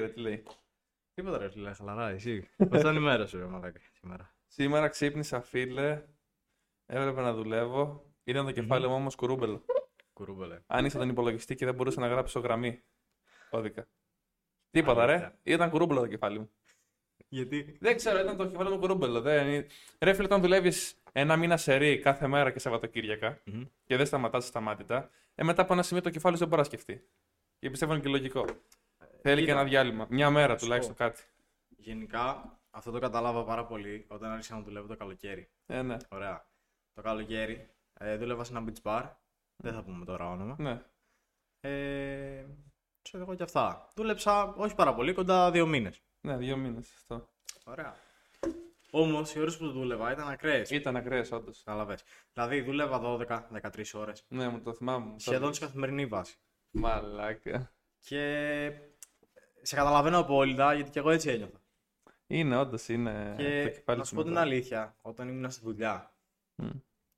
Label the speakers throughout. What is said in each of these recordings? Speaker 1: ρε, τι λέει.
Speaker 2: Τίποτα ρε φίλε, χαλαρά εσύ. Πώς ήταν η μέρα σου ρε μαλάκα σήμερα.
Speaker 1: Σήμερα ξύπνησα, φίλε. Έπρεπε να δουλεύω. Είναι το κεφάλαιο μου όμως κουρούμπελο.
Speaker 2: Κουρούμπελε.
Speaker 1: Άνοιξα τον υπολογιστή και δεν μπορούσα να γράψω γραμμή. Κώδικα. Τίποτα, ρε.
Speaker 2: Αλήθεια.
Speaker 1: Ήταν κουρούμπελο το κεφάλι μου.
Speaker 2: Γιατί.
Speaker 1: Δεν ξέρω, ήταν το κεφάλαιο μου κουρούμπελο. Δεν... Ρε φίλε, όταν δουλεύεις ένα μήνα σε ρί κάθε μέρα και Σαββατοκύριακα
Speaker 2: Μμμ.
Speaker 1: και δεν σταματάς σταμάτητα, ε, μετά από ένα σημείο το κεφάλι σου δεν μπορεί να σκεφτεί. Και πιστεύω είναι και λογικό. Θέλει και
Speaker 2: κοίτα.
Speaker 1: ένα διάλειμμα. Μια μέρα
Speaker 2: Σωστό.
Speaker 1: τουλάχιστον κάτι.
Speaker 2: Γενικά αυτό το καταλάβα πάρα πολύ όταν άρχισα να δουλεύω το καλοκαίρι.
Speaker 1: Ε, ναι.
Speaker 2: Ωραία. Το καλοκαίρι ε, δούλευα σε ένα beach bar. Δεν θα πούμε τώρα όνομα.
Speaker 1: ναι.
Speaker 2: Ε, ξέρω εγώ και αυτά. Δούλεψα όχι πάρα πολύ, κοντά δύο μήνες.
Speaker 1: Ναι, δύο μήνες αυτό.
Speaker 2: Ωραία. Όμως οι ώρες που δούλευα ήταν ακραίες.
Speaker 1: Ήταν ακραίες, όντως.
Speaker 2: Καταλαβέ. Δηλαδή δούλευα 12-13 ώρες.
Speaker 1: Ναι, μου το θυμάμαι.
Speaker 2: Σχεδόν σε καθημερινή βάση.
Speaker 1: Μαλάκα.
Speaker 2: Και ε, σε καταλαβαίνω απόλυτα γιατί και εγώ έτσι ένιωθα.
Speaker 1: Είναι, όντως είναι. το
Speaker 2: και
Speaker 1: κεφάλι
Speaker 2: να σου πω την
Speaker 1: μετά.
Speaker 2: αλήθεια, όταν ήμουν στη δουλειά
Speaker 1: Μμ.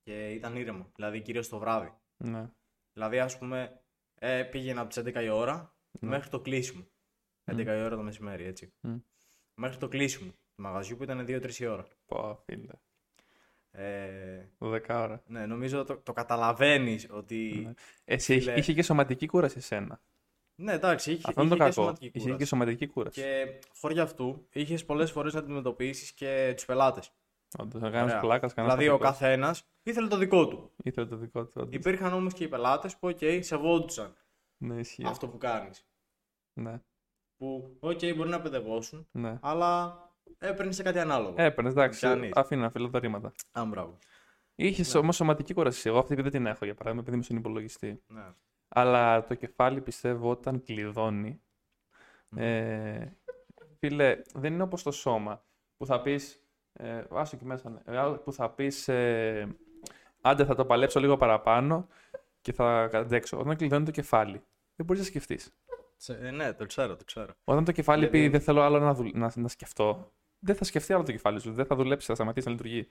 Speaker 2: και ήταν ήρεμο, δηλαδή κυρίως το βράδυ.
Speaker 1: Ναι.
Speaker 2: Δηλαδή, ας πούμε, ε, πήγαινα από τις 11 η ώρα
Speaker 1: Ναι.
Speaker 2: μέχρι το κλείσιμο. 11 η ώρα το μεσημέρι, έτσι.
Speaker 1: Μμ.
Speaker 2: Μέχρι το κλείσιμο του μαγαζιού που ήταν 2-3 η ώρα.
Speaker 1: Πω, φίλε.
Speaker 2: Ε,
Speaker 1: 12 ώρα.
Speaker 2: ναι, νομίζω το, το καταλαβαίνεις ότι.
Speaker 1: Ναι. Εσύ είχε,
Speaker 2: Φίλε.
Speaker 1: είχε και σωματική κούραση εσένα.
Speaker 2: Ναι, εντάξει, είχε,
Speaker 1: Αυτό είναι το
Speaker 2: είχε και
Speaker 1: κακό.
Speaker 2: σωματική
Speaker 1: Είχε και
Speaker 2: κούραση.
Speaker 1: σωματική κούραση.
Speaker 2: Και χώρια αυτού, είχες πολλές φορές να αντιμετωπίσεις και τους πελάτες.
Speaker 1: Όντως, να κάνεις
Speaker 2: Ωραία.
Speaker 1: πλάκας, κανένα.
Speaker 2: Δηλαδή, ο καθένας ήθελε το δικό του.
Speaker 1: Ήθελε το δικό του. όντως.
Speaker 2: Υπήρχαν όμως και οι πελάτες που, οκ, σεβόντουσαν
Speaker 1: Ναι, ισχύει.
Speaker 2: αυτό που κάνεις.
Speaker 1: Ναι,
Speaker 2: Που, οκ, μπορεί να παιδευόσουν,
Speaker 1: ναι.
Speaker 2: αλλά έπαιρνες σε κάτι ανάλογο.
Speaker 1: Έπαιρνες, εντάξει.
Speaker 2: πιάνεις.
Speaker 1: Αφήνα, φιλοδορήματα.
Speaker 2: Α, μπράβο. Ναι.
Speaker 1: Είχε όμως σωματική κούραση. Εγώ αυτή δεν την έχω για παράδειγμα, επειδή είμαι στον υπολογιστή.
Speaker 2: Ναι.
Speaker 1: Αλλά το κεφάλι πιστεύω όταν κλειδώνει. Ε, φίλε, δεν είναι όπως το σώμα που θα πεις, ε, άσο εκεί μέσα, ναι, ε, α, που θα πεις, ε, άντε θα το παλέψω λίγο παραπάνω και θα αντέξω. Όταν κλειδώνει το κεφάλι, δεν μπορείς να σκεφτείς.
Speaker 2: Σε- ε, ναι, το ξέρω, το ξέρω.
Speaker 1: Όταν το κεφάλι
Speaker 2: Δηλαδή-
Speaker 1: πει δεν θέλω άλλο να, δουλ- να, να σκεφτώ, δεν θα σκεφτεί άλλο το κεφάλι σου, δεν θα δουλέψει, θα σταματήσει να λειτουργεί.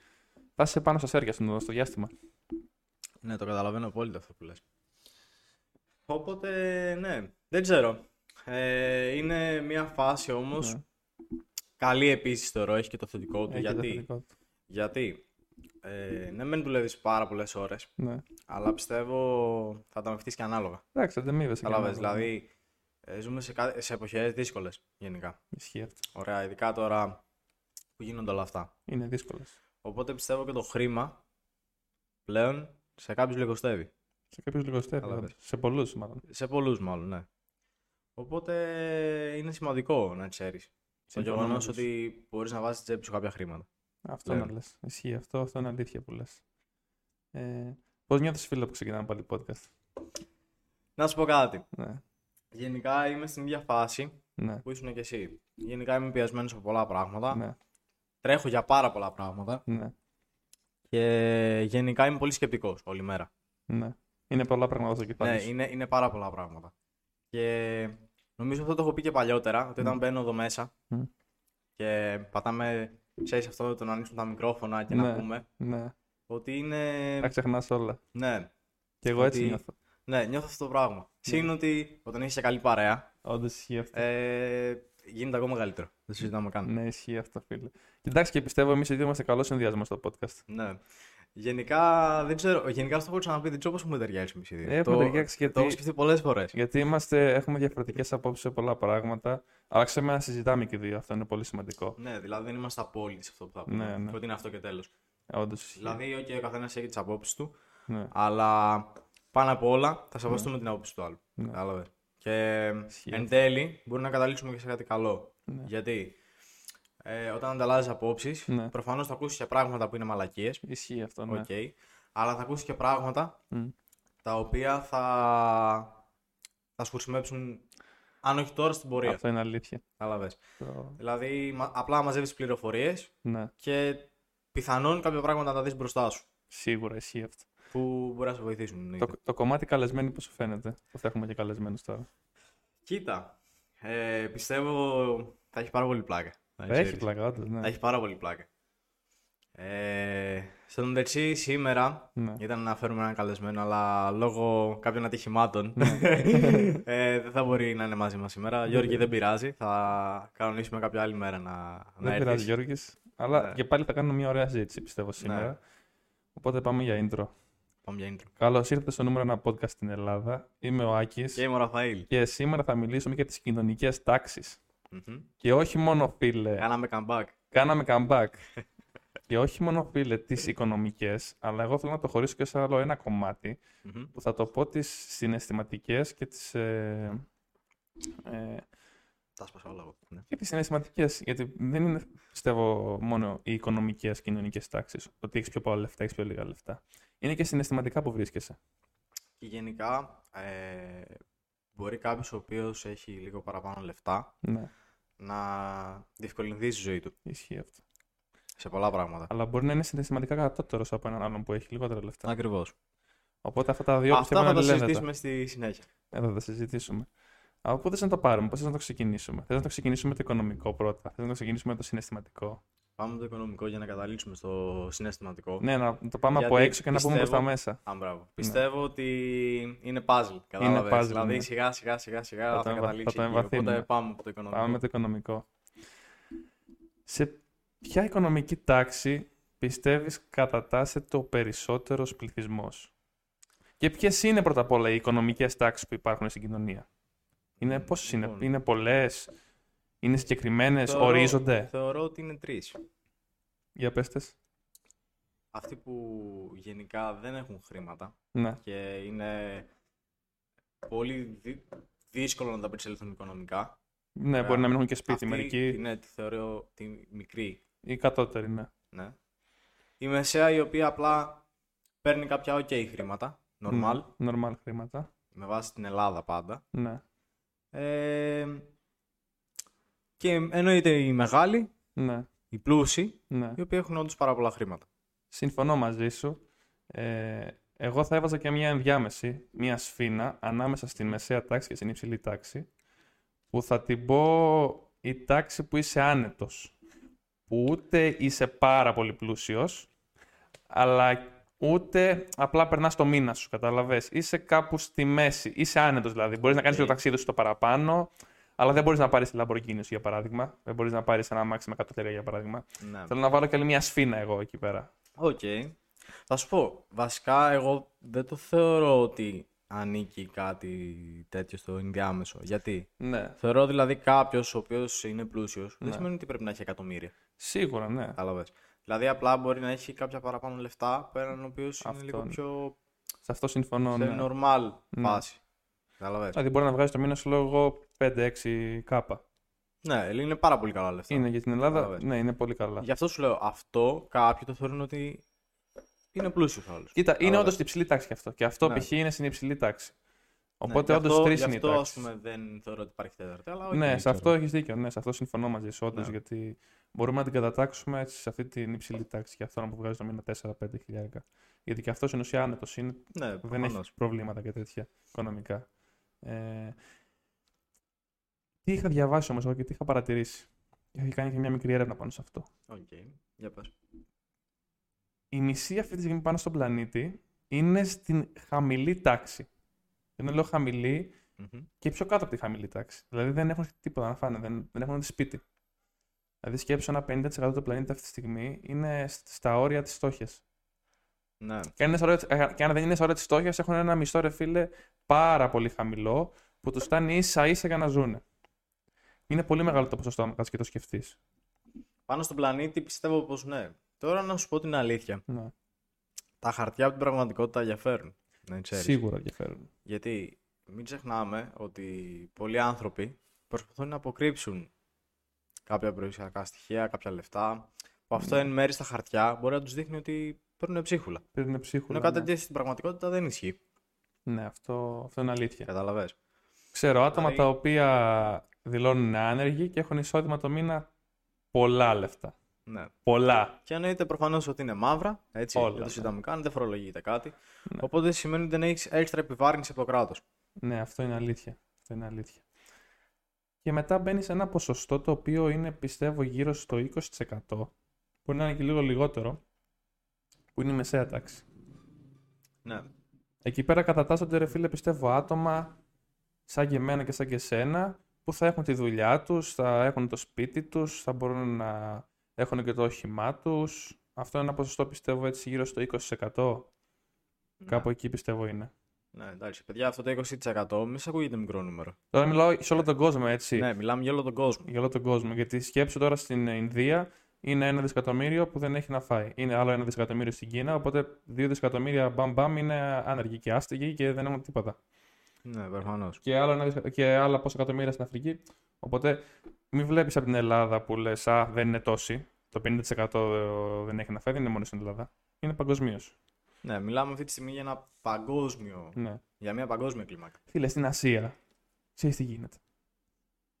Speaker 1: Θα είσαι πάνω στα σέρια σου στο διάστημα.
Speaker 2: Ναι, το καταλαβαίνω απόλυτα αυτό που λες. Οπότε, ναι, δεν ξέρω. Ε, είναι μια φάση όμως
Speaker 1: Ναι.
Speaker 2: καλή επίσης θεωρώ, έχει και το θετικό του.
Speaker 1: Έχει το
Speaker 2: γιατί,
Speaker 1: θετικό του.
Speaker 2: γιατί ε, ναι, μεν δουλεύεις πάρα πολλές ώρες,
Speaker 1: Ναι.
Speaker 2: αλλά πιστεύω θα τα μευτείς και ανάλογα.
Speaker 1: Εντάξει, αντεμείβεσαι.
Speaker 2: Καταλάβες,
Speaker 1: κανένα πρόβλημα.
Speaker 2: δηλαδή ε, ζούμε σε, κα- σε εποχές δύσκολες γενικά.
Speaker 1: Ισχύει αυτό.
Speaker 2: Ωραία, ειδικά τώρα που γίνονται όλα αυτά.
Speaker 1: Είναι δύσκολο.
Speaker 2: Οπότε πιστεύω και το χρήμα πλέον σε κάποιους λιγοστεύει.
Speaker 1: Σε κάποιους
Speaker 2: Καλά,
Speaker 1: λιγοστέρε.
Speaker 2: πες.
Speaker 1: Σε πολλούς, μάλλον.
Speaker 2: Σε πολλούς μάλλον, ναι. Οπότε είναι σημαντικό να ξέρεις. Το
Speaker 1: Συμφωνώ
Speaker 2: γεγονός
Speaker 1: μαζί σου.
Speaker 2: ότι Ναι. μπορείς να βάζεις στην τσέπη σου κάποια χρήματα.
Speaker 1: Αυτό
Speaker 2: Λέω.
Speaker 1: να λες. Ισχύει αυτό, αυτό είναι αλήθεια που λες. Ε, πώς νιώθεις φίλε που ξεκινάμε πάλι podcast.
Speaker 2: Να σου πω κάτι.
Speaker 1: Ναι,
Speaker 2: Γενικά είμαι στην ίδια φάση
Speaker 1: ναι,
Speaker 2: που ήσουν και εσύ. Γενικά είμαι πιασμένος από πολλά πράγματα.
Speaker 1: ναι,
Speaker 2: Τρέχω για πάρα πολλά πράγματα.
Speaker 1: ναι,
Speaker 2: Και γενικά είμαι πολύ σκεπτικός όλη μέρα.
Speaker 1: ναι. Είναι πολλά πράγματα στο κεφάλι
Speaker 2: Ναι,
Speaker 1: σου.
Speaker 2: είναι, είναι πάρα πολλά πράγματα. Και νομίζω αυτό το έχω πει και παλιότερα, ότι όταν
Speaker 1: Μμ.
Speaker 2: μπαίνω εδώ μέσα
Speaker 1: Μμ.
Speaker 2: και πατάμε, ξέρεις αυτό το να ανοίξουν τα μικρόφωνα και να
Speaker 1: Ναι.
Speaker 2: πούμε,
Speaker 1: Ναι,
Speaker 2: ότι είναι.
Speaker 1: τα ξεχνάς όλα.
Speaker 2: Ναι,
Speaker 1: Και εγώ έτσι
Speaker 2: Ε, Ότι-
Speaker 1: νιώθω.
Speaker 2: Ναι, νιώθω αυτό το πράγμα. Συν ότι όταν είσαι σε καλή παρέα,
Speaker 1: Όντως ισχύει αυτό.
Speaker 2: ε, γίνεται ακόμα καλύτερο. Δεν συζητάμε καν.
Speaker 1: Ναι, ισχύει αυτό φίλε. Κοιτάξτε και πιστεύω εμείς οι δύο είμαστε καλός συνδυασμός στο podcast.
Speaker 2: Ναι. Γενικά, δεν ξέρω, γενικά στο έχω ξαναπεί, δεν ξέρω πώς μου ταιριάζει εμεί οι δύο.
Speaker 1: Έχουμε ταιριάξει
Speaker 2: Ε,
Speaker 1: Ε, γιατί,
Speaker 2: Το έχω σκεφτεί πολλές φορές.
Speaker 1: γιατί είμαστε, έχουμε διαφορετικές απόψεις σε πολλά πράγματα. Αλλά ξέρουμε να συζητάμε και οι δύο, αυτό είναι πολύ σημαντικό.
Speaker 2: Ναι, δηλαδή δεν είμαστε απόλυτοι σε αυτό που θα πούμε.
Speaker 1: Ναι, ναι.
Speaker 2: Ότι είναι αυτό και τέλος.
Speaker 1: Ε, Όντως ισχύει.
Speaker 2: Δηλαδή, okay, ο καθένας έχει τις απόψεις του,
Speaker 1: Ναι,
Speaker 2: αλλά πάνω απ' όλα θα σεβαστούμε την άποψη του άλλου.
Speaker 1: Ναι.
Speaker 2: Κατάλαβες. Και
Speaker 1: Ισχύει
Speaker 2: εν
Speaker 1: αυτό.
Speaker 2: τέλει μπορεί να καταλήξουμε και σε κάτι καλό.
Speaker 1: Ναι.
Speaker 2: Γιατί ε, όταν ανταλλάσσεις απόψεις,
Speaker 1: Ναι.
Speaker 2: προφανώς θα ακούσεις και πράγματα που είναι μαλακίες.
Speaker 1: ισχύει αυτό, ναι.
Speaker 2: Οκ. Αλλά θα ακούσεις και πράγματα
Speaker 1: Μμ.
Speaker 2: τα οποία θα, θα σου χρησιμεύσουν, αν όχι τώρα, στην πορεία.
Speaker 1: Αυτό είναι αλήθεια.
Speaker 2: Καταλαβες.
Speaker 1: Το-
Speaker 2: Δηλαδή, μα- απλά μαζεύεις πληροφορίες
Speaker 1: Ναι.
Speaker 2: και πιθανόν κάποια πράγματα να τα δεις μπροστά σου
Speaker 1: Σίγουρα ισχύει αυτό.
Speaker 2: που μπορεί να σε βοηθήσουν.
Speaker 1: Το, το κομμάτι καλεσμένοι πώς σου φαίνεται, που θα έχουμε και καλεσμένους τώρα.
Speaker 2: Κοίτα, ε, πιστεύω θα έχει πάρα πολύ πλάκα. Να
Speaker 1: Έχει
Speaker 2: ξέρεις.
Speaker 1: πλάκα, όντως, ναι.
Speaker 2: Θα έχει πάρα πολύ πλάκα. Ε, στον δεξί σήμερα
Speaker 1: Ναι.
Speaker 2: ήταν να φέρουμε έναν καλεσμένο, αλλά λόγω κάποιων ατυχημάτων ε, δεν θα μπορεί να είναι μαζί μας σήμερα. Γιώργη, δεν πειράζει. Θα κανονίσουμε κάποια άλλη μέρα να, να
Speaker 1: Δεν
Speaker 2: έρθεις.
Speaker 1: πειράζει, Γιώργης. Αλλά
Speaker 2: Ναι.
Speaker 1: και πάλι θα κάνουμε μια ωραία συζήτηση, πιστεύω, σήμερα.
Speaker 2: Ναι.
Speaker 1: Οπότε πάμε για intro.
Speaker 2: Πάμε για intro.
Speaker 1: Καλώς ήρθατε στο νούμερο ένα podcast στην Ελλάδα. Είμαι ο Άκης.
Speaker 2: Και είμαι ο Ραφαήλ.
Speaker 1: Και σήμερα θα μιλήσουμε για τις κοινωνικές τάξεις.
Speaker 2: Ναι.
Speaker 1: Και όχι μόνο, φίλε.
Speaker 2: Κάναμε comeback.
Speaker 1: Κάναμε comeback. και όχι μόνο, φίλε, τις οικονομικές, αλλά εγώ θέλω να το χωρίσω και σε άλλο ένα κομμάτι
Speaker 2: Μμμ.
Speaker 1: που θα το πω τις συναισθηματικές και τις. Ε, ε,
Speaker 2: Τα σπάσα όλα εγώ. Ναι.
Speaker 1: και τις συναισθηματικές. Γιατί δεν είναι, πιστεύω, μόνο οι οικονομικές και κοινωνικές τάξεις. Ότι έχεις πιο πολλά λεφτά, έχεις πιο λίγα λεφτά. Είναι και συναισθηματικά που βρίσκεσαι.
Speaker 2: Και γενικά ε, μπορεί κάποιος ο οποίος έχει λίγο παραπάνω λεφτά
Speaker 1: Ναι,
Speaker 2: να διευκολυνθείς στη ζωή του
Speaker 1: ισχύει αυτό.
Speaker 2: σε πολλά πράγματα.
Speaker 1: Αλλά μπορεί να είναι συναισθηματικά κατώτερο από έναν άλλον που έχει λιγότερα λεφτά.
Speaker 2: Ακριβώς.
Speaker 1: Οπότε αυτά τα δύο
Speaker 2: Αυτά
Speaker 1: πιστεύω
Speaker 2: θα
Speaker 1: είναι
Speaker 2: τα
Speaker 1: αλληλένδετα.
Speaker 2: συζητήσουμε στη συνέχεια.
Speaker 1: Ε, θα τα συζητήσουμε. Από πού θες να το πάρουμε, πώ θες να το ξεκινήσουμε. Θες να το ξεκινήσουμε το οικονομικό πρώτα, θες να το ξεκινήσουμε το συναισθηματικό.
Speaker 2: Πάμε το οικονομικό για να καταλήξουμε στο συναισθηματικό.
Speaker 1: Ναι, να το πάμε από
Speaker 2: Γιατί
Speaker 1: έξω και να πούμε προς
Speaker 2: πιστεύω-
Speaker 1: τα μέσα.
Speaker 2: Α, μπράβο. Πιστεύω ότι είναι puzzle. Κατάλαβες.
Speaker 1: puzzle,
Speaker 2: δηλαδή
Speaker 1: ναι.
Speaker 2: σιγά σιγά σιγά σιγά
Speaker 1: Θα
Speaker 2: θα,
Speaker 1: το εμβα-
Speaker 2: καταλήξει.
Speaker 1: θα το
Speaker 2: εκεί.
Speaker 1: εμβαθύνουμε.
Speaker 2: Οπότε πάμε από το οικονομικό.
Speaker 1: Πάμε με το οικονομικό. Σε ποια οικονομική τάξη πιστεύεις κατατάσσεται ο περισσότερος πληθυσμός. Και ποιες είναι πρώτα απ' όλα οι οικονομικές τάξεις που υπάρχουν στην κοινωνία. Είναι, πόσες είναι,
Speaker 2: Λοιπόν.
Speaker 1: είναι πολλές, είναι συγκεκριμένες,
Speaker 2: Θεωρώ-
Speaker 1: ορίζονται.
Speaker 2: Θεωρώ ότι είναι τρεις.
Speaker 1: Για πες τες.
Speaker 2: Αυτοί που γενικά δεν έχουν χρήματα
Speaker 1: Ναι,
Speaker 2: και είναι πολύ δυ- δύσκολο να τα περισέλθουν οικονομικά.
Speaker 1: ναι μπορεί να μην έχουν και σπίτι
Speaker 2: Ε, Αυτή,
Speaker 1: μερικοί,
Speaker 2: Ναι, τη θεωρώ τη μικρή.
Speaker 1: ή κατώτεροι, ναι.
Speaker 2: Ναι. Η μεσαία η οποία απλά παίρνει κάποια ok χρήματα, normal,
Speaker 1: Ναι, Normal χρήματα,
Speaker 2: με βάση την Ελλάδα πάντα.
Speaker 1: ναι.
Speaker 2: Ε, και εννοείται οι μεγάλοι,
Speaker 1: Ναι,
Speaker 2: οι πλούσιοι,
Speaker 1: ναι.
Speaker 2: οι οποίοι έχουν όντως πάρα πολλά χρήματα.
Speaker 1: Συμφωνώ μαζί σου. Ε, εγώ θα έβαζα και μια ενδιάμεση, μια σφήνα ανάμεσα στην μεσαία τάξη και στην υψηλή τάξη, που θα την πω η τάξη που είσαι άνετος. Που ούτε είσαι πάρα πολύ πλούσιος, αλλά ούτε απλά περνάς το μήνα σου, κατάλαβες. Είσαι κάπου στη μέση, είσαι άνετος δηλαδή. Μπορείς να κάνεις
Speaker 2: Οκ.
Speaker 1: το ταξίδι σου το παραπάνω, αλλά δεν μπορείς να πάρεις τη Lamborghini σου, για παράδειγμα. Δεν μπορείς να πάρεις ένα μάξι με 100 εταιρεία, για παράδειγμα.
Speaker 2: Ναι.
Speaker 1: Θέλω να βάλω και άλλη μια σφήνα εγώ εκεί πέρα.
Speaker 2: Οκ. Θα σου πω, βασικά εγώ δεν το θεωρώ ότι ανήκει κάτι τέτοιο στο ενδιάμεσο. Γιατί
Speaker 1: Ναι,
Speaker 2: θεωρώ δηλαδή κάποιος ο οποίος είναι πλούσιος,
Speaker 1: Ναι.
Speaker 2: δεν σημαίνει ότι πρέπει να έχει εκατομμύρια.
Speaker 1: σίγουρα ναι.
Speaker 2: Κατάλαβες. Δηλαδή απλά μπορεί να έχει κάποια παραπάνω λεφτά πέραν ο οποίος είναι
Speaker 1: Αυτό
Speaker 2: λίγο
Speaker 1: είναι.
Speaker 2: πιο
Speaker 1: Σε αυτό συμφωνώ.
Speaker 2: σε
Speaker 1: Ναι.
Speaker 2: normal
Speaker 1: Ναι.
Speaker 2: φάση. Κατάλαβες.
Speaker 1: Δηλαδή μπορεί να βγάζει το μήνα σου λέω εγώ 5-6 κάπα.
Speaker 2: Ναι, είναι πάρα πολύ καλά λεφτά.
Speaker 1: Είναι για την Ελλάδα,
Speaker 2: Κατάλαβες.
Speaker 1: ναι, είναι πολύ καλά.
Speaker 2: Γι' αυτό σου λέω, αυτό κάποιοι το θεωρούν ότι είναι πλούσιος άλλος.
Speaker 1: Κοίτα, είναι
Speaker 2: Κατάλαβες.
Speaker 1: όντω στην υψηλή τάξη και αυτό. Και αυτό
Speaker 2: Ναι.
Speaker 1: π.χ. είναι στην υψηλή τάξη. Οπότε όντω τρει είναι οι
Speaker 2: αυτό, ας
Speaker 1: τάξει.
Speaker 2: πούμε, δεν θεωρώ ότι υπάρχει τέταρτη, αλλά οκ,
Speaker 1: Ναι, σε
Speaker 2: ξέρω.
Speaker 1: αυτό έχεις δίκιο. Ναι, σε αυτό συμφωνώ μαζί σου. Όντως,
Speaker 2: Ναι.
Speaker 1: γιατί μπορούμε να την κατατάξουμε έτσι σε αυτή την υψηλή τάξη. Και αυτό να που βγάζει το μήνα 4-5 χιλιάρικα. Γιατί και αυτός εν ουσία άνετο είναι,
Speaker 2: Ναι,
Speaker 1: δεν
Speaker 2: προφανώς.
Speaker 1: έχει προβλήματα και τέτοια οικονομικά. Ε, τι είχα διαβάσει όμως εγώ και τι είχα παρατηρήσει. Είχα κάνει και μια μικρή έρευνα πάνω σε αυτό.
Speaker 2: Οκ, για πες.
Speaker 1: Η μισή αυτή τη στιγμή πάνω στον πλανήτη είναι στην χαμηλή τάξη. Ενώ λέω χαμηλή
Speaker 2: Μμμ.
Speaker 1: και πιο κάτω από τη χαμηλή τάξη. Δηλαδή δεν έχουν τίποτα να φάνε, δεν, δεν έχουν ούτε σπίτι. Δηλαδή σκέψω ένα 50% του πλανήτη αυτή τη στιγμή είναι σ- στα όρια της στόχια.
Speaker 2: Ναι,
Speaker 1: Και αν, είναι στα όρια της- ε, και αν δεν είναι στα όρια της στόχια, έχουν ένα μισθό ρε φίλε πάρα πολύ χαμηλό που τους φτάνει ίσα ίσα για να ζουν. Είναι πολύ μεγάλο το ποσοστό, αν κάτσεις και το σκεφτείς.
Speaker 2: πάνω στον πλανήτη πιστεύω πως ναι. Τώρα να σου πω την αλήθεια.
Speaker 1: Ναι.
Speaker 2: Τα χαρτιά από την πραγματικότητα διαφέρουν. Να ξέρεις.
Speaker 1: Σίγουρα ενδιαφέρον.
Speaker 2: Γιατί μην ξεχνάμε ότι πολλοί άνθρωποι προσπαθούν να αποκρύψουν κάποια περιουσιακά στοιχεία, κάποια λεφτά, που
Speaker 1: Ναι.
Speaker 2: αυτό εν μέρει στα χαρτιά μπορεί να τους δείχνει ότι παίρνουν ψίχουλα.
Speaker 1: Παίρνουν ψίχουλα.
Speaker 2: Ενώ κάτι
Speaker 1: ναι.
Speaker 2: τέτοιο στην πραγματικότητα δεν ισχύει.
Speaker 1: Ναι, αυτό, αυτό είναι αλήθεια.
Speaker 2: Καταλαβες.
Speaker 1: Ξέρω άτομα
Speaker 2: Δηλαδή-
Speaker 1: τα οποία δηλώνουν άνεργοι και έχουν εισόδημα το μήνα πολλά λεφτά.
Speaker 2: Ναι.
Speaker 1: Πολλά.
Speaker 2: Και εννοείται προφανώς ότι είναι μαύρα, έτσι,
Speaker 1: Όλα,
Speaker 2: δεν
Speaker 1: ναι.
Speaker 2: το συντάμε καν, δεν φορολογείται κάτι.
Speaker 1: Ναι.
Speaker 2: Οπότε σημαίνει ότι δεν έχεις έξτρα επιβάρυνση από το κράτος.
Speaker 1: Ναι, αυτό είναι αλήθεια. Αυτό είναι αλήθεια. Και μετά μπαίνεις σε ένα ποσοστό το οποίο είναι πιστεύω γύρω στο 20% μπορεί να είναι και λίγο λιγότερο, που είναι η μεσαία τάξη.
Speaker 2: Ναι.
Speaker 1: Εκεί πέρα κατατάσσονται, ρε φίλε, πιστεύω άτομα σαν και εμένα και σαν και εσένα, που θα έχουν τη δουλειά τους, θα έχουν το σπίτι τους, θα μπορούν να έχουν και το όχημά τους. Αυτό είναι ένα ποσοστό, πιστεύω, έτσι γύρω στο 20%. Κάπου εκεί πιστεύω είναι.
Speaker 2: Ναι, εντάξει. Παιδιά, αυτό το 20% μη σα ακούγεται μικρό νούμερο.
Speaker 1: Τώρα μιλάω σε όλο τον κόσμο, έτσι.
Speaker 2: Ναι, μιλάμε για όλο τον κόσμο.
Speaker 1: Για όλο τον κόσμο. Γιατί σκέψου τώρα στην Ινδία είναι ένα δισεκατομμύριο που δεν έχει να φάει. Είναι άλλο ένα δισεκατομμύριο στην Κίνα, οπότε δύο δισεκατομμύρια μπαμ μπαμ είναι άνεργοι και άστεγοι και δεν έχουν τίποτα.
Speaker 2: Ναι, προφανώς.
Speaker 1: και, άλλο ένα δισεκα- και άλλα πόσα εκατομμύρια στην Αφρική. Οπότε μην βλέπεις από την Ελλάδα που λες, Α, δεν είναι τόσοι. Το 50% δεν έχει να φέρει, δεν είναι μόνο στην Ελλάδα. Είναι παγκοσμίως.
Speaker 2: Ναι, μιλάμε αυτή τη στιγμή για ένα παγκόσμιο.
Speaker 1: Ναι.
Speaker 2: Για μια παγκόσμια κλίμακα.
Speaker 1: Φίλε, στην Ασία, ξέρεις τι γίνεται.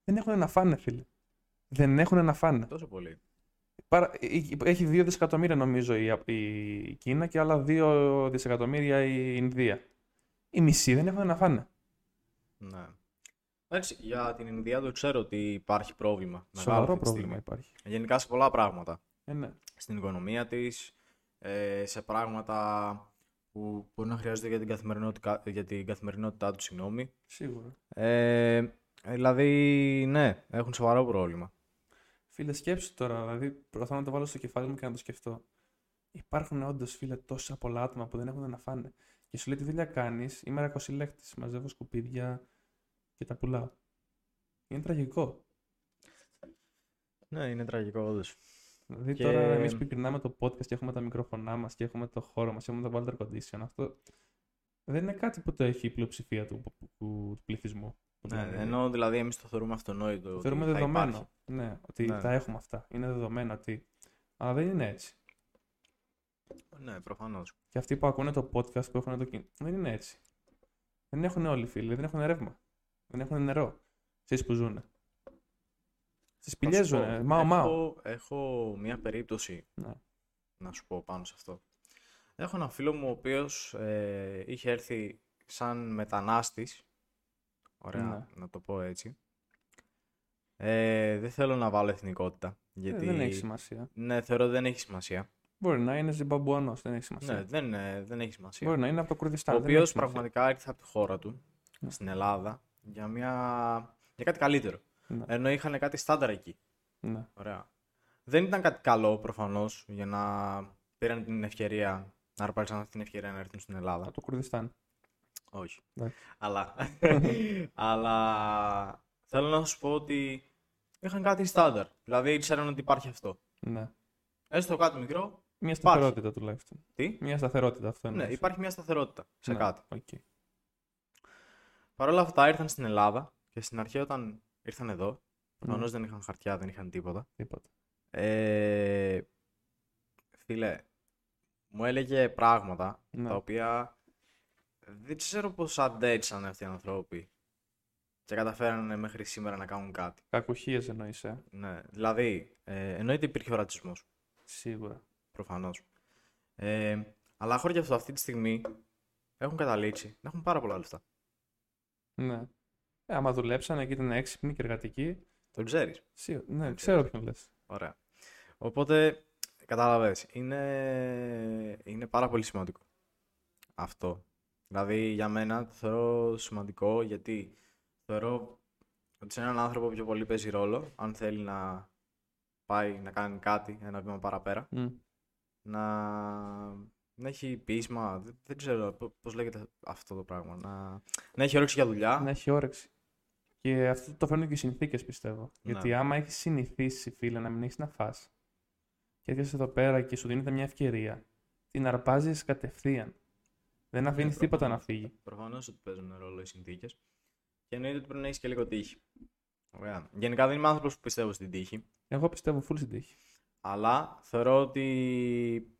Speaker 1: Δεν έχουν να φάνε, φίλε. Δεν έχουν να φάνε.
Speaker 2: Τόσο πολύ.
Speaker 1: Παρα... ε, Έχει 2 δισεκατομμύρια νομίζω η, η Κίνα και άλλα 2 δισεκατομμύρια η Ινδία. Οι μισοί δεν έχουν να φάνε.
Speaker 2: Ναι. Εντάξει, για την Ινδία το ξέρω ότι υπάρχει πρόβλημα. Μεγάλο
Speaker 1: Σοβαρό
Speaker 2: αυτή τη στιγμή.
Speaker 1: πρόβλημα υπάρχει.
Speaker 2: Γενικά σε πολλά πράγματα.
Speaker 1: Ε, ναι.
Speaker 2: στην οικονομία της, ε, σε πράγματα που μπορεί να χρειάζονται για την καθημερινότητά, για την καθημερινότητά τους, συγγνώμη.
Speaker 1: Σίγουρα.
Speaker 2: Ε, δηλαδή, ναι, έχουν σοβαρό πρόβλημα.
Speaker 1: Φίλε, σκέψου τώρα, δηλαδή προσπαθώ να το βάλω στο κεφάλι μου και να το σκεφτώ. Υπάρχουν όντως, φίλε, τόσα πολλά άτομα που δεν έχουν να φάνε. Και σου λέει τι δουλειά κάνεις, είμαι ρακοσυλλέκτης, μαζεύω σκουπίδια και τα πουλάω. Είναι τραγικό.
Speaker 2: Ναι, είναι τραγικό όντως.
Speaker 1: Δηλαδή
Speaker 2: Και-
Speaker 1: τώρα εμείς που κρινάμε το podcast και έχουμε τα μικρόφωνά μας και έχουμε το χώρο μας και έχουμε το water condition, αυτό δεν είναι κάτι που το έχει η πλειοψηφία του, του, του πληθυσμού.
Speaker 2: Ναι,
Speaker 1: Δηλαδή,
Speaker 2: ενώ δηλαδή εμείς το θεωρούμε αυτονόητο.
Speaker 1: το
Speaker 2: ότι
Speaker 1: θεωρούμε
Speaker 2: θα
Speaker 1: δεδομένο.
Speaker 2: υπάρχει.
Speaker 1: Ναι, ότι
Speaker 2: Ναι.
Speaker 1: τα έχουμε αυτά. Είναι δεδομένο ότι. Αλλά δεν είναι έτσι.
Speaker 2: Ναι, προφανώς.
Speaker 1: Και αυτοί που ακούνε το podcast που έχουν το κινητό. Δεν είναι έτσι. Δεν έχουν όλοι φίλοι, δεν έχουν ρεύμα. Δεν έχουν νερό. Ξέρει που ζουν. Στις
Speaker 2: Θα
Speaker 1: πηγέ
Speaker 2: σου πω,
Speaker 1: ζουν. Μάω, μάω.
Speaker 2: Έχω, έχω μια περίπτωση
Speaker 1: Ναι.
Speaker 2: να σου πω πάνω σε αυτό. Έχω έναν φίλο μου ο οποίος ε, είχε έρθει σαν μετανάστης. Ωραία,
Speaker 1: Ναι.
Speaker 2: να το πω έτσι. Ε, δεν θέλω να βάλω εθνικότητα,
Speaker 1: Ε,
Speaker 2: γιατί
Speaker 1: Δεν έχει σημασία.
Speaker 2: ναι, θεωρώ ότι δεν έχει σημασία.
Speaker 1: Μπορεί να είναι Ζιμπαμπουανός, δεν έχει σημασία.
Speaker 2: Ναι, δεν, ε, δεν έχει σημασία.
Speaker 1: Μπορεί να είναι από το Κουρδιστάν.
Speaker 2: ο
Speaker 1: δεν έχει
Speaker 2: οποίος
Speaker 1: σημασία.
Speaker 2: πραγματικά ήρθε από τη χώρα του,
Speaker 1: Ναι.
Speaker 2: στην Ελλάδα, για, μια... για κάτι καλύτερο.
Speaker 1: Ναι.
Speaker 2: Ενώ είχαν κάτι στάνταρ εκεί.
Speaker 1: Ναι.
Speaker 2: Ωραία. Δεν ήταν κάτι καλό προφανώς για να πήραν την ευκαιρία να αρπάξαν την ευκαιρία να έρθουν στην Ελλάδα.
Speaker 1: Από το Κουρδιστάν.
Speaker 2: Όχι.
Speaker 1: Εντάξει.
Speaker 2: Αλλά. αλλά θέλω να σου πω ότι είχαν κάτι στάνταρ. Δηλαδή ξέραν ότι υπάρχει αυτό.
Speaker 1: Ναι.
Speaker 2: Έστω κάτι μικρό.
Speaker 1: Μια σταθερότητα τουλάχιστον.
Speaker 2: Τι.
Speaker 1: Μια σταθερότητα αυτό Ναι,
Speaker 2: Ναι,
Speaker 1: είναι.
Speaker 2: υπάρχει μια σταθερότητα σε κάτι.
Speaker 1: Okay.
Speaker 2: Παρ' όλα αυτά ήρθαν στην Ελλάδα και στην αρχή όταν ήρθαν εδώ, προφανώς δεν είχαν χαρτιά, δεν είχαν τίποτα.
Speaker 1: Ναι, Τίποτα.
Speaker 2: Ε, φίλε, μου έλεγε πράγματα
Speaker 1: Ναι.
Speaker 2: τα οποία δεν ξέρω πώς αντέξαν αυτοί οι ανθρώποι και καταφέρανε μέχρι σήμερα να κάνουν κάτι.
Speaker 1: Κακουχίες εννοείς, ε.
Speaker 2: Ναι, δηλαδή, ε, εννοείται υπήρχε ο ρατσισμός,
Speaker 1: Σίγουρα.
Speaker 2: προφανώς. Ε, αλλά χωρίς γι' αυτό αυτή τη στιγμή έχουν καταλήξει να έχουν πάρα πολλά λεφτά.
Speaker 1: Ναι. Ε, άμα δουλέψανε και ήταν έξυπνοι και εργατικοί.
Speaker 2: Το ξέρεις.
Speaker 1: σίγουρα- Ναι,
Speaker 2: Οκ.
Speaker 1: ξέρω ποιον λες.
Speaker 2: Ωραία. Οπότε, κατάλαβες, είναι, είναι πάρα πολύ σημαντικό αυτό. Δηλαδή, για μένα το θεωρώ σημαντικό γιατί θεωρώ ότι σε έναν άνθρωπο πιο πολύ παίζει ρόλο, αν θέλει να πάει να κάνει κάτι, ένα βήμα παραπέρα, να, να έχει πείσμα, δεν, δεν ξέρω πο- πώς λέγεται αυτό το πράγμα, να, να έχει όρεξη για δουλειά.
Speaker 1: Να έχει όρεξη. Και αυτό το φέρνουν και οι συνθήκες, πιστεύω.
Speaker 2: Ναι.
Speaker 1: Γιατί άμα έχεις συνηθίσει, φίλε, να μην έχεις να φά και έρχεσαι εδώ πέρα και σου δίνεται μια ευκαιρία, την αρπάζεις κατευθείαν. Δεν αφήνει τίποτα να
Speaker 2: Ναι, προφανώς.
Speaker 1: φύγει.
Speaker 2: Προφανώς ότι παίζουν ρόλο οι συνθήκες. Και εννοείται ότι πρέπει να έχεις και λίγο τύχη. Ωραία. Γενικά δεν είμαι άνθρωπος που πιστεύω στην τύχη.
Speaker 1: Εγώ πιστεύω full στην τύχη.
Speaker 2: Αλλά θεωρώ ότι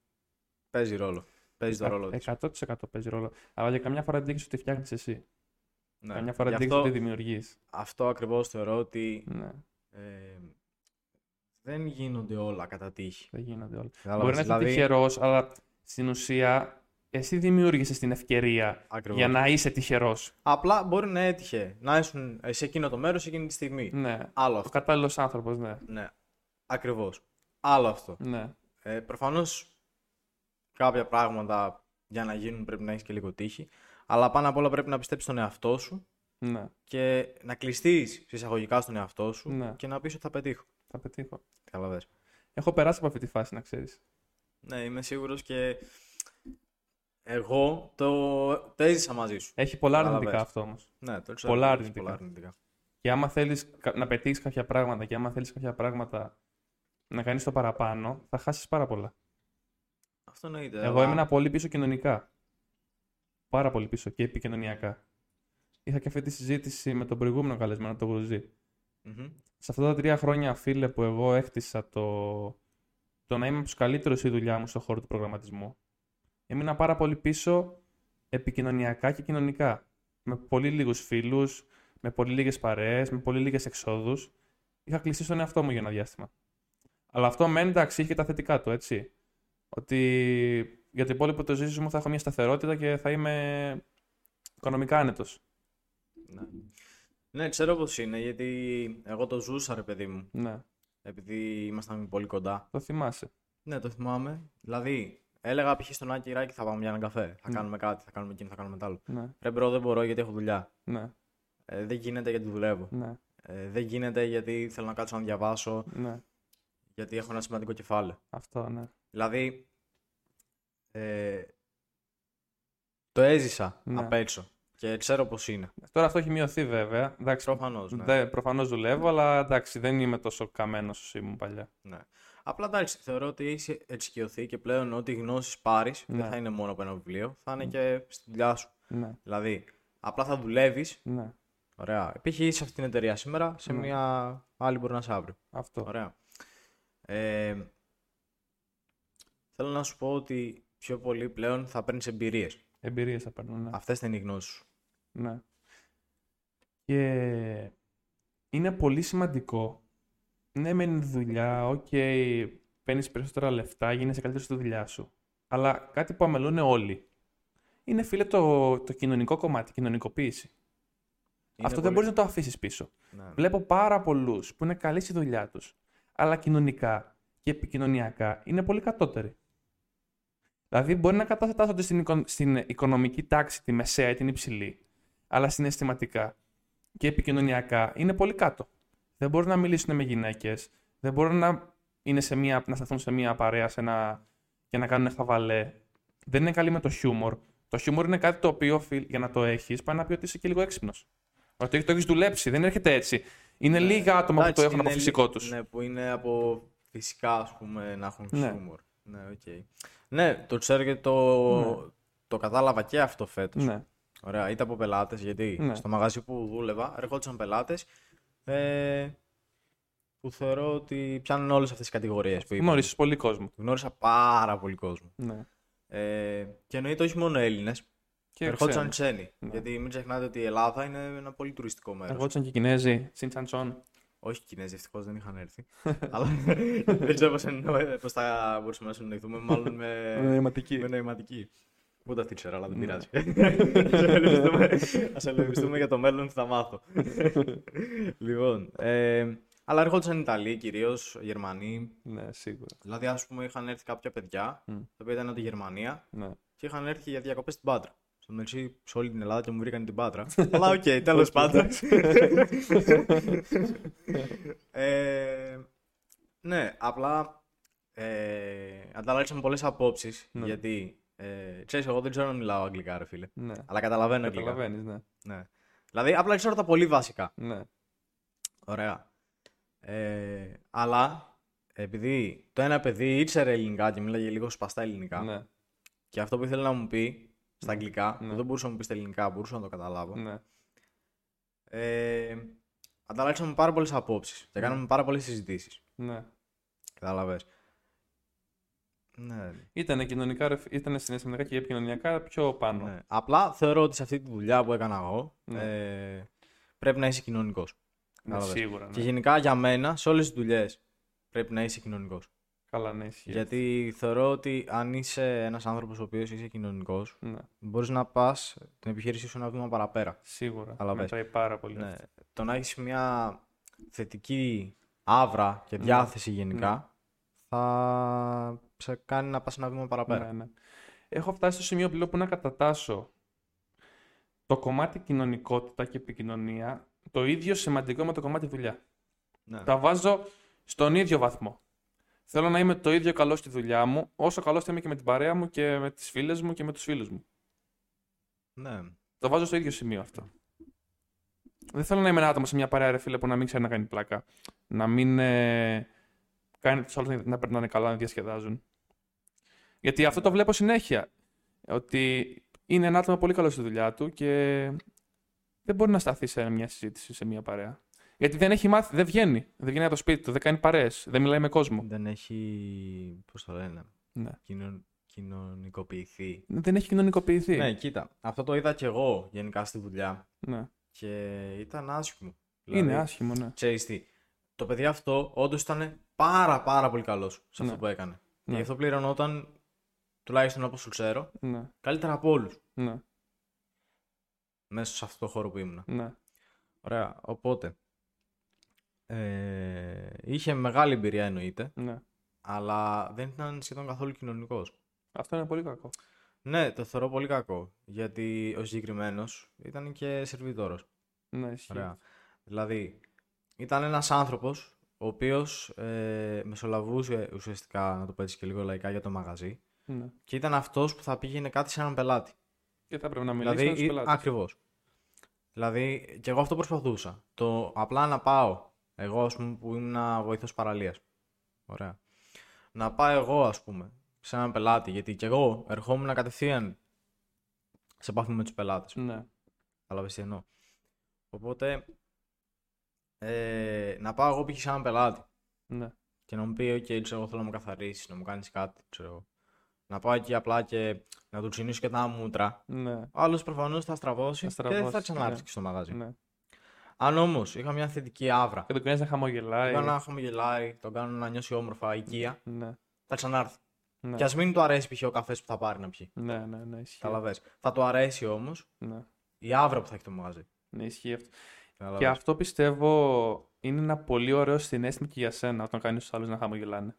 Speaker 2: παίζει ρόλο. Παίζει το ρόλο της.
Speaker 1: 100% παίζει ρόλο. Αλλά για καμιά φορά δείχνεις ότι φτιάχνεις εσύ.
Speaker 2: Ναι.
Speaker 1: Καμιά φορά
Speaker 2: Γι'
Speaker 1: δείχνεις
Speaker 2: αυτό,
Speaker 1: ότι δημιουργείς.
Speaker 2: αυτό ακριβώς θεωρώ ότι
Speaker 1: Ναι,
Speaker 2: ε, δεν γίνονται όλα κατά τύχη.
Speaker 1: δεν γίνονται όλα.
Speaker 2: Κατάλαβες,
Speaker 1: Μπορεί να είσαι
Speaker 2: δηλαδή,
Speaker 1: τυχερός, αλλά στην ουσία εσύ δημιούργησες την ευκαιρία
Speaker 2: ακριβώς.
Speaker 1: για να είσαι τυχερός.
Speaker 2: Απλά μπορεί να έτυχε να ήσουν σε εκείνο το μέρος εκείνη τη στιγμή.
Speaker 1: Ναι.
Speaker 2: Άλλο
Speaker 1: Ο
Speaker 2: αυτό.
Speaker 1: κατάλληλος άνθρωπος, ναι.
Speaker 2: Ναι. Ακριβώς. Άλλο αυτό.
Speaker 1: ναι.
Speaker 2: Ε, Προφανώς κάποια πράγματα για να γίνουν πρέπει να έχεις και λίγο τύχη. Αλλά πάνω απ' όλα πρέπει να πιστέψεις στον εαυτό σου
Speaker 1: Ναι,
Speaker 2: και να κλειστείς εισαγωγικά στον εαυτό σου
Speaker 1: Ναι.
Speaker 2: και να πεις ότι θα πετύχω.
Speaker 1: θα πετύχω.
Speaker 2: Καταλαβες.
Speaker 1: Έχω περάσει από αυτή τη φάση, να ξέρεις.
Speaker 2: Ναι, είμαι σίγουρος και εγώ το, το έζησα μαζί σου.
Speaker 1: Έχει πολλά
Speaker 2: Κατάλαβες.
Speaker 1: αρνητικά αυτό όμως.
Speaker 2: Ναι, το ξέρω.
Speaker 1: Πολλά
Speaker 2: Έχει
Speaker 1: αρνητικά.
Speaker 2: Πολλά αρνητικά.
Speaker 1: Και άμα θέλεις να πετύχεις κάποια πράγματα και άμα θέλεις κάποια πράγματα να κάνεις το παραπάνω, θα χάσεις πάρα πολλά.
Speaker 2: Αυτό εννοείται.
Speaker 1: Εγώ
Speaker 2: αλλά-
Speaker 1: έμεινα πολύ πίσω κοινωνικά. Πάρα πολύ πίσω και επικοινωνιακά. Είχα και αυτή τη συζήτηση με τον προηγούμενο καλεσμένο, τον Γουζή.
Speaker 2: Μμμ.
Speaker 1: σε αυτά τα τρία χρόνια, φίλε, που εγώ έκτισα το, το να είμαι από τους καλύτερους στη δουλειά μου στον χώρο του προγραμματισμού, έμεινα πάρα πολύ πίσω επικοινωνιακά και κοινωνικά. Με πολύ λίγους φίλους, με πολύ λίγες παρέες, με πολύ λίγες εξόδους. Είχα κλειστεί στον εαυτό μου για ένα διάστημα. Αλλά αυτό με εντάξει είχε και τα θετικά του, έτσι. Ότι για το υπόλοιπο τη ζωή μου θα έχω μια σταθερότητα και θα είμαι οικονομικά άνετος.
Speaker 2: Ναι. ναι, ξέρω πώς είναι, γιατί εγώ το ζούσα, ρε παιδί μου.
Speaker 1: Ναι,
Speaker 2: Επειδή ήμασταν πολύ κοντά.
Speaker 1: το θυμάσαι.
Speaker 2: Ναι, το θυμάμαι. Δηλαδή, έλεγα π.χ. στον Άκη Ράκη θα πάμε για έναν καφέ. Θα
Speaker 1: Μμ.
Speaker 2: κάνουμε κάτι, θα κάνουμε εκείνο, θα κάνουμε τ' άλλο.
Speaker 1: Ναι,
Speaker 2: Ρε μπρο, δεν μπορώ γιατί έχω δουλειά.
Speaker 1: ναι,
Speaker 2: Ε, δεν γίνεται γιατί δουλεύω.
Speaker 1: ναι,
Speaker 2: Ε, δεν γίνεται γιατί θέλω να κάτσω να διαβάσω,
Speaker 1: ναι.
Speaker 2: γιατί έχω ένα σημαντικό κεφάλαιο.
Speaker 1: Αυτό, ναι.
Speaker 2: Δηλαδή, ε, το έζησα
Speaker 1: Ναι.
Speaker 2: απ' έξω και ξέρω πώς είναι.
Speaker 1: Τώρα αυτό έχει μειωθεί βέβαια. Εντάξει,
Speaker 2: Προφανώς, ναι.
Speaker 1: δε- προφανώς δουλεύω, αλλά εντάξει, δεν είμαι τόσο καμένος όσο ήμουν παλιά.
Speaker 2: ναι. Απλά εντάξει, θεωρώ ότι έχει εξοικειωθεί και πλέον ό,τι γνώσεις πάρεις
Speaker 1: Ναι.
Speaker 2: δεν θα είναι μόνο από ένα βιβλίο, θα είναι και στη δουλειά σου.
Speaker 1: Ναι,
Speaker 2: Δηλαδή, απλά θα δουλεύεις,
Speaker 1: ναι,
Speaker 2: ωραία. Π.χ. είσαι αυτή την εταιρεία σήμερα, σε
Speaker 1: Ναι.
Speaker 2: μια άλλη μπορεί να είσαι αύριο.
Speaker 1: αυτό.
Speaker 2: Ωραία. Ε, θέλω να σου πω ότι πιο πολύ πλέον θα παίρνεις εμπειρίες.
Speaker 1: Εμπειρίες θα παίρνω, ναι.
Speaker 2: Αυτές θα είναι οι γνώσεις σου.
Speaker 1: ναι. Και είναι πολύ σημαντικό. Ναι, μεν είναι δουλειά, οκ, παίρνεις περισσότερα λεφτά, γίνεσαι καλύτερος στη δουλειά σου. Αλλά κάτι που αμελούν όλοι είναι, φίλε, το, το κοινωνικό κομμάτι, η κοινωνικοποίηση.
Speaker 2: Είναι
Speaker 1: Αυτό δεν
Speaker 2: πολύ-
Speaker 1: μπορείς να το αφήσεις πίσω.
Speaker 2: Ναι, ναι.
Speaker 1: Βλέπω πάρα πολλούς που είναι καλοί στη δουλειά τους, αλλά κοινωνικά και επικοινωνιακά είναι πολύ κατώτεροι. Δηλαδή, μπορεί να κατατάσσονται στην, οικο- στην οικονομική τάξη, τη μεσαία ή την υψηλή, αλλά συναισθηματικά και επικοινωνιακά είναι πολύ κάτω. Δεν μπορούν να μιλήσουν με γυναίκες, δεν μπορούν να, είναι σε μία, να σταθούν σε μία παρέα σε ένα, για να κάνουν χαβαλέ. Δεν είναι καλοί με το χιούμορ. Το χιούμορ είναι κάτι το οποίο φίλ, για να το έχεις, πάει να πει ότι είσαι και λίγο έξυπνος. Ότι το έχεις δουλέψει, δεν έρχεται έτσι. Είναι λίγα άτομα που το
Speaker 2: Ναι. Εντάξει,
Speaker 1: έχουν από
Speaker 2: είναι
Speaker 1: φυσικό
Speaker 2: λι-
Speaker 1: τους.
Speaker 2: Ναι, που είναι από φυσικά, ας πούμε, να έχουν
Speaker 1: Ναι.
Speaker 2: χιούμορ. Ναι, οκ. Ναι, το ξέρω και το,
Speaker 1: Ναι.
Speaker 2: το κατάλαβα και αυτό φέτος.
Speaker 1: Ναι,
Speaker 2: Ωραία, ήταν από πελάτες, γιατί
Speaker 1: Ναι.
Speaker 2: στο μαγαζί που δούλευα ερχόντουσαν πελάτες ε, που θεωρώ ότι πιάνουν όλες αυτές τις κατηγορίες που είπαμε.
Speaker 1: γνωρίζει πολύ κόσμο.
Speaker 2: Γνώρισα πάρα πολύ κόσμο.
Speaker 1: Ναι.
Speaker 2: Ε, και εννοείται όχι μόνο Έλληνες,
Speaker 1: Και
Speaker 2: ερχόντουσαν
Speaker 1: ξένοι.
Speaker 2: ξένοι.
Speaker 1: Ναι.
Speaker 2: Γιατί μην ξεχνάτε ότι η Ελλάδα είναι ένα πολύ τουριστικό μέρος.
Speaker 1: Ερχόντουσαν και Κινέζοι, Τσιντσαντσόν.
Speaker 2: Όχι Κινέζοι, ευτυχώς δεν είχαν έρθει. Αλλά δεν ξέρω πώς θα μπορούσαμε να συνοηθούμε, μάλλον με,
Speaker 1: Ναι, νοηματική.
Speaker 2: με νοηματική. Ούτε αυτή ξέρω, αλλά δεν
Speaker 1: Ναι.
Speaker 2: πειράζει. Ας ελπιστούμε για το μέλλον, θα μάθω. λοιπόν, ε, αλλά έρχονταν Ιταλοί κυρίως, Γερμανοί.
Speaker 1: Ναι, σίγουρα.
Speaker 2: Δηλαδή, ας πούμε, είχαν έρθει κάποια παιδιά,
Speaker 1: Μμ.
Speaker 2: τα οποία ήταν από τη Γερμανία
Speaker 1: Ναι.
Speaker 2: και είχαν έρθει για διακοπές στην Πάτρα. Στο μεταξύ, σε όλη την Ελλάδα και μου βρήκαν την Πάτρα. αλλά οκ, τέλος πάντων. Ε, ναι, απλά ε, ανταλλάξαμε πολλές απόψεις.
Speaker 1: Ναι.
Speaker 2: Γιατί ε, ξέρεις, εγώ δεν ξέρω να μιλάω αγγλικά, ρε φίλε.
Speaker 1: ναι.
Speaker 2: Αλλά καταλαβαίνω αγγλικά.
Speaker 1: Καταλαβαίνεις, ναι.
Speaker 2: Ναι. Δηλαδή, απλά ξέρω τα πολύ βασικά.
Speaker 1: ναι.
Speaker 2: Ωραία. Ε, αλλά επειδή το ένα παιδί ήξερε ελληνικά και μίλαγε λίγο σπαστά ελληνικά,
Speaker 1: Ναι,
Speaker 2: και αυτό που ήθελε να μου πει στα αγγλικά,
Speaker 1: Ναι.
Speaker 2: που δεν μπορούσε να μου πεις στα ελληνικά, μπορούσα να το καταλάβω.
Speaker 1: ναι.
Speaker 2: Ε, ανταλλάξαμε πάρα πολλές απόψεις και
Speaker 1: Ναι.
Speaker 2: κάναμε πάρα πολλές συζητήσεις.
Speaker 1: ναι.
Speaker 2: Κατάλαβες. Ναι.
Speaker 1: Ήταν κοινωνικά, ρε- ήτανε συναισθηματικά και επικοινωνιακά πιο πάνω.
Speaker 2: Ναι. Απλά θεωρώ ότι σε αυτή τη δουλειά που έκανα εγώ ε, πρέπει να είσαι κοινωνικός.
Speaker 1: Ναι,
Speaker 2: Κατάλαβες.
Speaker 1: σίγουρα. Ναι.
Speaker 2: Και γενικά για μένα, σε όλες τις δουλειές πρέπει να είσαι κοινωνικός.
Speaker 1: Καλά, ναι, ισχύει.
Speaker 2: Γιατί θεωρώ ότι αν είσαι ένας άνθρωπος ο οποίος είσαι κοινωνικός,
Speaker 1: Ναι,
Speaker 2: μπορείς να πας την επιχείρησή σου ένα βήμα παραπέρα.
Speaker 1: σίγουρα.
Speaker 2: Καλά, πες.
Speaker 1: Μετράει πάρα πολύ.
Speaker 2: Ναι.
Speaker 1: αυτό.
Speaker 2: Το να έχεις μια
Speaker 1: Ναι.
Speaker 2: θετική άβρα και διάθεση γενικά θα σε κάνει να πας ένα βήμα παραπέρα.
Speaker 1: Ναι, ναι. Έχω φτάσει στο σημείο πλέον που να κατατάσω το κομμάτι κοινωνικότητα και επικοινωνία το ίδιο σημαντικό με το κομμάτι δουλειά.
Speaker 2: Ναι.
Speaker 1: Τα βάζω στον ίδιο βαθμό. Θέλω να είμαι το ίδιο καλό στη δουλειά μου, όσο καλός είμαι και με την παρέα μου και με τις φίλες μου και με τους φίλους μου.
Speaker 2: ναι.
Speaker 1: Το βάζω στο ίδιο σημείο αυτό. Δεν θέλω να είμαι ένα άτομο σε μια παρέα, ρε φίλε, που να μην ξέρει να κάνει πλάκα. Να μην ε, κάνει τους άλλους να περνάνε καλά, να διασκεδάζουν. Γιατί αυτό το βλέπω συνέχεια. Ότι είναι ένα άτομο πολύ καλό στη δουλειά του και δεν μπορεί να σταθεί σε μια συζήτηση, σε μια παρέα. Γιατί δεν έχει μάθει, δεν βγαίνει. Δεν βγαίνει από το σπίτι του, δεν κάνει παρέες, δεν μιλάει με κόσμο.
Speaker 2: Δεν έχει, πώς το λένε,
Speaker 1: Ναι.
Speaker 2: κοινων- κοινωνικοποιηθεί.
Speaker 1: Δεν έχει κοινωνικοποιηθεί.
Speaker 2: Ναι, κοίτα, αυτό το είδα και εγώ γενικά στη δουλειά
Speaker 1: Ναι.
Speaker 2: και ήταν άσχημο.
Speaker 1: Είναι
Speaker 2: Δηλαδή,
Speaker 1: άσχημο, ναι.
Speaker 2: Ξέρεις τι, το παιδί αυτό όντως ήταν πάρα πάρα πολύ καλός σε αυτό
Speaker 1: Ναι.
Speaker 2: που έκανε. Και
Speaker 1: Ναι.
Speaker 2: γι' αυτό πληρωνόταν, τουλάχιστον όπως το ξέρω,
Speaker 1: Ναι,
Speaker 2: καλύτερα από όλους
Speaker 1: ναι,
Speaker 2: μέσα σε αυτό το χώρο που ήμουν.
Speaker 1: ναι.
Speaker 2: Ωραία, οπότε. Ε, είχε μεγάλη εμπειρία εννοείται,
Speaker 1: ναι.
Speaker 2: αλλά δεν ήταν σχεδόν καθόλου κοινωνικός.
Speaker 1: Αυτό είναι πολύ κακό.
Speaker 2: Ναι, το θεωρώ πολύ κακό. Γιατί ο συγκεκριμένος ήταν και σερβιτόρος.
Speaker 1: Ναι, ισχύει.
Speaker 2: Ωραία. Δηλαδή, ήταν ένας άνθρωπος ο οποίος μεσολαβούσε ουσιαστικά, να το πέτσει και λίγο λαϊκά, για το μαγαζί.
Speaker 1: Ναι.
Speaker 2: Και ήταν αυτός που θα πήγαινε κάτι σε έναν πελάτη.
Speaker 1: Και θα πρέπει να μιλήσει με τους
Speaker 2: Δηλαδή,
Speaker 1: πελάτες.
Speaker 2: ακριβώς. Δηλαδή, και εγώ αυτό προσπαθούσα. Το απλά να πάω, εγώ ας πούμε, που ήμουν βοηθό παραλίας. Ωραία. Να πάω εγώ, ας πούμε, σε έναν πελάτη, γιατί και εγώ ερχόμουν κατευθείαν σε επαφή με τους πελάτες.
Speaker 1: Ναι,
Speaker 2: Κατάλαβε τι εννοώ. Οπότε, ε, να πάω εγώ π.χ. σε έναν πελάτη
Speaker 1: ναι,
Speaker 2: και να μου πει: OK, ξέρω, εγώ θέλω να μου καθαρίσεις, να μου κάνεις κάτι, ξέρω. εγώ». Να πάω εκεί απλά και να του τσινίσω και τα μούτρα.
Speaker 1: ναι,
Speaker 2: Ο άλλος προφανώς θα στραβώσει,
Speaker 1: Θα
Speaker 2: και δεν θα
Speaker 1: στραβώσει,
Speaker 2: ξανάρθει
Speaker 1: ναι.
Speaker 2: και στο μαγαζί.
Speaker 1: ναι.
Speaker 2: Αν όμως είχα μια θετική άβρα,
Speaker 1: Και τον κάνει να
Speaker 2: τον
Speaker 1: χαμογελάει.
Speaker 2: κάνω να χαμογελάει, τον κάνω να νιώσει όμορφα, οικία,
Speaker 1: Ναι,
Speaker 2: θα ξανάρθει.
Speaker 1: ναι,
Speaker 2: Και ας μην του αρέσει π.χ. ο καφές που θα πάρει να πιει.
Speaker 1: ναι, ναι, ναι, ισχύει.
Speaker 2: Καταλαβέ. Θα του αρέσει όμως
Speaker 1: Ναι,
Speaker 2: η άβρα που θα έχει το μαγαζί.
Speaker 1: ναι, ισχύει αυτό. Και
Speaker 2: Καταλαβες.
Speaker 1: αυτό πιστεύω είναι ένα πολύ ωραίο συνέστημα και για σένα όταν κάνεις του άλλους να χαμογελάνε.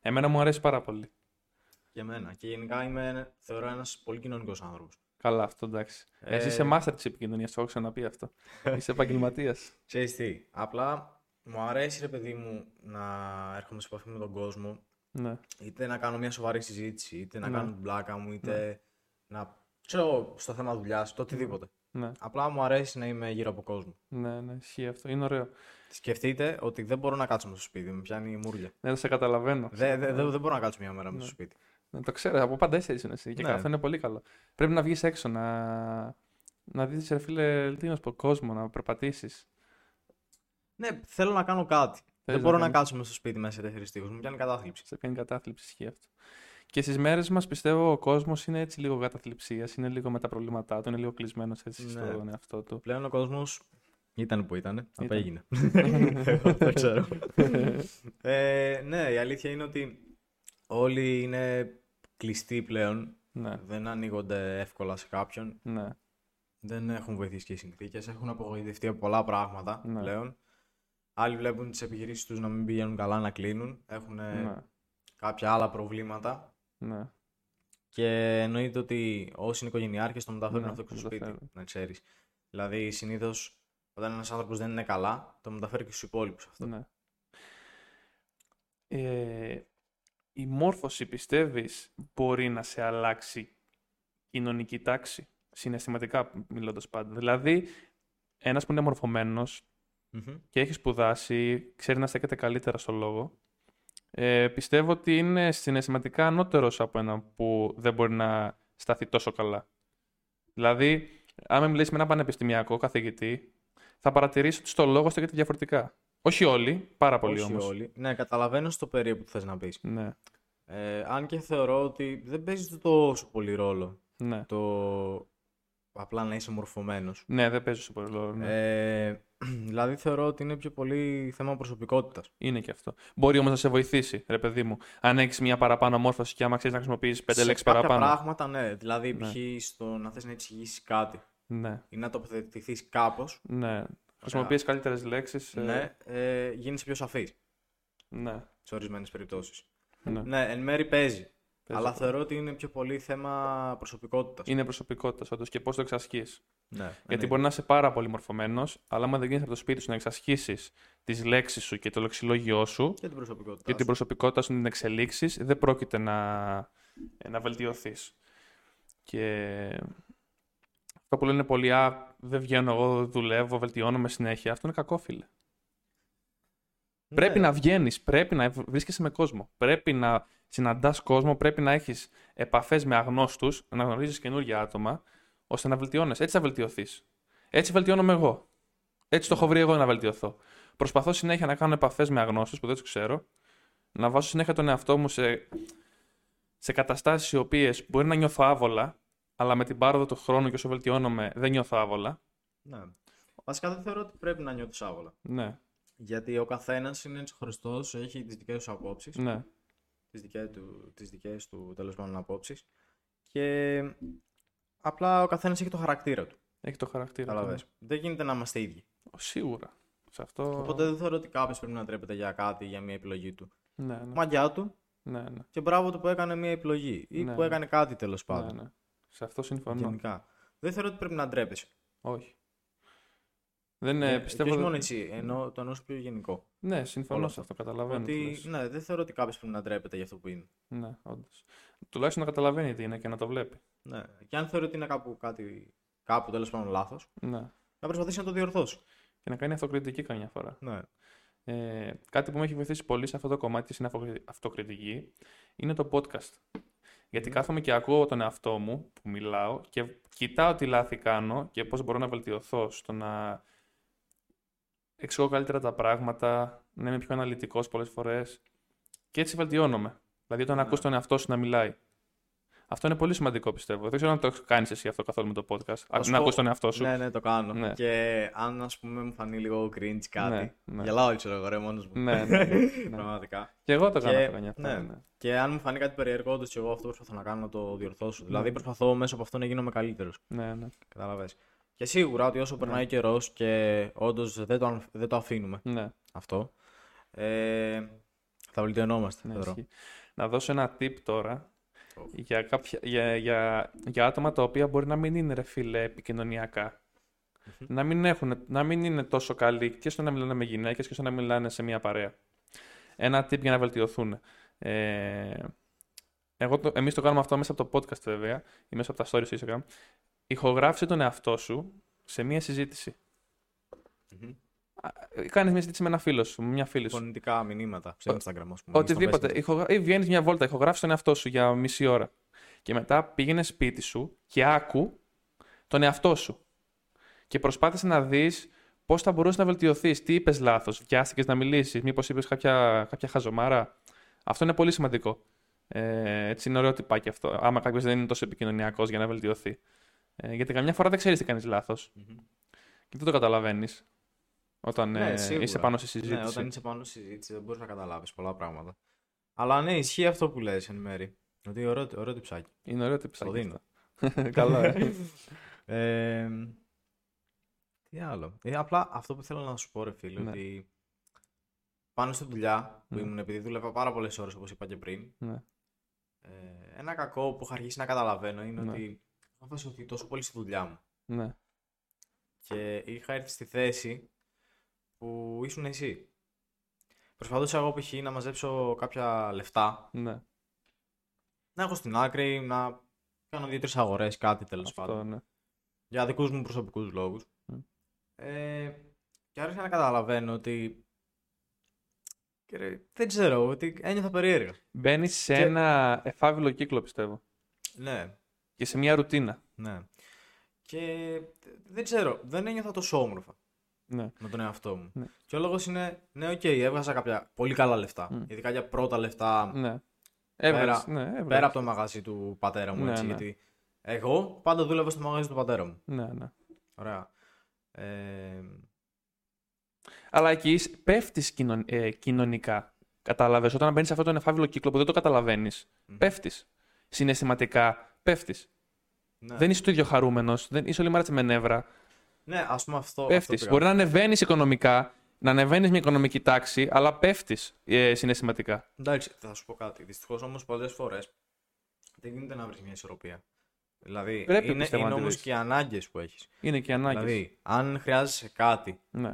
Speaker 1: Εμένα μου αρέσει πάρα πολύ.
Speaker 2: Και εμένα. Και γενικά είμαι, θεωρώ, ένας πολύ κοινωνικός άνθρωπος.
Speaker 1: Καλά, αυτό εντάξει.
Speaker 2: Ε,
Speaker 1: Εσύ είσαι μάστερ τη επικοινωνίας, το έχω ξαναπεί αυτό. είσαι επαγγελματίας.
Speaker 2: Ξέρεις τι, απλά μου αρέσει ρε παιδί μου να έρχομαι σε επαφή με τον κόσμο,
Speaker 1: ναι,
Speaker 2: είτε να κάνω μια σοβαρή συζήτηση, είτε να
Speaker 1: Ναι.
Speaker 2: κάνω την πλάκα μου, είτε να ξέρω στο θέμα δουλειάς, το οτιδήποτε.
Speaker 1: ναι,
Speaker 2: Απλά μου αρέσει να είμαι γύρω από κόσμο.
Speaker 1: ναι, ναι, ισχύει αυτό. Είναι ωραίο. Ναι,
Speaker 2: Σκεφτείτε ότι δεν μπορώ να κάτσω μέσα στο σπίτι, με πιάνει η μούρλια.
Speaker 1: Ναι, σε καταλαβαίνω.
Speaker 2: Δεν δε, δε- δεν μπορώ να κάτσω μια μέρα μέσα στο σπίτι.
Speaker 1: Ναι, το ξέρω, από πάντα έτσι ήσουν εσύ. Και
Speaker 2: Ναι.
Speaker 1: αυτό είναι πολύ καλό. Πρέπει να βγεις έξω, να, να δεις, ρε φίλε, τι να σου πω, κόσμο, να περπατήσεις.
Speaker 2: Ναι, θέλω να κάνω κάτι. δεν
Speaker 1: να
Speaker 2: μπορώ να,
Speaker 1: κάνεις-
Speaker 2: κάτσω μέσα στο σπίτι μέσα σε τέσσερις τείχου, μου πιάνει κατάθλιψη.
Speaker 1: Σε πιάνει κατάθλιψη, ισχύει αυτό. Και στις μέρες μας πιστεύω ο κόσμος είναι έτσι λίγο καταθλιψίας, είναι λίγο με τα προβλήματά του, είναι λίγο κλεισμένος έτσι
Speaker 2: Ναι.
Speaker 1: στον εαυτό του.
Speaker 2: Πλέον ο κόσμος ήταν που ήταν, απέγινε. Εγώ
Speaker 1: ναι,
Speaker 2: δεν ξέρω. Ε, ναι, η αλήθεια είναι ότι όλοι είναι κλειστοί πλέον.
Speaker 1: ναι,
Speaker 2: Δεν ανοίγονται εύκολα σε κάποιον.
Speaker 1: ναι,
Speaker 2: Δεν έχουν βοηθήσει και οι συνθήκες. Έχουν απογοητευτεί από πολλά πράγματα
Speaker 1: Ναι.
Speaker 2: πλέον. Άλλοι βλέπουν τις επιχειρήσεις τους να μην πηγαίνουν καλά, να κλείνουν. Έχουν
Speaker 1: ναι,
Speaker 2: κάποια άλλα προβλήματα.
Speaker 1: ναι,
Speaker 2: Και εννοείται ότι όσοι είναι οικογενειάρχες το μεταφέρουν
Speaker 1: Ναι,
Speaker 2: αυτό και
Speaker 1: το
Speaker 2: στο σπίτι.
Speaker 1: μεταφέρουν.
Speaker 2: Να ξέρεις. Δηλαδή, συνήθως όταν ένας άνθρωπος δεν είναι καλά, το μεταφέρει και στους υπόλοιπους αυτό.
Speaker 1: ναι. Ε, η μόρφωση πιστεύεις μπορεί να σε αλλάξει κοινωνική τάξη, συναισθηματικά μιλώντας πάντα. Δηλαδή, ένας που είναι μορφωμένος,
Speaker 2: Μμμ.
Speaker 1: και έχει σπουδάσει, ξέρει να στέκεται καλύτερα στο λόγο. Ε, πιστεύω ότι είναι συναισθηματικά ανώτερος από έναν που δεν μπορεί να σταθεί τόσο καλά. Δηλαδή, αν με μιλήσεις με έναν πανεπιστημιακό καθηγητή, θα παρατηρήσει ότι στο λόγο στέκεται διαφορετικά. Όχι όλοι, πάρα πολλοί
Speaker 2: Όχι
Speaker 1: όμως.
Speaker 2: όλοι. Ναι, καταλαβαίνω στο περίπου που θες να πεις.
Speaker 1: Ναι,
Speaker 2: Ε, αν και θεωρώ ότι δεν παίζεις τόσο πολύ ρόλο
Speaker 1: ναι.
Speaker 2: το απλά να είσαι μορφωμένος.
Speaker 1: Ναι, δεν παίζει super ρόλο. ναι.
Speaker 2: Ε, δηλαδή θεωρώ ότι είναι πιο πολύ θέμα προσωπικότητας.
Speaker 1: Είναι και αυτό. Μπορεί όμως να σε βοηθήσει, ρε παιδί μου. Αν έχεις μια παραπάνω μόρφωση και άμα ξέρεις να χρησιμοποιήσεις πέντε
Speaker 2: Σε
Speaker 1: λέξεις
Speaker 2: κάποια
Speaker 1: παραπάνω.
Speaker 2: πράγματα, ναι. Δηλαδή,
Speaker 1: Ναι.
Speaker 2: π.χ. στο να θες να εξηγήσεις κάτι
Speaker 1: Ναι,
Speaker 2: ή να τοποθετηθείς κάπως,
Speaker 1: ναι. Χρησιμοποιείς καλύτερες λέξεις.
Speaker 2: ναι, ε, γίνεις ε, πιο σαφής
Speaker 1: ναι.
Speaker 2: σε ορισμένες περιπτώσεις.
Speaker 1: Ναι.
Speaker 2: Ναι, εν μέρη παίζει.
Speaker 1: Παίζει
Speaker 2: αλλά
Speaker 1: πολύ.
Speaker 2: θεωρώ ότι είναι πιο πολύ θέμα προσωπικότητας.
Speaker 1: Είναι προσωπικότητας όντως και πώς το εξασκείς.
Speaker 2: Ναι,
Speaker 1: Γιατί
Speaker 2: εννοείται.
Speaker 1: μπορεί να είσαι πάρα πολύ μορφωμένος, αλλά άμα δεν γίνεις από το σπίτι σου να εξασκήσεις τις λέξεις σου και το λεξιλόγιό σου
Speaker 2: Και την προσωπικότητα.
Speaker 1: και την προσωπικότητα σου να την εξελίξεις, δεν πρόκειται να, ε, να βελτιωθείς. Και αυτό που λένε πολλοί, «Α, δεν βγαίνω εγώ, δουλεύω, βελτιώνομαι συνέχεια. Αυτό είναι κακό, φίλε.
Speaker 2: Ναι.
Speaker 1: Πρέπει να βγαίνεις, πρέπει να βρίσκεσαι με κόσμο. Πρέπει να συναντάς κόσμο, πρέπει να έχεις επαφές με αγνώστους, να γνωρίζεις καινούργια άτομα, ώστε να βελτιώνεσαι. Έτσι θα βελτιωθείς. Έτσι βελτιώνομαι εγώ. Έτσι το έχω βρει εγώ να βελτιωθώ. Προσπαθώ συνέχεια να κάνω επαφές με αγνώστους που δεν τους ξέρω, να βάζω συνέχεια τον εαυτό μου σε, σε καταστάσεις οι οποίες μπορεί να νιώθω άβολα, αλλά με την πάροδο του χρόνου και όσο βελτιώνομαι δεν νιώθω άβολα.
Speaker 2: Ναι. Βασικά δεν θεωρώ ότι πρέπει να νιώθεις άβολα.
Speaker 1: Ναι,
Speaker 2: Γιατί ο καθένας είναι ξεχωριστό, έχει τις δικές τους απόψεις.
Speaker 1: ναι,
Speaker 2: τις δικές του, τις δικές του τέλος πάντων απόψεις και απλά ο καθένας έχει το χαρακτήρα του,
Speaker 1: έχει το χαρακτήρα. του, ναι.
Speaker 2: καταλαβες. Δεν γίνεται να είμαστε ίδιοι.
Speaker 1: Σίγουρα. Σε αυτό.
Speaker 2: Οπότε δεν θεωρώ ότι κάποιος πρέπει να τρέπεται για κάτι, για μια επιλογή του.
Speaker 1: Ναι, ναι.
Speaker 2: Μαγιά του
Speaker 1: Ναι, ναι.
Speaker 2: και μπράβο του που έκανε μια επιλογή ή
Speaker 1: Ναι,
Speaker 2: που
Speaker 1: ναι.
Speaker 2: έκανε κάτι τέλος
Speaker 1: ναι,
Speaker 2: πάντων,
Speaker 1: ναι. Σε αυτό συμφωνώ.
Speaker 2: γενικά. Δεν θεωρώ ότι πρέπει να ντρέπεσαι.
Speaker 1: Όχι. Δεν ε,
Speaker 2: Ε,
Speaker 1: πιστεύω.
Speaker 2: Και όχι
Speaker 1: δε-
Speaker 2: μόνο εσύ, ενώ το εννοώ σε πιο γενικό.
Speaker 1: Ναι, συμφωνώ
Speaker 2: όλα
Speaker 1: σε αυτό. Καταλαβαίνω. τι
Speaker 2: ότι
Speaker 1: λες.
Speaker 2: ναι, δεν θεωρώ ότι κάποιος πρέπει να ντρέπεται για αυτό που είναι.
Speaker 1: Ναι, όντως. Τουλάχιστον να καταλαβαίνει τι είναι και να το βλέπει.
Speaker 2: Ναι. Και αν θεωρώ ότι είναι κάπου, κάτι, κάπου τέλος πάντων λάθος,
Speaker 1: Ναι.
Speaker 2: να προσπαθήσει να το διορθώσει.
Speaker 1: Και να κάνει αυτοκριτική καμιά φορά.
Speaker 2: Ναι.
Speaker 1: Ε, κάτι που με έχει βοηθήσει πολύ σε αυτό το κομμάτι της είναι αυτοκρι- αυτοκριτική είναι το podcast. Γιατί
Speaker 2: Μμμ.
Speaker 1: κάθομαι και ακούω τον εαυτό μου που μιλάω και κοιτάω τι λάθη κάνω και πώς μπορώ να βελτιωθώ στο να εξηγώ καλύτερα τα πράγματα, να είμαι πιο αναλυτικός πολλές φορές και έτσι βελτιώνομαι. Δηλαδή όταν
Speaker 2: Ναι.
Speaker 1: ακούς τον εαυτό σου να μιλάει. Αυτό είναι πολύ σημαντικό πιστεύω. Δεν ξέρω αν το κάνεις εσύ αυτό καθόλου με το podcast.
Speaker 2: Θα σου
Speaker 1: να
Speaker 2: πω-
Speaker 1: ακούς τον εαυτό σου.
Speaker 2: Ναι, ναι, το κάνω.
Speaker 1: Ναι.
Speaker 2: Και αν ας πούμε μου φανεί λίγο cringe κάτι.
Speaker 1: Ναι, ναι.
Speaker 2: Γελάω, ξέρω εγώ, ρε, μόνος μου.
Speaker 1: Ναι, ναι, ναι.
Speaker 2: Πραγματικά.
Speaker 1: Και εγώ το κάνω
Speaker 2: Και-
Speaker 1: αυτό καμιά φορά,
Speaker 2: ναι.
Speaker 1: ναι.
Speaker 2: Και αν μου φανεί κάτι περιεργό, όντως και εγώ αυτό προσπαθώ να κάνω να το διορθώσω. Δηλαδή, προσπαθώ μέσα από αυτό να γίνομαι καλύτερο.
Speaker 1: Ναι, ναι.
Speaker 2: Κατάλαβες. Και σίγουρα ότι όσο περνάει καιρός και όντως δεν, το αν- δεν το αφήνουμε
Speaker 1: ναι.
Speaker 2: αυτό, ε, θα βελτιωνόμαστε.
Speaker 1: Ναι,
Speaker 2: θεωρώ.
Speaker 1: ισχύει. Να δώσω ένα tip τώρα
Speaker 2: Ω.
Speaker 1: για, κάποια, για, για, για άτομα τα οποία μπορεί να μην είναι ρε φίλε επικοινωνιακά. Να μην, έχουν, να μην είναι τόσο καλοί και στο να μιλάνε με γυναίκες και στο να μιλάνε σε μια παρέα. Ένα tip για να βελτιωθούν. Ε, εγώ το, εμείς το κάνουμε αυτό μέσα από το podcast βέβαια ή μέσα από τα stories στο Instagram. Ηχογράφησε τον εαυτό σου σε μια συζήτηση.
Speaker 2: Μμμ.
Speaker 1: Ε, Κάνεις μια συζήτηση με ένα φίλο σου, με μια φίλη σου.
Speaker 2: Φωνητικά μηνύματα στο Instagram, ας πούμε.
Speaker 1: Οτιδήποτε. Ηχογρα- Ή βγαίνεις μια βόλτα, ηχογράφεις τον εαυτό σου για μισή ώρα. Και μετά πήγαινες σπίτι σου και άκου τον εαυτό σου. Και προσπάθησες να δεις πώς θα μπορούσε να βελτιωθείς. Τι είπες λάθος, βιάστηκες να μιλήσεις, μήπως είπες κάποια, κάποια χαζομάρα. Αυτό είναι πολύ σημαντικό. Ε, έτσι είναι ωραίο τυπάκι αυτό. Άμα κάποιος δεν είναι τόσο επικοινωνιακός για να βελτιωθεί. Ε, γιατί καμιά φορά δεν ξέρεις τι κάνεις λάθος.
Speaker 2: Μμμ.
Speaker 1: Και δεν το καταλαβαίνεις όταν
Speaker 2: Ναι,
Speaker 1: ε,
Speaker 2: σίγουρα.
Speaker 1: είσαι πάνω στη συζήτηση.
Speaker 2: Ναι, όταν είσαι πάνω στη συζήτηση δεν μπορείς να καταλάβεις πολλά πράγματα. Αλλά ναι, ισχύει αυτό που λες εν μέρη. Ότι ωραίο, ωραίο τυψάκι.
Speaker 1: Είναι ωραίο
Speaker 2: Το
Speaker 1: τυπάκι.
Speaker 2: δίνω.
Speaker 1: αυτό. Καλό, ε.
Speaker 2: ε, τι άλλο. Ε, απλά αυτό που θέλω να σου πω, ρε φίλε,
Speaker 1: Ναι.
Speaker 2: ότι πάνω στη δουλειά που
Speaker 1: Ναι.
Speaker 2: ήμουν, επειδή δούλευα πάρα πολλές ώρες, όπως είπα και πριν,
Speaker 1: Ναι.
Speaker 2: ε, ένα κακό που είχα αρχίσει να καταλαβαίνω είναι
Speaker 1: Ναι.
Speaker 2: ότι είχα βασιωθεί τόσο πολύ στη δουλειά μου.
Speaker 1: ναι.
Speaker 2: Και είχα έρθει στη θέση που ήσουν εσύ. Προσπαθούσα εγώ π.χ. να μαζέψω κάποια λεφτά
Speaker 1: Ναι,
Speaker 2: να έχω στην άκρη, να κάνω δύο-τρει αγορές, κάτι τέλος
Speaker 1: αυτό
Speaker 2: πάντων.
Speaker 1: ναι.
Speaker 2: Για δικούς μου προσωπικούς λόγους.
Speaker 1: Μμ.
Speaker 2: Ε, και άρχισα να καταλαβαίνω ότι. και ρε, δεν ξέρω, ότι ένιωθα περίεργα.
Speaker 1: Μπαίνεις σε
Speaker 2: Και-
Speaker 1: ένα εφάβυλο κύκλο, πιστεύω.
Speaker 2: Ναι,
Speaker 1: Και σε μια ρουτίνα.
Speaker 2: ναι. Και ε, δεν ξέρω, δεν ένιωθα τόσο όμορφα
Speaker 1: Ναι.
Speaker 2: με τον εαυτό μου.
Speaker 1: Ναι.
Speaker 2: Και ο λόγος είναι, ναι, οκ, έβγαζα κάποια πολύ καλά λεφτά.
Speaker 1: Μμ.
Speaker 2: Ειδικά για πρώτα λεφτά
Speaker 1: ναι. Έβγαλες, ναι, έβγαλες.
Speaker 2: πέρα από το μαγαζί του πατέρα μου.
Speaker 1: Ναι,
Speaker 2: έτσι,
Speaker 1: ναι.
Speaker 2: Γιατί εγώ πάντα δούλευα στο μαγαζί του πατέρα μου.
Speaker 1: Ναι, ναι.
Speaker 2: Ωραία. Ε,
Speaker 1: Αλλά εκεί πέφτει ε, κοινωνικά. Κατάλαβες. Όταν μπαίνεις σε αυτόν τον εφάβυλο κύκλο που δεν το καταλαβαίνεις,
Speaker 2: Μμμ.
Speaker 1: πέφτεις. Συναισθηματικά πέφτεις.
Speaker 2: Ναι.
Speaker 1: Δεν είσαι το ίδιο χαρούμενος, δεν είσαι όλη μέρα με νεύρα.
Speaker 2: Ναι, ας πούμε αυτό.
Speaker 1: Πέφτει.
Speaker 2: αυτό πήγα.
Speaker 1: Μπορεί να ανεβαίνεις οικονομικά να ανεβαίνεις μια οικονομική τάξη, αλλά πέφτεις ε, συναισθηματικά.
Speaker 2: Εντάξει, θα σου πω κάτι. Δυστυχώς όμως πολλές φορές δεν γίνεται να βρεις μια ισορροπία. Δηλαδή,
Speaker 1: Πρέπει,
Speaker 2: είναι,
Speaker 1: πιστεύω,
Speaker 2: είναι
Speaker 1: να τη
Speaker 2: όμως
Speaker 1: βρεις.
Speaker 2: και οι ανάγκες που έχεις.
Speaker 1: Είναι και ανάγκες.
Speaker 2: Δηλαδή, αν χρειάζεσαι κάτι
Speaker 1: Ναι.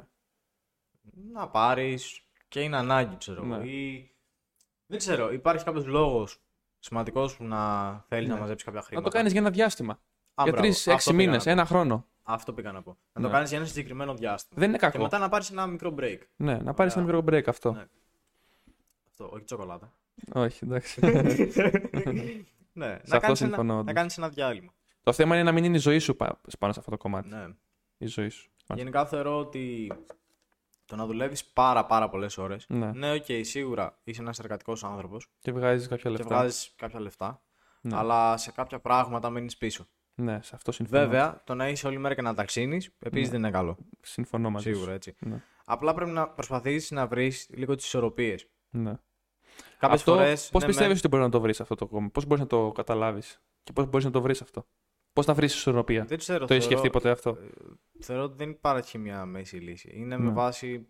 Speaker 2: να πάρεις και είναι ανάγκη, ξέρω εγώ.
Speaker 1: Ναι.
Speaker 2: Ή... Δεν ξέρω, υπάρχει κάποιος λόγος σημαντικός που να θέλεις να
Speaker 1: Ναι.
Speaker 2: μαζέψεις κάποια
Speaker 1: Να
Speaker 2: χρήματα.
Speaker 1: το κάνεις για ένα διάστημα.
Speaker 2: Α,
Speaker 1: για
Speaker 2: μπράβο, αυτό
Speaker 1: τρει-έξι
Speaker 2: πήγα
Speaker 1: μήνε,
Speaker 2: να πω.
Speaker 1: ένα χρόνο.
Speaker 2: Αυτό πήγα να πω. Να
Speaker 1: ε. Ναι.
Speaker 2: το κάνεις για ένα συγκεκριμένο διάστημα.
Speaker 1: Δεν είναι
Speaker 2: Και
Speaker 1: κακό.
Speaker 2: μετά να πάρεις ένα μικρό break.
Speaker 1: Ναι, να πάρεις ένα
Speaker 2: Ωραία.
Speaker 1: μικρό break αυτό.
Speaker 2: Ναι. Αυτό, όχι τσοκολάτα.
Speaker 1: Όχι, εντάξει.
Speaker 2: ναι,
Speaker 1: αυτό
Speaker 2: να κάνεις ένα,
Speaker 1: συμφωνώ, όντως.
Speaker 2: να κάνεις ένα διάλειμμα.
Speaker 1: το θέμα είναι να μην είναι η ζωή σου πα- πάνω σε αυτό το κομμάτι.
Speaker 2: Ναι.
Speaker 1: Η ζωή σου.
Speaker 2: Γενικά θεωρώ ότι το να δουλεύεις πάρα πάρα πολλές ώρες.
Speaker 1: Ναι.
Speaker 2: Ναι, οκ, σίγουρα είσαι ένας εργατικός άνθρωπος
Speaker 1: Και βγάζεις κάποια
Speaker 2: και
Speaker 1: λεφτά.
Speaker 2: βγάζεις κάποια λεφτά.
Speaker 1: Ναι.
Speaker 2: Αλλά σε κάποια πράγματα μένεις πίσω.
Speaker 1: Ναι, σε αυτό συμφωνώ.
Speaker 2: Βέβαια, το να είσαι όλη μέρα και να ταξίνεις επίσης δεν είναι καλό.
Speaker 1: Συμφωνώ μαζί σου.
Speaker 2: Σίγουρα έτσι.
Speaker 1: Ναι.
Speaker 2: Απλά πρέπει να προσπαθήσεις να βρεις λίγο τις ισορροπίες.
Speaker 1: Ναι.
Speaker 2: Κάποιες
Speaker 1: αυτό,
Speaker 2: φορές.
Speaker 1: πώς πιστεύεις
Speaker 2: ναι.
Speaker 1: ότι μπορεί να το βρεις αυτό το κόμμα, πώς μπορείς να το καταλάβεις και πώς μπορείς να το βρεις αυτό. Πώς να βρεις ισορροπία.
Speaker 2: Δεν ξέρω.
Speaker 1: το έχεις
Speaker 2: θεωρώ- Ε,
Speaker 1: σκεφτεί ποτέ αυτό.
Speaker 2: Θεωρώ ότι δεν υπάρχει μια μέση λύση. Είναι με
Speaker 1: Ναι.
Speaker 2: βάση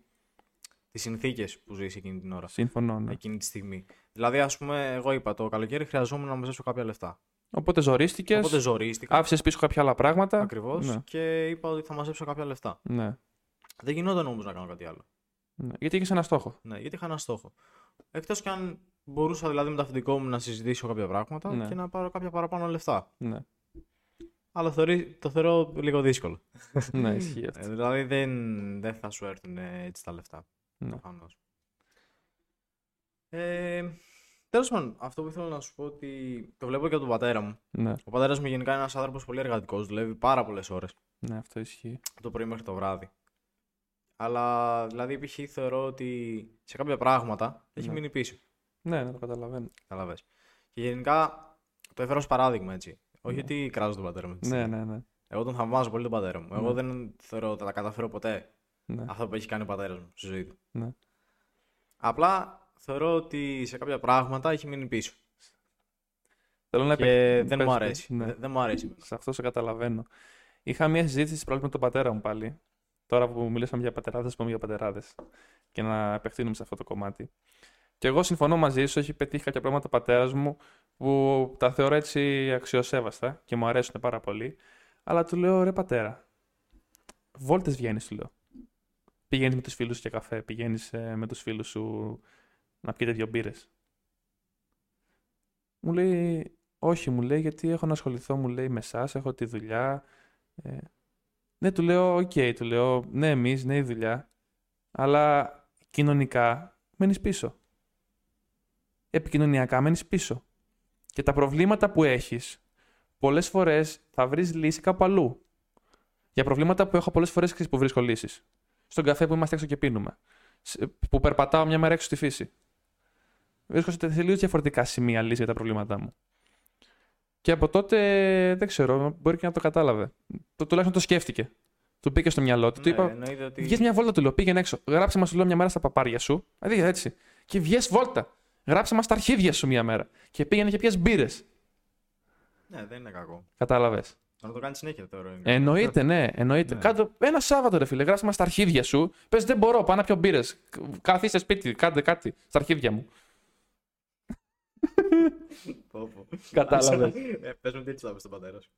Speaker 2: τι συνθήκες που ζεις εκείνη την ώρα.
Speaker 1: Συμφωνώ, ναι.
Speaker 2: Εκείνη τη στιγμή. Δηλαδή, ας πούμε, εγώ είπα το καλοκαίρι χρειαζόμουν να μαζέψω κάποια λεφτά.
Speaker 1: Οπότε ζορίστηκες,
Speaker 2: Οπότε ζωρίστηκα.
Speaker 1: άφησες πίσω κάποια άλλα πράγματα.
Speaker 2: Ακριβώς.
Speaker 1: Ναι.
Speaker 2: Και είπα ότι θα μαζέψω κάποια λεφτά.
Speaker 1: Ναι.
Speaker 2: Δεν γινόταν όμως να κάνω κάτι άλλο.
Speaker 1: ναι. Γιατί έχεις ένα στόχο.
Speaker 2: Ναι, γιατί είχα ένα στόχο. Εκτός κι αν μπορούσα δηλαδή με το αφεντικό μου να συζητήσω κάποια πράγματα
Speaker 1: Ναι.
Speaker 2: και να πάρω κάποια παραπάνω λεφτά.
Speaker 1: Ναι,
Speaker 2: Αλλά θεωρεί- το θεωρώ λίγο δύσκολο.
Speaker 1: ναι ισχύει
Speaker 2: Ε,
Speaker 1: αυτό.
Speaker 2: δηλαδή δεν, δεν θα σου έρθουν ε, έτσι τα λεφτά.
Speaker 1: Ναι.
Speaker 2: Προφανώς. Ε, Τέλος πάντων, αυτό που ήθελα να σου πω ότι το βλέπω και από τον πατέρα μου.
Speaker 1: Ναι,
Speaker 2: Ο πατέρας μου γενικά είναι ένας άνθρωπος πολύ εργατικός, δουλεύει πάρα πολλές ώρες.
Speaker 1: ναι, αυτό ισχύει.
Speaker 2: το πρωί μέχρι το βράδυ. Αλλά δηλαδή, π.χ. θεωρώ ότι σε κάποια πράγματα έχει
Speaker 1: Ναι.
Speaker 2: μείνει πίσω.
Speaker 1: Ναι, ναι, το καταλαβαίνω.
Speaker 2: Καταλαβες. Και γενικά το έφερα ως παράδειγμα έτσι. Όχι
Speaker 1: Ναι.
Speaker 2: ότι κράζω τον πατέρα μου. αυτή τη
Speaker 1: Ναι,
Speaker 2: στιγμή.
Speaker 1: ναι, ναι.
Speaker 2: Εγώ τον θαυμάζω πολύ τον πατέρα μου. Εγώ
Speaker 1: Ναι.
Speaker 2: δεν θεωρώ ότι θα τα καταφέρω ποτέ
Speaker 1: ναι.
Speaker 2: αυτά που έχει κάνει ο πατέρας μου στη ζωή του.
Speaker 1: Ναι.
Speaker 2: Απλά θεωρώ ότι σε κάποια πράγματα έχει μείνει πίσω.
Speaker 1: Θέλω να
Speaker 2: και
Speaker 1: επεκτείνω-
Speaker 2: δεν μου
Speaker 1: Ε, πες,
Speaker 2: αρέσει.
Speaker 1: ναι.
Speaker 2: Δε- Δεν μου αρέσει. εμένα.
Speaker 1: Σε αυτό σε καταλαβαίνω. Είχα μια συζήτηση πρώτα με τον πατέρα μου πάλι. Τώρα που μιλήσαμε για πατεράδες, πούμε για πατεράδες. Και να επεκτείνουμε σε αυτό το κομμάτι. Και εγώ συμφωνώ μαζί σου, έχει πετύχει κάποια πράγματα ο πατέρας μου που τα θεωρώ έτσι αξιοσέβαστα και μου αρέσουν πάρα πολύ. Αλλά του λέω, ρε πατέρα, βόλτες βγαίνεις, του λέω. Πηγαίνεις με τους φίλους σου για καφέ, πηγαίνεις με τους φίλους σου να πιείτε δύο μπύρες. Μου λέει, όχι, μου λέει, γιατί έχω να ασχοληθώ, μου λέει, με εσάς, έχω τη δουλειά. Ε, ναι, του λέω, οκ, του λέω, ναι, εμείς, ναι, η δουλειά. Αλλά κοινωνικά μένεις πίσω. Επικοινωνιακά μένεις πίσω. Και τα προβλήματα που έχεις, πολλές φορές θα βρεις λύση κάπου αλλού. Για προβλήματα που έχω πολλές φορές που βρίσκω λύσεις. Στον καφέ που είμαστε έξω και πίνουμε. Σε- Που περπατάω μια μέρα έξω στη φύση. Βρίσκω σε τελείως διαφορετικά σημεία λύση για τα προβλήματά μου. Και από τότε δεν ξέρω, μπορεί και να το κατάλαβε. Το, τουλάχιστον το σκέφτηκε. Του μπήκε στο μυαλό του. του
Speaker 2: Ναι,
Speaker 1: είπα,
Speaker 2: εννοείται ότι.
Speaker 1: Βγες μια βόλτα, του λέω. Πήγαινε έξω. Γράψε μας, του λέω, μια μέρα στα παπάρια σου. Δηλαδή έτσι. Και βγες βόλτα. Γράψε μας τα αρχίδια σου μια μέρα. Και πήγαινε και πιες μπύρες.
Speaker 2: Ναι, δεν είναι κακό.
Speaker 1: Κατάλαβες.
Speaker 2: Να το κάνει συνέχεια θεωρώ. είναι.
Speaker 1: Εννοείται, ναι, εννοείται.
Speaker 2: Ναι.
Speaker 1: Κάτω, ένα Σάββατο, ρε φίλε, γράψε μας τα αρχίδια σου. Πες δεν μπορώ, πάω να πιω μπύρες. Καθίστε σπίτι, κάντε κάτι στα αρχίδια μου.
Speaker 2: Πω, πω.
Speaker 1: Κατάλαβες.
Speaker 2: Ε, Πες μου τι έτσι θα πεις στον πατέρα σου.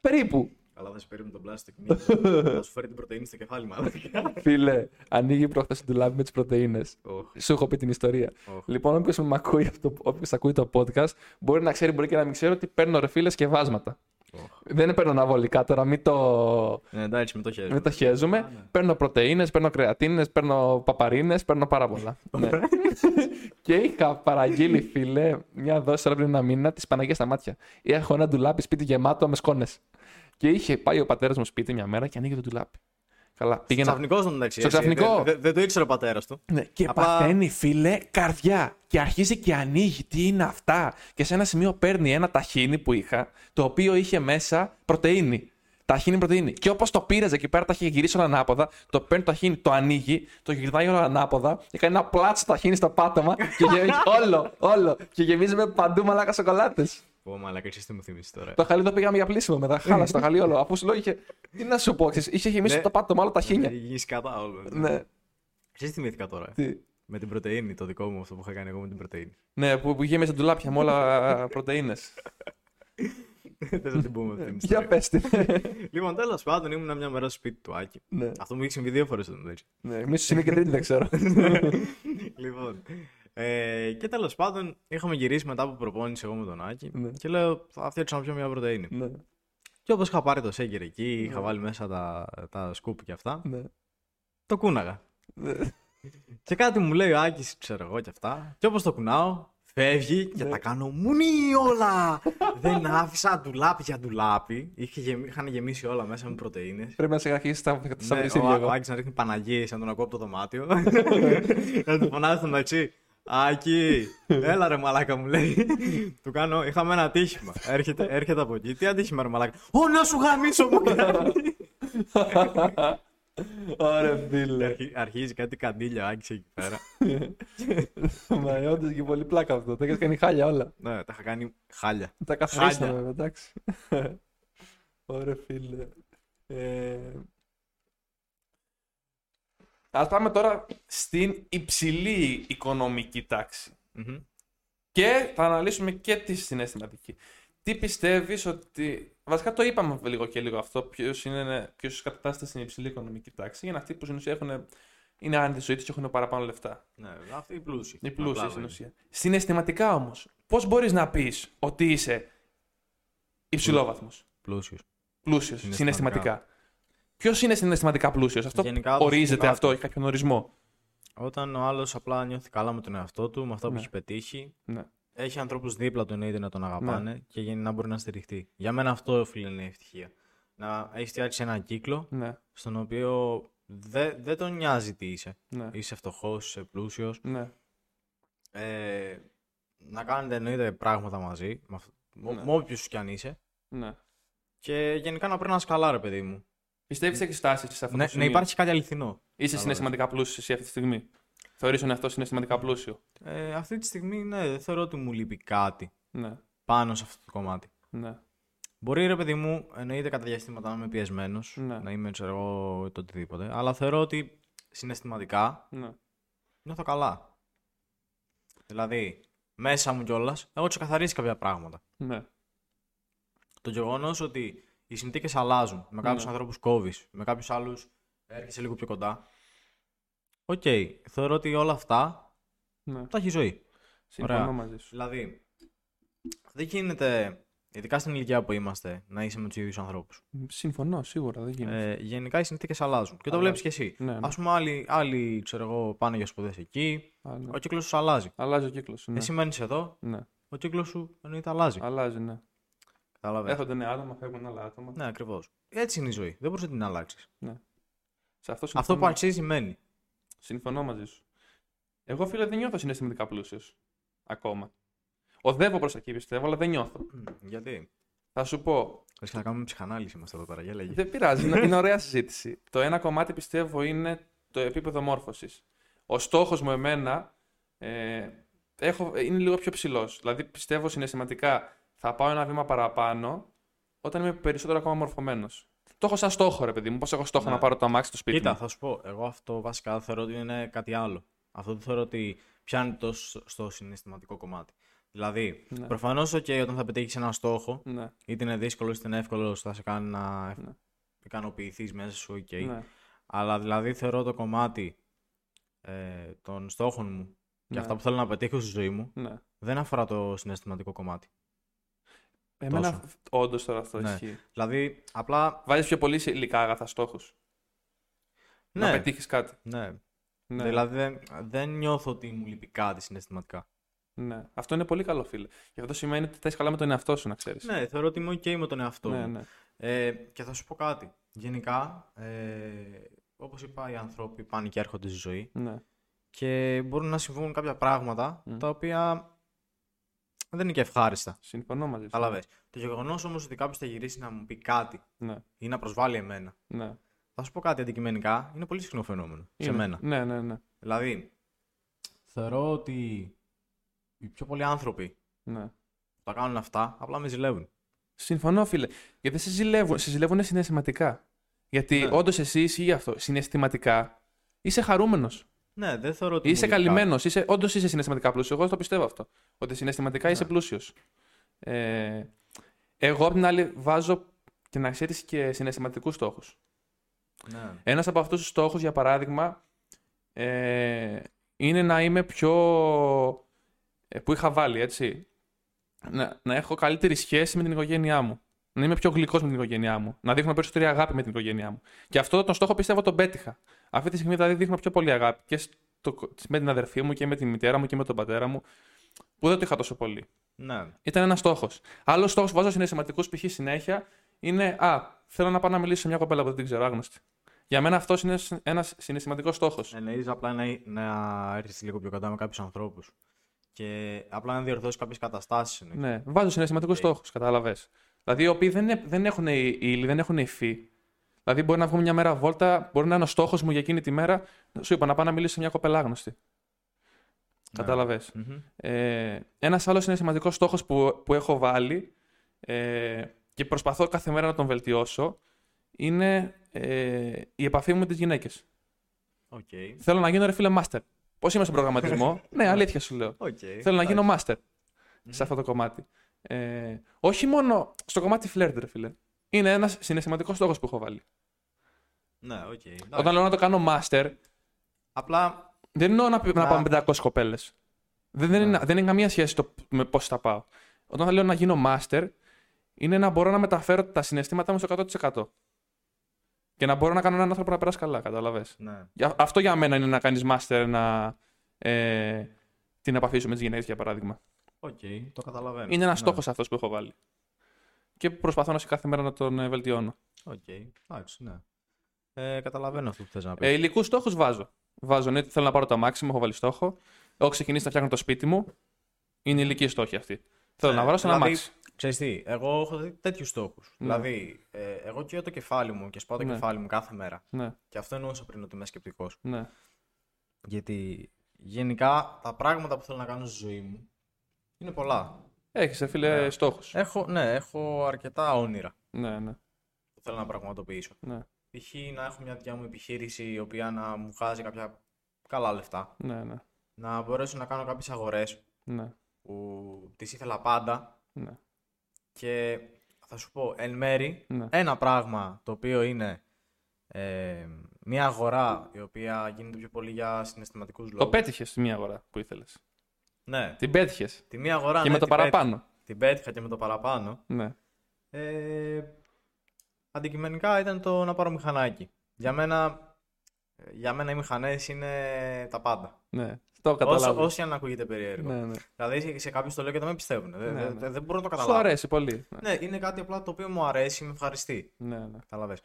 Speaker 1: Περίπου.
Speaker 2: Καλά, θα σου φέρει με τον πλάστικ μύτη. Θα σου φέρει την πρωτεΐνη στο κεφάλι, μάλλον.
Speaker 1: Φίλε, ανοίγει προχθέ το ντουλάπι με τις πρωτενε. Σου έχω πει την ιστορία. Λοιπόν, όποιος με ακούει, αυτό- όποιος ακούει το podcast, μπορεί να ξέρει, μπορεί και να μην ξέρει ότι παίρνω ρε φίλε σκευάσματα. Δεν παίρνω αναβολικά τώρα, μην το,
Speaker 2: Ναι, Εντάξει, με το χέρι.
Speaker 1: Μην τα χαίζουμε.
Speaker 2: Α, ναι.
Speaker 1: Παίρνω πρωτενε, παίρνω κρεατίνες, παίρνω παπαρίνες, παίρνω πάρα πολλά. ναι. και είχα παραγγείλει, φίλε, μια δόση τώρα πριν ένα μήνα της Παναγίας στα μάτια. Έχω ένα ντουλάπι σπίτι γεμάτο με σκόνες. Και είχε πάει ο πατέρας μου σπίτι μια μέρα και ανοίγει το ντουλάπι. Καλά, πήγαινα.
Speaker 2: Ξαφνικός ήταν εντάξει.
Speaker 1: Στο
Speaker 2: έτσι.
Speaker 1: ξαφνικό.
Speaker 2: Δεν- Δεν το ήξερε ο πατέρας του.
Speaker 1: Ναι, και
Speaker 2: Απλά-
Speaker 1: παθαίνει, φίλε, καρδιά. Και αρχίζει και ανοίγει. Τι είναι αυτά. Και σε ένα σημείο παίρνει ένα ταχίνι που είχα, το οποίο είχε μέσα πρωτενη. Ταχίνι πρωτενη. Και όπως το πήραζε εκεί πέρα, τα είχε γυρίσει όλα ανάποδα. Το παίρνει το ταχίνι, το ανοίγει, το γυρνάει όλα ανάποδα. Και κάνει ένα πλάτσο ταχίνι στο πάτωμα. Και γεμίζει όλο, όλο. Και γεμίζει με παντού μαλάκα σοκολάτες.
Speaker 2: Πω, μαλακά, ξέρει τι μου θυμίσει τώρα.
Speaker 1: Το χαλί το πήγαμε για πλήσιμο μετά. Χάλασε το χαλί όλο. Αφού σου λέω είχε. Τι να σου πω, ξέρεις, είχε γεμίσει
Speaker 2: Ναι.
Speaker 1: το πάτωμα, όλα τα χίνια.
Speaker 2: Γίνει κατά όλο.
Speaker 1: Ναι.
Speaker 2: Εσύ θυμήθηκα τώρα. ε.
Speaker 1: Τι.
Speaker 2: Με την πρωτεΐνη, το δικό μου αυτό που είχα κάνει εγώ με την πρωτεΐνη.
Speaker 1: Ναι, που, που είχε μέσα ντουλάπια με όλα πρωτεΐνες.
Speaker 2: Θες να την πούμε αυτή την
Speaker 1: Ναι. Για
Speaker 2: ιστορία.
Speaker 1: πες την.
Speaker 2: Λοιπόν, τέλος πάντων, ήμουν μια μέρα στο σπίτι του Άκη.
Speaker 1: ναι,
Speaker 2: Αυτό μου είχε συμβεί δύο φορές εδώ έτσι.
Speaker 1: ναι, ίσως είναι και τρίτη, δεν ξέρω.
Speaker 2: λοιπόν. Ε, και τέλος πάντων, είχαμε γυρίσει μετά από προπόνηση εγώ με τον Άκη
Speaker 1: Ναι.
Speaker 2: και λέω: Θα φτιάξω να πιω μια πρωτεΐνη.
Speaker 1: ναι,
Speaker 2: Και όπως είχα πάρει το σέγγερ εκεί, είχα
Speaker 1: Ναι.
Speaker 2: βάλει μέσα τα, τα σκούπ και αυτά,
Speaker 1: ναι.
Speaker 2: το κούναγα.
Speaker 1: Ναι.
Speaker 2: Και κάτι μου λέει ο Άκης, ξέρω εγώ και αυτά. Και όπως το κουνάω, φεύγει και
Speaker 1: Ναι.
Speaker 2: τα κάνω μουνί όλα. Δεν άφησα ντουλάπι για ντουλάπι. Είχε γεμι- Είχαν γεμίσει όλα μέσα με πρωτεΐνες.
Speaker 1: Πρέπει να σε αρχίσει τα τα
Speaker 2: Ναι,
Speaker 1: σαμπλησίδια
Speaker 2: ο,
Speaker 1: εγώ. Ναι.
Speaker 2: ο Άκης να ρίχνει Παναγίες, να τον ακούω από το δωμάτιο. να του φωνάζει στον αξί. Άκη, έλα ρε μαλάκα μου λέει. του κάνω, είχαμε ένα ατύχημα. έρχεται, έρχεται από εκεί. Τι ατύχημα ρε μαλάκα. Ω να σου γαμίσω μου κάνει.
Speaker 1: Ωραία, φίλε.
Speaker 2: Αρχι- Αρχίζει κάτι καντήλια ο Άκης εκεί πέρα.
Speaker 1: Μα ε, όντως και πολύ πλάκα αυτό. Τα έχεις κάνει χάλια όλα.
Speaker 2: ναι, τα είχα κάνει χάλια.
Speaker 1: Τα καθαρίσαμε,
Speaker 2: Χάλια.
Speaker 1: βέβαια, εντάξει. Ωραία, φίλε. Ε, Ας πάμε τώρα στην υψηλή οικονομική τάξη.
Speaker 2: Μμμ.
Speaker 1: Και θα αναλύσουμε και τη συναισθηματική. Τι πιστεύεις ότι. Βασικά το είπαμε λίγο και λίγο αυτό. Ποιος είναι. Ποιος κατατάσσεται στην υψηλή οικονομική τάξη. Είναι αυτοί που στην ουσία έχουν. Είναι άνετοι στη ζωή τους και έχουν παραπάνω λεφτά.
Speaker 2: Ναι, αυτοί οι πλούσιοι.
Speaker 1: Οι πλούσιοι
Speaker 2: Απλά,
Speaker 1: στην
Speaker 2: βέβαια.
Speaker 1: ουσία. Συναισθηματικά όμως, πώς μπορείς να πεις ότι είσαι υψηλόβαθμος,
Speaker 2: Πλούσιοι.
Speaker 1: πλούσιος,
Speaker 2: Συναισθηματικά.
Speaker 1: συναισθηματικά. Ποιος είναι συναισθηματικά πλούσιος, αυτό
Speaker 2: Γενικά, το
Speaker 1: ορίζεται
Speaker 2: συναισθηματικά
Speaker 1: αυτό, έχει κάποιον ορισμό.
Speaker 2: Όταν ο άλλος απλά νιώθει καλά με τον εαυτό του, με αυτά που
Speaker 1: Ναι.
Speaker 2: έχει πετύχει,
Speaker 1: Ναι.
Speaker 2: έχει ανθρώπους δίπλα του εννοείται να τον αγαπάνε και για να μπορεί να στηριχτεί. Για μένα αυτό, φίλε, είναι η ευτυχία. Να έχεις φτιάξει έναν κύκλο
Speaker 1: Ναι,
Speaker 2: στον οποίο δεν δεν τον νοιάζει τι είσαι.
Speaker 1: ναι,
Speaker 2: Είσαι φτωχός, είσαι πλούσιος.
Speaker 1: ναι.
Speaker 2: Ε, να κάνετε εννοείται πράγματα μαζί, με, αυ- με-
Speaker 1: Ναι.
Speaker 2: με όποιους κι αν είσαι.
Speaker 1: ναι.
Speaker 2: Και γενικά να περνάς καλά, ρε παιδί μου.
Speaker 1: Πιστεύεις ότι έχεις φτάσει σε αυτό
Speaker 2: Ναι,
Speaker 1: το
Speaker 2: να
Speaker 1: σημείο.
Speaker 2: υπάρχει κάτι αληθινό.
Speaker 1: Είσαι
Speaker 2: Καλά,
Speaker 1: συναισθηματικά πλούσιος εσύ αυτή τη στιγμή. Θεωρείς τον εαυτό συναισθηματικά πλούσιο.
Speaker 2: Ε, αυτή τη στιγμή, ναι, δεν θεωρώ ότι μου λείπει κάτι.
Speaker 1: Ναι,
Speaker 2: πάνω σε αυτό το κομμάτι.
Speaker 1: ναι,
Speaker 2: Μπορεί ρε παιδί μου, εννοείται κατά διαστήματα να είμαι πιεσμένος,
Speaker 1: Ναι.
Speaker 2: να είμαι ξέρω εγώ το οτιδήποτε, αλλά θεωρώ ότι συναισθηματικά
Speaker 1: ναι.
Speaker 2: νιώθω καλά. Δηλαδή, μέσα μου κιόλας έχω ξεκαθαρίσει κάποια πράγματα.
Speaker 1: ναι.
Speaker 2: Το γεγονός ότι οι συνθήκες αλλάζουν. Με κάποιους
Speaker 1: Ναι.
Speaker 2: ανθρώπους κόβεις, με κάποιους άλλους έρχεσαι λίγο πιο κοντά. Οκ, θεωρώ ότι όλα αυτά
Speaker 1: ναι.
Speaker 2: τα έχει η ζωή.
Speaker 1: Συμφωνώ
Speaker 2: Ωραία.
Speaker 1: μαζί σου.
Speaker 2: Δηλαδή, δεν γίνεται, ειδικά στην ηλικία που είμαστε, να είσαι με τους ίδιους ανθρώπους.
Speaker 1: Συμφωνώ, σίγουρα δεν γίνεται.
Speaker 2: Ε, γενικά οι συνθήκες αλλάζουν. Και το
Speaker 1: Αλλάζουν.
Speaker 2: βλέπεις κι εσύ.
Speaker 1: ναι, ναι.
Speaker 2: Ας πούμε, άλλοι, άλλοι, ξέρω εγώ, πάνε για σπουδές εκεί.
Speaker 1: Α, ναι.
Speaker 2: Ο κύκλος σου αλλάζει.
Speaker 1: Αλλάζει ο κύκλος. Ναι.
Speaker 2: Εσύ μένεις εδώ,
Speaker 1: ναι.
Speaker 2: ο κύκλος σου εννοείται αλλάζει.
Speaker 1: Αλλάζει, ναι.
Speaker 2: Κατάλαβες.
Speaker 1: Έρχονται νέα άτομα, φεύγουν άλλα άτομα.
Speaker 2: Ναι, ακριβώς. Έτσι είναι η ζωή. Δεν μπορεί να την αλλάξεις.
Speaker 1: Σε αυτό
Speaker 2: Αυτό
Speaker 1: συμφωνώ.
Speaker 2: που αξίζει μένει.
Speaker 1: Συμφωνώ μαζί σου. Εγώ, φίλε, δεν νιώθω συναισθηματικά πλούσιος. Ακόμα. Οδεύω προς εκεί, πιστεύω, αλλά δεν νιώθω.
Speaker 2: Γιατί.
Speaker 1: Θα σου πω,
Speaker 2: Λες και να κάνουμε ψυχανάλυση είμαστε εδώ πέρα. Για λέγε.
Speaker 1: Δεν πειράζει, είναι, είναι ωραία συζήτηση. Το ένα κομμάτι πιστεύω είναι το επίπεδο μόρφωσης. Ο στόχος μου εμένα ε, έχω, είναι λίγο πιο ψηλός. Δηλαδή πιστεύω συναισθηματικά θα πάω ένα βήμα παραπάνω όταν είμαι περισσότερο ακόμα μορφωμένος. Το έχω σαν στόχο, ρε παιδί μου. Πώς έχω στόχο
Speaker 2: Ναι.
Speaker 1: να πάρω το αμάξι στο σπίτι
Speaker 2: Κοίτα,
Speaker 1: μου.
Speaker 2: θα σου πω. Εγώ αυτό βασικά θεωρώ ότι είναι κάτι άλλο. Αυτό το θεωρώ ότι πιάνει το σ- στο συναισθηματικό κομμάτι. Δηλαδή,
Speaker 1: Ναι.
Speaker 2: προφανώς, OK, όταν θα πετύχεις ένα στόχο,
Speaker 1: Ναι,
Speaker 2: είτε είναι δύσκολο είτε είναι εύκολο, θα σε κάνει να
Speaker 1: Ναι.
Speaker 2: ικανοποιηθείς μέσα σου. οκ.
Speaker 1: ναι,
Speaker 2: Αλλά δηλαδή θεωρώ το κομμάτι ε, των στόχων μου και
Speaker 1: Ναι.
Speaker 2: αυτά που θέλω να πετύχω στη ζωή μου
Speaker 1: ναι.
Speaker 2: δεν αφορά το συναισθηματικό κομμάτι.
Speaker 1: Εμένα όντως τώρα αυτό
Speaker 2: Ναι.
Speaker 1: ισχύει.
Speaker 2: Δηλαδή, απλά.
Speaker 1: Βάζεις πιο πολύ σε υλικά αγαθά στόχους.
Speaker 2: Ναι,
Speaker 1: Να πετύχεις κάτι.
Speaker 2: ναι.
Speaker 1: Ναι.
Speaker 2: Δηλαδή δεν, δεν νιώθω ότι μου λείπει κάτι συναισθηματικά.
Speaker 1: ναι. Αυτό είναι πολύ καλό, φίλε. Και αυτό σημαίνει ότι τα είσαι καλά με τον εαυτό σου, να ξέρεις.
Speaker 2: Ναι, θεωρώ ότι είμαι OK με τον εαυτό μου.
Speaker 1: ναι, ναι.
Speaker 2: Ε, και θα σου πω κάτι. Γενικά, ε, όπως είπα, οι άνθρωποι πάνε και έρχονται στη ζωή.
Speaker 1: ναι.
Speaker 2: και μπορούν να συμβούν κάποια πράγματα
Speaker 1: Μμ.
Speaker 2: τα οποία δεν είναι και ευχάριστα.
Speaker 1: Συμφωνώ μαζί σου.
Speaker 2: Καταλαβες. Το γεγονός όμως ότι κάποιος θα γυρίσει να μου πει κάτι
Speaker 1: Ναι,
Speaker 2: ή να προσβάλλει εμένα,
Speaker 1: ναι.
Speaker 2: θα σου πω κάτι αντικειμενικά, είναι πολύ συχνό φαινόμενο σε
Speaker 1: Είναι.
Speaker 2: μένα.
Speaker 1: Ναι, ναι, ναι.
Speaker 2: Δηλαδή, θεωρώ ότι οι πιο πολλοί άνθρωποι
Speaker 1: ναι.
Speaker 2: που τα κάνουν αυτά απλά με ζηλεύουν.
Speaker 1: Συμφωνώ, φίλε. Γιατί σε ζηλεύουν, σε ζηλεύουν συναισθηματικά. Γιατί
Speaker 2: Ναι.
Speaker 1: όντως εσύ ισχύει αυτό. Συναισθηματικά είσαι χαρούμενος.
Speaker 2: Ναι, δεν θεωρώ ότι.
Speaker 1: Είσαι
Speaker 2: μου λείπει
Speaker 1: καλυμμένο. Είσαι, Όντως είσαι συναισθηματικά πλούσιος. Εγώ το πιστεύω αυτό. Ότι συναισθηματικά
Speaker 2: Ναι.
Speaker 1: είσαι πλούσιος. Ε, εγώ απ' την άλλη βάζω την αξία της και συναισθηματικούς στόχους.
Speaker 2: κάτι. Ναι.
Speaker 1: Ένας από αυτούς τους στόχους, για παράδειγμα, ε, είναι να είμαι πιο. ε, που είχα βάλει, έτσι. Να, να έχω καλύτερη σχέση με την οικογένειά μου. Να είμαι πιο γλυκός με την οικογένειά μου. Να δείχνω περισσότερη αγάπη με την οικογένειά μου. Και αυτό τον στόχο πιστεύω τον πέτυχα. Αυτή τη στιγμή δηλαδή δείχνω πιο πολύ αγάπη και στο, με την αδερφή μου και με τη μητέρα μου και με τον πατέρα μου. Που δεν το είχα τόσο πολύ.
Speaker 2: ναι.
Speaker 1: Ήταν ένας στόχος. Άλλος στόχος που βάζω συναισθηματικούς π.χ. συνέχεια είναι Α, θέλω να πάω να μιλήσω σε μια κοπέλα που δεν την ξέρω, άγνωστη. Για μένα αυτός είναι ένας συναισθηματικός στόχος.
Speaker 2: Εννοεί απλά να, να έρθεις λίγο πιο κοντά με κάποιους ανθρώπους. Και απλά να διορθώσεις κάποιες καταστάσεις.
Speaker 1: Ναι, βάζω συναισθηματικούς στόχους, κατάλαβες. Δηλαδή, οι οποίοι δεν, ε- δεν έχουν οι ύλη, δεν έχουν υφή. Δηλαδή, μπορεί να βγω μια μέρα βόλτα, μπορεί να είναι ο στόχος μου για εκείνη τη μέρα. Σου είπα να πάω να μιλήσω σε μια κοπέλα άγνωστη. Κατάλαβε. Ε, Ένας άλλος συναισθηματικό στόχος που, που έχω βάλει ε, και προσπαθώ κάθε μέρα να τον βελτιώσω είναι ε, η επαφή μου με τις γυναίκες.
Speaker 2: Οκ.
Speaker 1: Θέλω να γίνω ρε φίλε master. Πώς είμαι στον προγραμματισμό. ναι, αλήθεια σου λέω.
Speaker 2: Οκ.
Speaker 1: Θέλω να γίνω
Speaker 2: Ε, Εντάξει.
Speaker 1: master σε αυτό το κομμάτι. Ε, όχι μόνο στο κομμάτι φλερτ, ρε φίλε. Είναι ένας συναισθηματικός στόχος που έχω βάλει.
Speaker 2: Ναι, οκ. Εντάξει.
Speaker 1: Όταν λέω να το κάνω master,
Speaker 2: Απλά
Speaker 1: δεν εννοώ να, να
Speaker 2: Να-
Speaker 1: πάμε 500 κοπέλες. Δεν, δεν, είναι,
Speaker 2: Ναι.
Speaker 1: δεν είναι καμία σχέση το με πώς θα πάω. Όταν θα λέω να γίνω master, είναι να μπορώ να μεταφέρω τα συναισθήματά μου στο 100%. Και να μπορώ να κάνω έναν άνθρωπο να περάσει καλά, κατάλαβε.
Speaker 2: Ναι.
Speaker 1: Αυτό για μένα είναι να κάνεις master να. Ε, την επαφή σου με τις γυναίκες, για παράδειγμα.
Speaker 2: Οκ, το καταλαβαίνω.
Speaker 1: Είναι ένας
Speaker 2: ναι.
Speaker 1: στόχος αυτός που έχω βάλει. Και προσπαθώ να σε κάθε μέρα να τον ε, βελτιώνω.
Speaker 2: Οκ, εντάξει, ναι. Ε, καταλαβαίνω αυτό που θες να πεις.
Speaker 1: Ε, υλικούς στόχους βάζω. Βάζω, ναι, θέλω να πάρω το αμάξι μου, έχω βάλει στόχο. Έχω ξεκινήσει να φτιάχνω το σπίτι μου. Είναι ηλικοί στόχοι αυτοί. Θέλω
Speaker 2: Ε,
Speaker 1: να βρω σε ένα
Speaker 2: δηλαδή,
Speaker 1: αμάξι.
Speaker 2: Ξέρεις τι, εγώ έχω δει τέτοιους στόχους.
Speaker 1: Ναι.
Speaker 2: Δηλαδή, ε, εγώ καίω το κεφάλι μου και σπάω το
Speaker 1: Ναι.
Speaker 2: κεφάλι μου κάθε μέρα.
Speaker 1: Ναι,
Speaker 2: Και αυτό εννοούσα πριν ότι είμαι σκεπτικός.
Speaker 1: ναι.
Speaker 2: Γιατί γενικά τα πράγματα που θέλω να κάνω στη ζωή μου είναι πολλά.
Speaker 1: Έχεις, ε, φίλε,
Speaker 2: Ναι.
Speaker 1: στόχους.
Speaker 2: Έχω, ναι, έχω αρκετά όνειρα
Speaker 1: Ναι, ναι,
Speaker 2: που θέλω να πραγματοποιήσω.
Speaker 1: ναι,
Speaker 2: Π.χ. να έχω μια δικιά μου επιχείρηση η οποία να μου βγάζει κάποια καλά λεφτά.
Speaker 1: ναι, ναι,
Speaker 2: Να μπορέσω να κάνω κάποιες αγορές
Speaker 1: ναι,
Speaker 2: που τις ήθελα πάντα
Speaker 1: ναι,
Speaker 2: και θα σου πω εν μέρη
Speaker 1: ναι.
Speaker 2: ένα πράγμα το οποίο είναι ε, μια αγορά η οποία γίνεται πιο πολύ για συναισθηματικούς λόγους.
Speaker 1: Το πέτυχε στη μία αγορά που ήθελες.
Speaker 2: Ναι,
Speaker 1: Την πέτυχες.
Speaker 2: τη μία αγορά
Speaker 1: Και
Speaker 2: ναι,
Speaker 1: με το
Speaker 2: την πέτυχα-
Speaker 1: παραπάνω.
Speaker 2: την πέτυχα και με το παραπάνω.
Speaker 1: Ναι,
Speaker 2: Ε, αντικειμενικά ήταν το να πάρω μηχανάκι. Για μένα, για μένα οι μηχανές είναι τα πάντα.
Speaker 1: ναι. Το
Speaker 2: Όσο,
Speaker 1: καταλάβω.
Speaker 2: όσοι αν ακούγεται περίεργο.
Speaker 1: Ναι, ναι.
Speaker 2: Δηλαδή σε- σε κάποιους το λέω και δεν με πιστεύουν. Ε, Δεν,
Speaker 1: Ναι,
Speaker 2: δεν-
Speaker 1: ναι.
Speaker 2: δεν μπορώ να το
Speaker 1: Σου
Speaker 2: καταλάβω.
Speaker 1: αρέσει πολύ. Ναι,
Speaker 2: Ναι, είναι κάτι απλά το οποίο μου αρέσει, με ευχαριστεί.
Speaker 1: ναι, ναι.
Speaker 2: Κατάλαβε.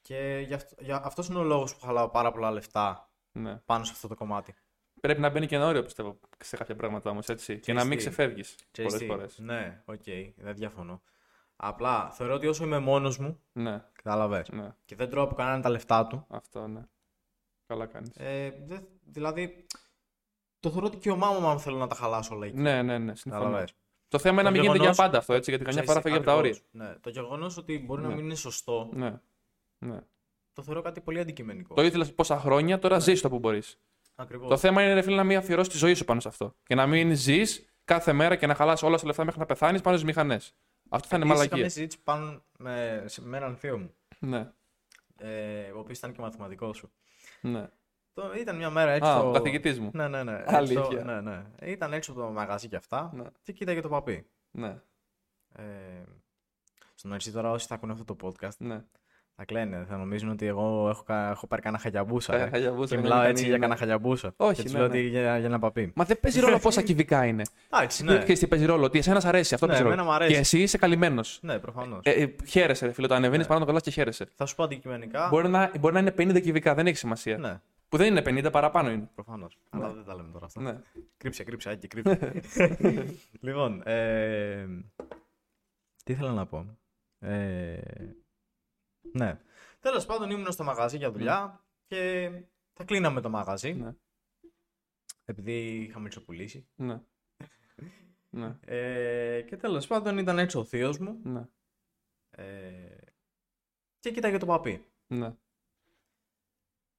Speaker 2: Και γι αυτό, για, αυτός είναι ο λόγος που χαλάω πάρα πολλά λεφτά
Speaker 1: ναι.
Speaker 2: πάνω σε αυτό το κομμάτι.
Speaker 1: Πρέπει να μπαίνει και ένα όριο, πιστεύω, σε κάποια πράγματα όμως, έτσι. Και να μην
Speaker 2: τι.
Speaker 1: ξεφεύγεις
Speaker 2: Ξέρεις
Speaker 1: πολλές
Speaker 2: τι,
Speaker 1: φορές.
Speaker 2: Ναι, οκ, δεν διαφωνώ. Απλά θεωρώ ότι όσο είμαι μόνος μου,
Speaker 1: Ναι,
Speaker 2: κατάλαβες,
Speaker 1: ναι,
Speaker 2: και δεν τρώω από κανέναν τα λεφτά του,
Speaker 1: αυτό ναι. Καλά κάνεις.
Speaker 2: ε, δεν- δηλαδή το θεωρώ δικαίωμά μου αν θέλω να τα χαλάσω όλα εκεί.
Speaker 1: ναι, ναι, ναι, συμφωνώ.
Speaker 2: Κατάλαβες.
Speaker 1: Το θέμα είναι να
Speaker 2: Το
Speaker 1: μην γίνεται για
Speaker 2: γεγονός-
Speaker 1: πάντα αυτό, έτσι, γιατί καμιά φορά φεύγει από τα όρια.
Speaker 2: Ναι, το γεγονός ότι μπορεί
Speaker 1: Ναι.
Speaker 2: να μην είναι σωστό,
Speaker 1: Ναι. ναι.
Speaker 2: το θεωρώ κάτι πολύ αντικειμενικό.
Speaker 1: Το ήθελες πόσα χρόνια,
Speaker 2: Ναι.
Speaker 1: τώρα ζεις το που μπορείς.
Speaker 2: Ακριβώς.
Speaker 1: Το θέμα είναι, ρε φίλε, να μην αφιερώσεις τη ζωή σου πάνω σε αυτό. Και να μην ζεις κάθε μέρα και να χαλάς όλα τα λεφτά μέχρι να πεθάνεις πάνω στις μηχανές. Αυτό θα είναι μαλακία.
Speaker 2: μια συζήτηση πάνω με, σε- με έναν θείο μου,
Speaker 1: Ναι,
Speaker 2: ε, ο οποίος ήταν και μαθηματικός σου.
Speaker 1: ναι.
Speaker 2: Το, ήταν μια μέρα έξω.
Speaker 1: Α, ο καθηγητής μου.
Speaker 2: Ναι, ναι, ναι.
Speaker 1: Αλήθεια.
Speaker 2: Έξω, ναι, ναι. Ήταν έξω από το μαγαζί και αυτά
Speaker 1: Ναι.
Speaker 2: και κοίταγε το παπί.
Speaker 1: Ναι,
Speaker 2: Ε, στον αρχή τώρα όσοι θα ακούνε αυτό το podcast
Speaker 1: ναι.
Speaker 2: θα κλαίνε, θα νομίζουν ότι εγώ έχω, κα- έχω πάρει κανένα χαγιαμπούσα.
Speaker 1: Τα
Speaker 2: ε.
Speaker 1: χαγιαβούσα,
Speaker 2: και
Speaker 1: μια
Speaker 2: μιλάω έτσι για
Speaker 1: μηχανή, ναι.
Speaker 2: κανένα χαγιαμπούσα.
Speaker 1: Όχι,
Speaker 2: και τους
Speaker 1: ναι,
Speaker 2: λέω
Speaker 1: ναι.
Speaker 2: ότι για, για ένα παπί.
Speaker 1: Μα δεν παίζει ρόλο πόσα κυβικά είναι.
Speaker 2: Εντάξει,
Speaker 1: Ναι.
Speaker 2: ναι.
Speaker 1: Ξέρεις τι παίζει ρόλο, ότι εσένας σ' αρέσει αυτό
Speaker 2: Ναι,
Speaker 1: παίζει
Speaker 2: εμένα
Speaker 1: ρόλο.
Speaker 2: μου αρέσει.
Speaker 1: Και εσύ είσαι καλυμμένος.
Speaker 2: Ναι, προφανώς.
Speaker 1: Ε, ε, χαίρεσαι, ρε φίλε, το ανεβαίνεις
Speaker 2: Ναι.
Speaker 1: πάνω το καλά και χαίρεσαι.
Speaker 2: θα σου πω αντικειμενικά.
Speaker 1: Μπορεί να, μπορεί να είναι 50 κυβικά, δεν έχει σημασία.
Speaker 2: Ναι,
Speaker 1: Που δεν είναι 50, παραπάνω είναι.
Speaker 2: προφανώς. Αλλά δεν τα λέμε τώρα αυτά.
Speaker 1: Ναι.
Speaker 2: Κρύψε, κρύψε, Άκη, κρύψε. λοιπόν, ε, τι ήθελα να πω. Ε, ναι. Τέλος πάντων ήμουν στο μαγαζί για δουλειά και θα κλείναμε το μαγαζί.
Speaker 1: Ναι.
Speaker 2: Επειδή είχαμε εξοπουλήσει.
Speaker 1: Ναι. ναι.
Speaker 2: Ε, και τέλος πάντων ήταν έτσι ο θείος μου.
Speaker 1: Ναι.
Speaker 2: Ε, και κοίταγε το παπί.
Speaker 1: Ναι.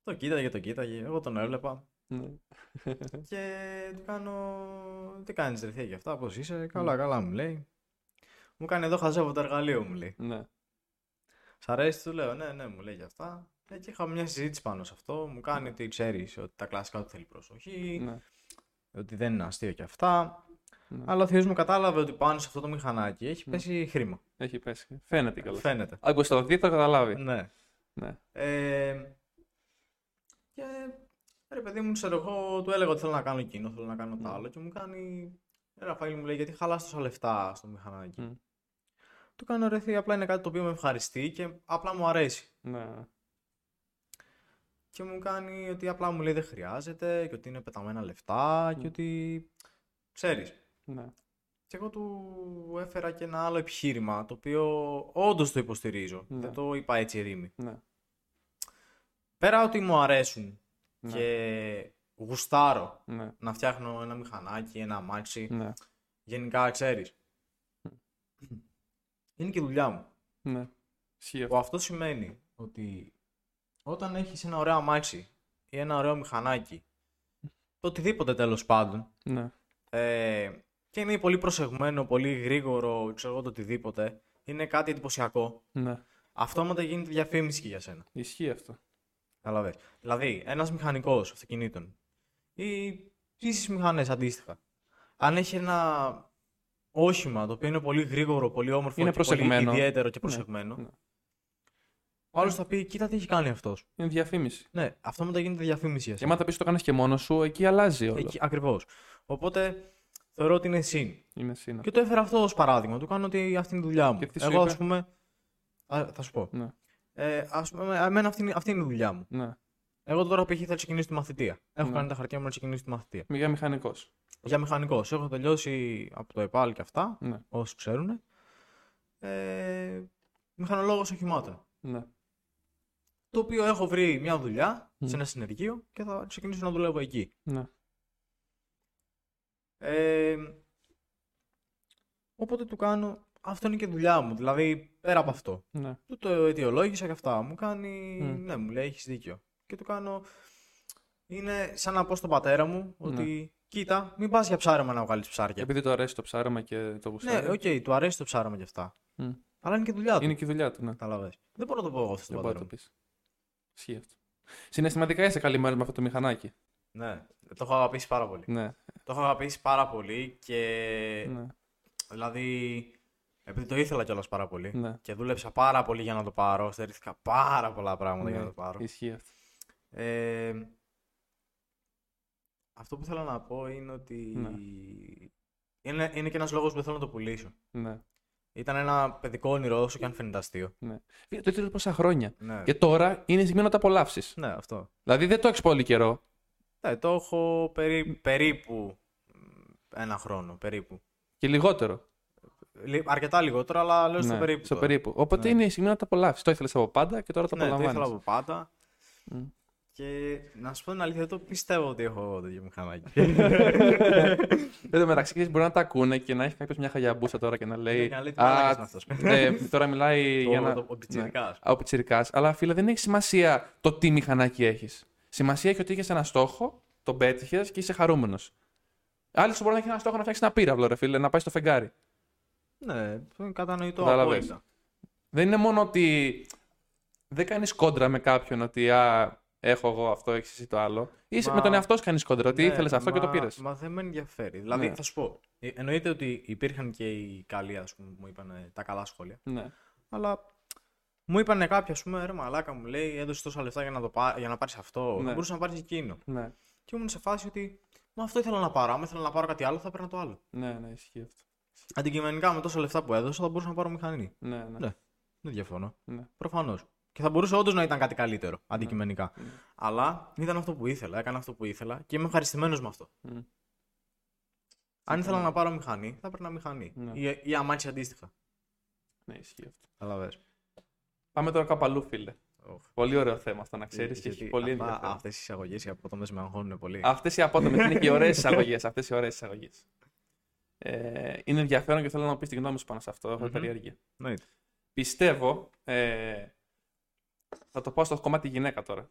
Speaker 2: Το κοίταγε, το κοίταγε. Εγώ τον έβλεπα.
Speaker 1: Ναι.
Speaker 2: Και του κάνω. Τι κάνεις, Ρε θεία, και αυτά, πώς είσαι. Καλά, καλά μου λέει. Μου κάνει εδώ χαζεύω το εργαλείο, μου λέει.
Speaker 1: ναι.
Speaker 2: Σ' αρέσει, του λέω, ναι, ναι, μου λέει και αυτά. Ε, και είχαμε μια συζήτηση πάνω σε αυτό. Μου κάνει ότι ξέρεις ότι τα κλασικά του θέλει προσοχή,
Speaker 1: ναι.
Speaker 2: ότι δεν είναι αστείο και αυτά.
Speaker 1: Ναι.
Speaker 2: Αλλά ο Θεό μου κατάλαβε ότι πάνω σε αυτό το μηχανάκι έχει πέσει χρήμα.
Speaker 1: Έχει πέσει. Φαίνεται καλά.
Speaker 2: Φαίνεται.
Speaker 1: Άκουσε το δει, θα καταλάβει.
Speaker 2: Ναι.
Speaker 1: Ναι.
Speaker 2: Ε, και ρε παιδί μου, ξέρω εγώ, του έλεγα ότι θέλω να κάνω εκείνο, θέλω να κάνω
Speaker 1: Ναι.
Speaker 2: το άλλο και μου κάνει. Ρε Ραφαήλ μου λέει, γιατί χαλάς τόσα λεφτά στο μηχανάκι.
Speaker 1: Μμ.
Speaker 2: Του κάνω ρε θεία, απλά είναι κάτι το οποίο με ευχαριστεί και απλά μου αρέσει.
Speaker 1: Ναι.
Speaker 2: Και μου κάνει ότι απλά μου λέει δεν χρειάζεται και ότι είναι πεταμένα λεφτά και
Speaker 1: Μμ.
Speaker 2: ότι ξέρεις.
Speaker 1: Ναι.
Speaker 2: Και εγώ του έφερα και ένα άλλο επιχείρημα το οποίο όντως το υποστηρίζω.
Speaker 1: Ναι.
Speaker 2: Δεν το είπα έτσι ρήμη.
Speaker 1: Ναι.
Speaker 2: Πέρα ότι μου αρέσουν
Speaker 1: Ναι.
Speaker 2: και γουστάρω
Speaker 1: Ναι.
Speaker 2: να φτιάχνω ένα μηχανάκι, ένα αμάξι.
Speaker 1: Ναι.
Speaker 2: Γενικά ξέρεις. Είναι και η δουλειά μου.
Speaker 1: Ναι. Ισχύει αυτό.
Speaker 2: Που αυτός σημαίνει ότι όταν έχεις ένα ωραίο αμάξι ή ένα ωραίο μηχανάκι, το οτιδήποτε τέλος πάντων,
Speaker 1: Ναι.
Speaker 2: ε, και είναι πολύ προσεγμένο, πολύ γρήγορο, ξέρω εγώ το οτιδήποτε, είναι κάτι εντυπωσιακό.
Speaker 1: Ναι.
Speaker 2: Αυτόματα γίνεται διαφήμιση και για σένα.
Speaker 1: Ισχύει αυτό.
Speaker 2: Καταλαβες. Δηλαδή, ένας μηχανικός αυτοκινήτων ή ίσες μηχανές αντίστοιχα, αν έχει ένα όχημα το οποίο είναι πολύ γρήγορο, πολύ όμορφο
Speaker 1: Είναι
Speaker 2: και
Speaker 1: προσεγμένο.
Speaker 2: πολύ ιδιαίτερο και προσεγμένο,
Speaker 1: ναι.
Speaker 2: ο άλλος θα πει, κοίτα τι έχει κάνει αυτός.
Speaker 1: Είναι διαφήμιση.
Speaker 2: Ναι, αυτό μετά γίνεται διαφήμιση για
Speaker 1: Και
Speaker 2: σένα.
Speaker 1: άμα τα πεις το κάνεις και μόνος σου, εκεί αλλάζει όλο. Ναι.
Speaker 2: Εκεί, ακριβώς. Οπότε θεωρώ ότι είναι συν.
Speaker 1: Είναι σύνα.
Speaker 2: Και το έφερα αυτό ως παράδειγμα. Του κάνω ότι αυτή είναι η δουλειά μου.
Speaker 1: Και τι σου
Speaker 2: Εγώ,
Speaker 1: είπε?
Speaker 2: ας πούμε. Α, θα σου πω.
Speaker 1: Ναι.
Speaker 2: Ε, ας πούμε, εμένα αυτή, είναι- αυτή είναι η δουλειά μου.
Speaker 1: Ναι.
Speaker 2: Εγώ τώρα π.χ. θα ξεκινήσω τη μαθητεία. Έχω
Speaker 1: Ναι.
Speaker 2: κάνει τα χαρτιά μου να ξεκινήσω τη μαθητεία.
Speaker 1: Μηγά μηχανικός.
Speaker 2: Για μηχανικός. Έχω τελειώσει από το ΕΠΑΛ και αυτά.
Speaker 1: Ναι.
Speaker 2: Όσοι ξέρουν. Ε, Μηχανολόγος οχημάτων.
Speaker 1: Ναι.
Speaker 2: Το οποίο έχω βρει μια δουλειά
Speaker 1: Μμ.
Speaker 2: σε ένα συνεργείο και θα ξεκινήσω να δουλεύω εκεί.
Speaker 1: Ναι.
Speaker 2: Ε, οπότε του κάνω. Αυτό είναι και δουλειά μου. Δηλαδή, πέρα από αυτό.
Speaker 1: Ναι.
Speaker 2: Του το αιτιολόγησα και αυτά. Μου κάνει.
Speaker 1: Μμ.
Speaker 2: Ναι, μου λέει, έχεις δίκιο. Και του κάνω. Είναι σαν να πω στον πατέρα μου ότι. Κοίτα, μην πας για ψάρεμα να βγάλεις ψάρια.
Speaker 1: Ναι. Επειδή του αρέσει το ψάραμα και το γουστάρι.
Speaker 2: Ναι, οκ, του αρέσει το ψάραμα και αυτά.
Speaker 1: Μμ.
Speaker 2: Αλλά είναι και δουλειά του.
Speaker 1: Είναι και η δουλειά του. Ναι.
Speaker 2: Καταλαβες. Δεν μπορώ να το πω εγώ αυτό στον
Speaker 1: Δεν μπορεί να
Speaker 2: πατέρα
Speaker 1: το
Speaker 2: μου.
Speaker 1: πεις. Ισχύει αυτό. Συναισθηματικά είσαι καλυμμένος με αυτό το μηχανάκι.
Speaker 2: Ναι, το έχω αγαπήσει πάρα πολύ.
Speaker 1: Ναι.
Speaker 2: Το έχω αγαπήσει πάρα πολύ και. Ε,
Speaker 1: ναι.
Speaker 2: Δηλαδή. Επειδή το ήθελα κιόλας πάρα πολύ.
Speaker 1: Ναι.
Speaker 2: Και δούλεψα πάρα πολύ για να το πάρω. Στερήθηκα πάρα πολλά πράγματα για
Speaker 1: Ναι.
Speaker 2: να το πάρω.
Speaker 1: Ισχύει αυτό.
Speaker 2: Ε, αυτό που θέλω να πω είναι ότι.
Speaker 1: Ναι.
Speaker 2: Είναι, είναι και ένας λόγος που θέλω να το πουλήσω.
Speaker 1: Ναι.
Speaker 2: Ήταν ένα παιδικό όνειρο, όσο και αν φαίνεται αστείο.
Speaker 1: ναι. Ε, Το ήθελες πόσα χρόνια.
Speaker 2: Ναι,
Speaker 1: Και τώρα είναι η στιγμή να το απολαύσεις.
Speaker 2: ναι αυτό.
Speaker 1: Δηλαδή δεν το έχεις πολύ καιρό.
Speaker 2: Ναι, το έχω περί- περίπου μ, ένα χρόνο, περίπου.
Speaker 1: Και λιγότερο.
Speaker 2: Λι- Αρκετά λιγότερο, αλλά λέω στο
Speaker 1: Ναι,
Speaker 2: περίπου.
Speaker 1: στο
Speaker 2: τώρα.
Speaker 1: περίπου. Οπότε
Speaker 2: Ναι.
Speaker 1: είναι η στιγμή να το απολαύσεις. Το ήθελες από πάντα και τώρα το
Speaker 2: Ναι, το ήθελα
Speaker 1: απολαμβάνεις.
Speaker 2: από πάντα.
Speaker 1: Μμ.
Speaker 2: Και να σου πω την αλήθεια, δεν το πιστεύω ότι έχω τέτοιο μηχανάκι.
Speaker 1: Εν τω μεταξύ, ξέρεις, μπορεί να τα ακούνε και να έχει κάποιος μια χαγιαμπούσα τώρα και να λέει.
Speaker 2: να λέει τι
Speaker 1: «Α,
Speaker 2: μαλάκας είναι αυτός».
Speaker 1: ναι, τώρα μιλάει
Speaker 2: Το-
Speaker 1: για να.
Speaker 2: το- ο πιτσιρικάς.
Speaker 1: Ναι, ο πιτσιρικάς. Αλλά φίλε, δεν έχει σημασία το τι μηχανάκι έχεις. Σημασία έχει ότι είχε ένα στόχο, τον πέτυχες και είσαι χαρούμενος. Άλλοι σου μπορεί να έχει ένα στόχο να φτιάξεις ένα πύραυλο, ρε φίλε, να πάει στο φεγγάρι.
Speaker 2: ναι, αυτό είναι κατανοητό
Speaker 1: Κατάλαβες.
Speaker 2: απόλυτα.
Speaker 1: Δεν είναι μόνο ότι δεν κάνεις κόντρα με κάποιον ότι α, έχω εγώ αυτό, έχεις εσύ το άλλο. Είσαι
Speaker 2: Μα-
Speaker 1: με τον εαυτό σου κάνεις κόντρα. Ότι
Speaker 2: Ναι,
Speaker 1: ήθελες αυτό και το
Speaker 2: μα-
Speaker 1: πήρες.
Speaker 2: Μα δεν με ενδιαφέρει. Δηλαδή,
Speaker 1: Ναι.
Speaker 2: θα σου πω. ε, Εννοείται ότι υπήρχαν και οι καλοί, ας πούμε, που μου είπαν ε, τα καλά σχόλια.
Speaker 1: Ναι.
Speaker 2: Αλλά μου είπαν κάποιοι, ας πούμε, ρε μαλάκα μου λέει, έδωσε τόσα λεφτά για να, το πά- για να πάρεις αυτό.
Speaker 1: Ναι.
Speaker 2: Ναι. Μπορούσε να πάρεις εκείνο.
Speaker 1: Ναι,
Speaker 2: Και ήμουν σε φάση ότι, μα αυτό ήθελα να πάρω. Αν ήθελα να πάρω κάτι άλλο, θα παίρνα το άλλο.
Speaker 1: ναι, ναι, ισχύει αυτό.
Speaker 2: Αντικειμενικά με τόσα λεφτά που έδωσα, θα μπορούσα να πάρω μηχανή.
Speaker 1: Ναι, ναι.
Speaker 2: Ναι. Δεν διαφωνώ.
Speaker 1: ναι.
Speaker 2: Προφανώς. Και θα μπορούσε όντως να ήταν κάτι καλύτερο αντικειμενικά.
Speaker 1: Ναι.
Speaker 2: Αλλά ήταν αυτό που ήθελα, έκανα αυτό που ήθελα και είμαι ευχαριστημένος με αυτό.
Speaker 1: Μμ.
Speaker 2: Αν ήθελα να πάρω μηχανή, θα έπαιρνα μηχανή.
Speaker 1: Ναι.
Speaker 2: Ή, ή αμάξι αντίστοιχα.
Speaker 1: Ναι, ισχύει αυτό.
Speaker 2: Καταλαβέ.
Speaker 1: Πάμε τώρα κάπου αλλού, φίλε. Πολύ ωραίο θέμα αυτό να ξέρεις
Speaker 2: Ε,
Speaker 1: και έχει πολύ ενδιαφέρον.
Speaker 2: Αυτές οι εισαγωγές οι απότομες με αγχώνουν πολύ.
Speaker 1: Αυτές οι απότομες είναι και ωραίες εισαγωγές. Αυτές οι ωραίες εισαγωγές. Ε, είναι ενδιαφέρον και θέλω να μου πεις τη γνώμη σου πάνω σε αυτό. έχω
Speaker 2: Μμμ.
Speaker 1: περιέργεια.
Speaker 2: Εννοείται.
Speaker 1: Πιστεύω. Ε, θα το πάω στο κομμάτι γυναίκα τώρα.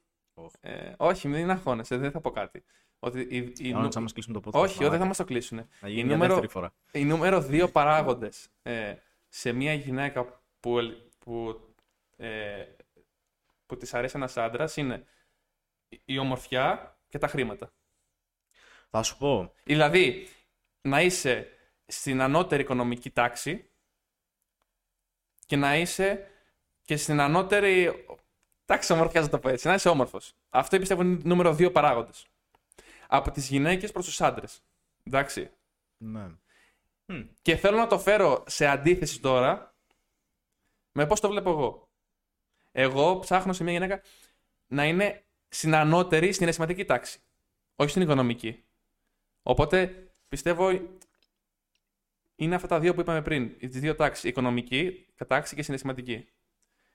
Speaker 1: Ε, όχι, μην αγχώνεσαι, δεν θα πω κάτι. Ότι η, η, νου-
Speaker 2: Κανόνισα να μας κλείσουν το podcast.
Speaker 1: όχι, όχι, δεν θα
Speaker 2: μαλάκα.
Speaker 1: μας το κλείσουν.
Speaker 2: Να γίνει
Speaker 1: νούμερο-
Speaker 2: για δεύτερη φορά.
Speaker 1: Οι νούμερο δύο παράγοντες ε, σε μια γυναίκα που, ελ- που, ε, που της αρέσει ένας άντρας είναι η ομορφιά και τα χρήματα.
Speaker 2: Θα σου πω,
Speaker 1: Δηλαδή, να είσαι στην ανώτερη οικονομική τάξη και να είσαι και στην ανώτερη τάξη ομορφιά, να το πω έτσι. Να είσαι όμορφος. Αυτό πιστεύω είναι νούμερο δύο παράγοντες. Από τις γυναίκες προς τους άντρες. Εντάξει.
Speaker 2: ναι. Μμ.
Speaker 1: Και θέλω να το φέρω σε αντίθεση τώρα με πώς το βλέπω εγώ. Εγώ ψάχνω σε μια γυναίκα να είναι στην ανώτερη, στην αισθηματική τάξη. Όχι στην οικονομική. Οπότε πιστεύω είναι αυτά τα δύο που είπαμε πριν. Τις δύο τάξεις. Οικονομική τάξη και συναισθηματική.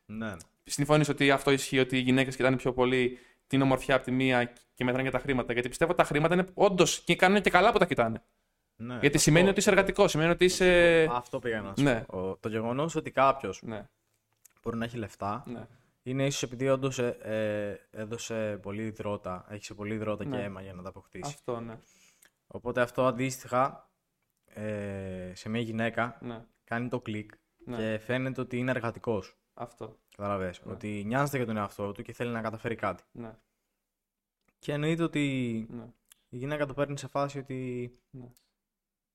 Speaker 2: ναι.
Speaker 1: Συμφωνείς ότι αυτό ισχύει, ότι οι γυναίκες κοιτάνε πιο πολύ την ομορφιά από τη μία και μετράνε και τα χρήματα. Γιατί πιστεύω τα χρήματα είναι όντως και κάνουν και καλά που τα κοιτάνε.
Speaker 2: ναι.
Speaker 1: Γιατί
Speaker 2: αυτό-
Speaker 1: σημαίνει ότι είσαι εργατικός, σημαίνει ότι είσαι.
Speaker 2: Αυτό πήγα να σου
Speaker 1: Ναι.
Speaker 2: πω. Ο- Το γεγονός ότι κάποιος
Speaker 1: Ναι,
Speaker 2: μπορεί να έχει λεφτά
Speaker 1: ναι.
Speaker 2: είναι ίσως επειδή όντως έδωσε πολύ υδρότα. Έχει σε πολύ υδρότα και
Speaker 1: Ναι.
Speaker 2: αίμα για να τα αποκτήσει.
Speaker 1: Αυτό, ναι.
Speaker 2: Οπότε αυτό αντίστοιχα ε, σε μια γυναίκα
Speaker 1: ναι,
Speaker 2: κάνει το κλικ
Speaker 1: ναι.
Speaker 2: και φαίνεται ότι είναι εργατικός.
Speaker 1: Αυτό.
Speaker 2: Καταλαβες,
Speaker 1: Ναι.
Speaker 2: Ότι νοιάζεται για τον εαυτό του και θέλει να καταφέρει κάτι.
Speaker 1: Ναι,
Speaker 2: Και εννοείται ότι
Speaker 1: ναι.
Speaker 2: η γυναίκα το παίρνει σε φάση ότι
Speaker 1: Ναι.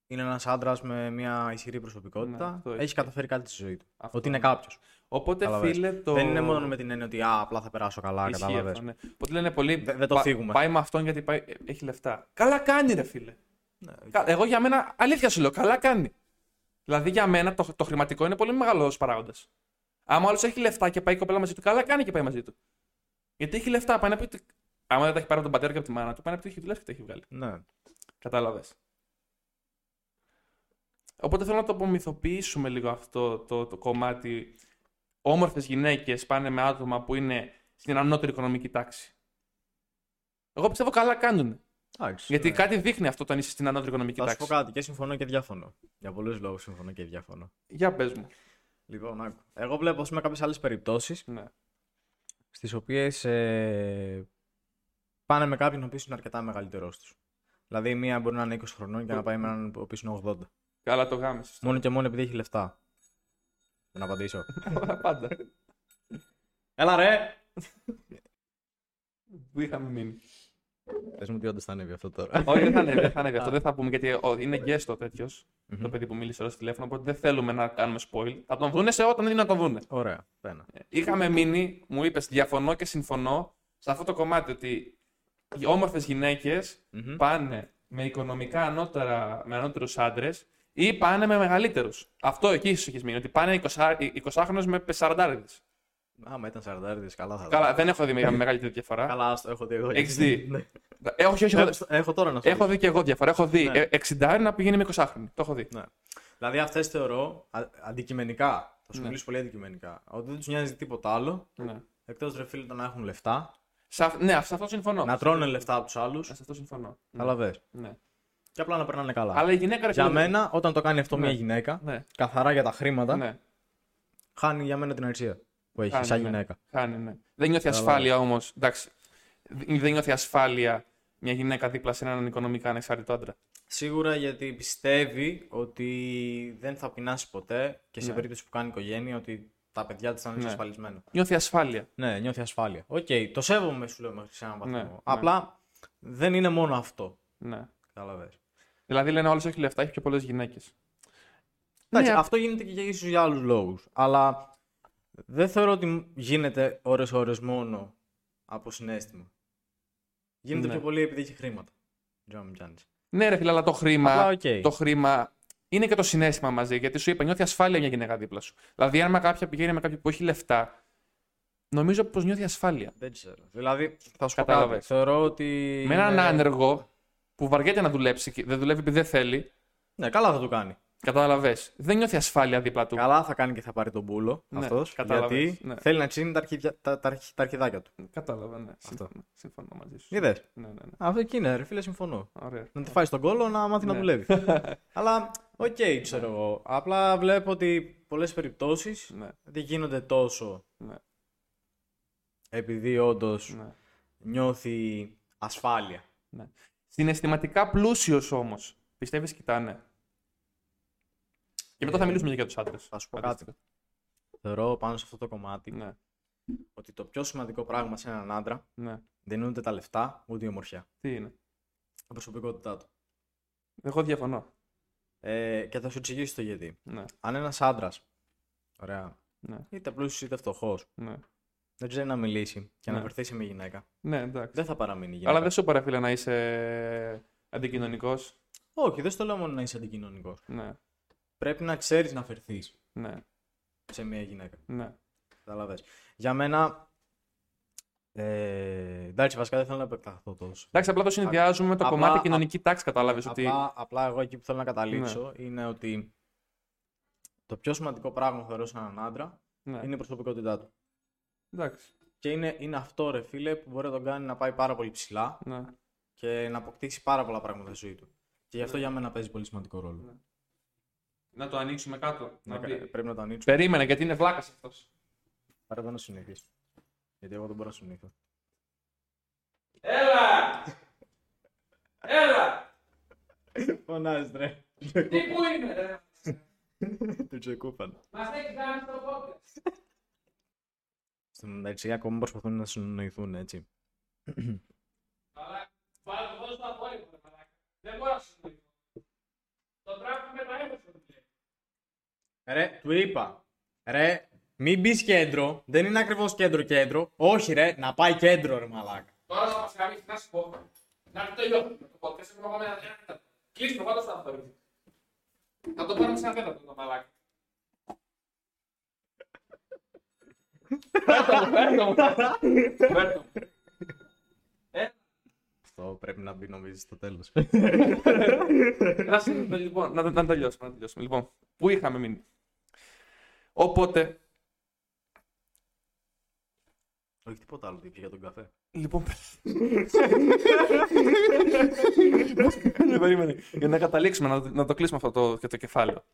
Speaker 2: είναι ένας άντρας με μια ισχυρή προσωπικότητα.
Speaker 1: Ναι, αυτό
Speaker 2: έχει
Speaker 1: ισχύει.
Speaker 2: καταφέρει κάτι στη ζωή του.
Speaker 1: Αυτό,
Speaker 2: ότι είναι
Speaker 1: ναι.
Speaker 2: κάποιος.
Speaker 1: Οπότε,
Speaker 2: Καταλαβες.
Speaker 1: φίλε, το.
Speaker 2: Δεν είναι μόνο με την έννοια ότι α, απλά θα περάσω καλά,
Speaker 1: Ισχύει
Speaker 2: κατάλαβε.
Speaker 1: αυτό, ναι. Οπότε λένε πολλοί.
Speaker 2: Δε- δεν το
Speaker 1: πα-
Speaker 2: φύγουμε.
Speaker 1: Πάει με αυτόν γιατί πάει... ε, έχει λεφτά. Καλά κάνει, ρε φίλε.
Speaker 2: Ναι.
Speaker 1: Κα- Εγώ για μένα, αλήθεια σου λέω, καλά κάνει. Δηλαδή για μένα το, το χρηματικό είναι πολύ μεγάλος παράγοντας. Άμα άλλος έχει λεφτά και πάει η κοπέλα μαζί του, καλά κάνει και πάει μαζί του. Γιατί έχει λεφτά, πάει να πει. ότι- Άμα δεν τα έχει πάρει από τον πατέρα και από τη μάνα του, πάει να πει ότι έχει δουλέψει και τα έχει βγάλει.
Speaker 2: Ναι.
Speaker 1: Κατάλαβες. Οπότε θέλω να το απομυθοποιήσουμε λίγο αυτό το, το κομμάτι. Όμορφες γυναίκες πάνε με άτομα που είναι στην ανώτερη οικονομική τάξη. Εγώ πιστεύω καλά κάνουν.
Speaker 2: Εντάξει,
Speaker 1: Γιατί
Speaker 2: ναι.
Speaker 1: κάτι δείχνει αυτό όταν είσαι στην ανώτερη οικονομική
Speaker 2: Θα σου
Speaker 1: τάξη.
Speaker 2: πω κάτι και συμφωνώ και διαφωνώ. Για πολλούς λόγους συμφωνώ και διαφωνώ.
Speaker 1: Για πες μου.
Speaker 2: Λοιπόν, άκου. Εγώ βλέπω ας πούμε κάποιες άλλες περιπτώσεις
Speaker 1: Ναι.
Speaker 2: στις οποίες ε, πάνε με κάποιον ο οποίος είναι αρκετά μεγαλύτερός τους. Δηλαδή, μία μπορεί να είναι 20 χρονών και να πάει με έναν ο οποίος είναι 80.
Speaker 1: Καλά το γάμισε.
Speaker 2: Μόνο και μόνο επειδή έχει λεφτά. Δεν απαντήσω.
Speaker 1: Πάντα.
Speaker 2: Έλα ρε!
Speaker 1: Πού είχαμε μείνει.
Speaker 2: Πες μου τι όντως θα ανέβει αυτό τώρα.
Speaker 1: Όχι, δεν θα ανέβει, δεν θα ανέβει αυτό. Δεν θα πούμε γιατί ο, είναι γκέστο τέτοιος. Το
Speaker 2: Μμμ.
Speaker 1: παιδί που μίλησε τώρα στο τηλέφωνο. Οπότε δεν θέλουμε να κάνουμε spoil. Θα τον δούνε σε όταν είναι να τον δούνε.
Speaker 2: Ωραία, πένα.
Speaker 1: Είχαμε μείνει, μου είπες, διαφωνώ και συμφωνώ σε αυτό το κομμάτι ότι οι όμορφες γυναίκες
Speaker 2: Μμμ.
Speaker 1: πάνε με οικονομικά ανώτερα, με ανώτερους άντρες ή πάνε με μεγαλύτερους. Αυτό εκεί ίσως έχεις μείνει, ότι πάνε 20 20χρονου με 40
Speaker 2: Άμα ήταν 40 καλά θα ήταν.
Speaker 1: Καλά, δεν έχω δει μεγάλη μεγαλύτερη διαφορά.
Speaker 2: Καλά, ας το έχω δει εγώ.
Speaker 1: Έχεις δει.
Speaker 2: Ναι.
Speaker 1: Ε, όχι, όχι, έχω,
Speaker 2: Έχω- Έχω τώρα να σου
Speaker 1: έχω
Speaker 2: πω.
Speaker 1: δει και εγώ διαφορά. Έχω δει
Speaker 2: Ναι.
Speaker 1: ε, 60 να πηγαίνει με 20χρονη. Το έχω δει.
Speaker 2: Ναι. Δηλαδή, αυτές θεωρώ α- αντικειμενικά. Θα σου
Speaker 1: Ναι.
Speaker 2: μιλήσω πολύ αντικειμενικά. Ότι δεν τους νοιάζει τίποτα άλλο.
Speaker 1: Ναι,
Speaker 2: Εκτός ρε φίλε το να έχουν λεφτά.
Speaker 1: σε, αυ- ναι σε αυτό συμφωνώ.
Speaker 2: να τρώνε λεφτά από τους άλλους.
Speaker 1: Σε αυτό συμφωνώ. Ναι,
Speaker 2: Καταλαβέ.
Speaker 1: ναι.
Speaker 2: Και απλά να περνάνε καλά.
Speaker 1: Αλλά η γυναίκα ρε
Speaker 2: για
Speaker 1: φίλε,
Speaker 2: μένα, όταν το κάνει αυτό
Speaker 1: Ναι.
Speaker 2: μια γυναίκα,
Speaker 1: Ναι,
Speaker 2: καθαρά για τα χρήματα,
Speaker 1: ναι.
Speaker 2: χάνει για μένα την αξία που έχει
Speaker 1: Χάνει,
Speaker 2: σαν
Speaker 1: ναι.
Speaker 2: γυναίκα.
Speaker 1: Χάνει, ναι. Δεν νιώθει
Speaker 2: Καταλάβα.
Speaker 1: ασφάλεια όμως. Εντάξει. Δεν νιώθει ασφάλεια μια γυναίκα δίπλα σε έναν οικονομικά ανεξάρτητο άντρα.
Speaker 2: Σίγουρα γιατί πιστεύει ότι δεν θα πεινάσει ποτέ και σε
Speaker 1: Ναι.
Speaker 2: περίπτωση που κάνει οικογένεια ότι τα παιδιά της θα είναι
Speaker 1: Ναι.
Speaker 2: εξασφαλισμένα.
Speaker 1: Νιώθει ασφάλεια.
Speaker 2: Ναι, νιώθει ασφάλεια. Οκ, το σέβομαι σου λέω μέχρι σε έναν βαθμό.
Speaker 1: Ναι, ναι.
Speaker 2: Απλά δεν είναι μόνο αυτό.
Speaker 1: Ναι.
Speaker 2: Καταλαβέ.
Speaker 1: Δηλαδή λένε όλος έχει λεφτά, έχει πιο πολλές γυναίκες.
Speaker 2: Εντάξει,
Speaker 1: Ναι,
Speaker 2: αυτό γίνεται και για ίσως για άλλους λόγους. Αλλά δεν θεωρώ ότι γίνεται ώρες-ώρες μόνο από συνέστημα. Γίνεται
Speaker 1: Ναι.
Speaker 2: πιο πολύ επειδή έχει χρήματα. Δεν μου πιάνεις.
Speaker 1: ναι, ρε φίλε, αλλά το χρήμα,
Speaker 2: Απλά οκ. Okay.
Speaker 1: το χρήμα είναι και το συνέστημα μαζί. Γιατί σου είπα, νιώθει ασφάλεια μια γυναίκα δίπλα σου. Δηλαδή, αν με κάποια πηγαίνει με κάποιον που έχει λεφτά, νομίζω πως νιώθει ασφάλεια.
Speaker 2: Δεν ξέρω. Δηλαδή, θα σου πω κάτι.
Speaker 1: Κατάλαβες.
Speaker 2: Θεωρώ ότι...
Speaker 1: Με έναν
Speaker 2: είναι-
Speaker 1: άνεργο που βαριέται να δουλέψει, και δεν δουλεύει επειδή δεν θέλει,
Speaker 2: Ναι, καλά θα του κάνει.
Speaker 1: κατάλαβες. Δεν νιώθει ασφάλεια δίπλα του.
Speaker 2: Καλά θα κάνει και θα πάρει τον πούλο
Speaker 1: Ναι,
Speaker 2: αυτός.
Speaker 1: κατάλαβες,
Speaker 2: Γιατί
Speaker 1: ναι.
Speaker 2: θέλει να ξύνει τα, αρχιδια- τα, τα, αρχι- τα αρχιδάκια του.
Speaker 1: Κατάλαβα, ναι.
Speaker 2: Αυτό.
Speaker 1: Συμφωνώ, συμφωνώ μαζί σου.
Speaker 2: Είδες.
Speaker 1: Ναι, ναι, ναι.
Speaker 2: Αυτό εκεί είναι, ρε φίλε, συμφωνώ.
Speaker 1: Ωραία.
Speaker 2: Να τη φάει τον κόλο να μάθει να
Speaker 1: Ναι.
Speaker 2: δουλεύει. Αλλά, οκ, ξέρω εγώ. Απλά βλέπω ότι πολλές περιπτώσεις
Speaker 1: Ναι,
Speaker 2: δεν γίνονται τόσο
Speaker 1: Ναι.
Speaker 2: επειδή όντως
Speaker 1: ναι.
Speaker 2: νιώθει ασφάλεια.
Speaker 1: Ναι. Συναισθηματικά πλούσιος όμως. Πιστεύεις κοιτάνε. Και μετά θα
Speaker 2: Ε,
Speaker 1: μιλήσουμε και για τους άντρες.
Speaker 2: Θα σου πω κάτι. Θεωρώ πάνω σε αυτό το κομμάτι
Speaker 1: Ναι,
Speaker 2: ότι το πιο σημαντικό πράγμα σε έναν άντρα
Speaker 1: ναι.
Speaker 2: δεν είναι ούτε τα λεφτά ούτε η ομορφιά.
Speaker 1: Τι είναι.
Speaker 2: Η προσωπικότητά του.
Speaker 1: Εγώ διαφωνώ.
Speaker 2: Ε, και θα σου εξηγήσω το γιατί.
Speaker 1: Ναι,
Speaker 2: Αν ένας άντρας, ωραία,
Speaker 1: ναι,
Speaker 2: είτε πλούσιο είτε φτωχός,
Speaker 1: ναι.
Speaker 2: δεν ξέρει να μιλήσει και
Speaker 1: Ναι.
Speaker 2: να βρεθεί σε μια γυναίκα,
Speaker 1: Ναι, εντάξει.
Speaker 2: δεν θα παραμείνει γυναίκα.
Speaker 1: Αλλά δεν σου παραφύλλα να είσαι αντικοινωνικός.
Speaker 2: Όχι, δεν στο λέω μόνο να είσαι αντικοινωνικός.
Speaker 1: Ναι,
Speaker 2: Πρέπει να ξέρεις να φερθείς
Speaker 1: ναι,
Speaker 2: σε μια γυναίκα.
Speaker 1: ναι.
Speaker 2: Καταλαβες. Για μένα. Ε, εντάξει, βασικά δεν θέλω να επεκταθώ τόσο.
Speaker 1: Εντάξει, απλά το συνδυάζουμε με το
Speaker 2: Απλά-
Speaker 1: κομμάτι
Speaker 2: α-
Speaker 1: κοινωνική τάξη, κατάλαβες ότι...
Speaker 2: Απλά, Ναι. απλά εγώ εκεί που θέλω να καταλήξω είναι ότι το πιο σημαντικό πράγμα που θεωρώ σε έναν άντρα
Speaker 1: Ναι,
Speaker 2: είναι η προσωπικότητά του.
Speaker 1: εντάξει.
Speaker 2: Και είναι, είναι αυτό ρε φίλε που μπορεί να τον κάνει να πάει πάρα πολύ ψηλά
Speaker 1: Ναι.
Speaker 2: και να αποκτήσει πάρα πολλά πράγματα στη ζωή του. Και γι' αυτό για μένα παίζει πολύ σημαντικό ρόλο.
Speaker 1: Να το ανοίξουμε κάτω.
Speaker 2: Να- πρέπει να το ανοίξουμε.
Speaker 1: Περίμενε, γιατί είναι βλάκας αυτός.
Speaker 2: Πρέπει να συνεχίσει. Γιατί εγώ δεν μπορώ να συνεχίσω.
Speaker 1: Έλα! Έλα!
Speaker 2: Φωνάζεις ρε.
Speaker 1: Τι που είναι, ρε!
Speaker 2: Του τσεκούφαν.
Speaker 1: Μας έχεις κάνει στο πότε.
Speaker 2: Στην μεταξύ ακόμα προσπαθούν να συνοηθούν έτσι.
Speaker 1: Καλά. Πάρα το δώσω απόλυτο, ρε μαλάκα. Δεν μπορώ να σου το πω. Το τράβηξε με τα έπεσε.
Speaker 2: Ρε, του είπα. Ρε, μην μπεις κέντρο. Δεν είναι ακριβώς κέντρο-κέντρο. Όχι, ρε, να πάει κέντρο, ρε μαλάκα.
Speaker 1: Τώρα θα μας κάνει να σου πω. Να μην τελειώσουμε το podcast, έχουμε ακόμα ένα τέταρτο. Κλείσουμε πάντα στο αυτό. Θα το πάρουμε σε ένα τέταρτο το μαλάκα. Φέρτο μου, φέρτο μου. Φέρτο μου.
Speaker 2: Αυτό πρέπει να μπει νομίζω στο τέλος.
Speaker 1: να, συ- να- λοιπόν, να, να τελειώσουμε, να τελειώσουμε. Λοιπόν, πού είχαμε μείνει. Οπότε,
Speaker 2: Όχι τίποτα άλλο, είπε για τον καφέ.
Speaker 1: λοιπόν, Ναι, περίμενε, για να καταλήξουμε, να, το- να το κλείσουμε αυτό το, και το κεφάλαιο.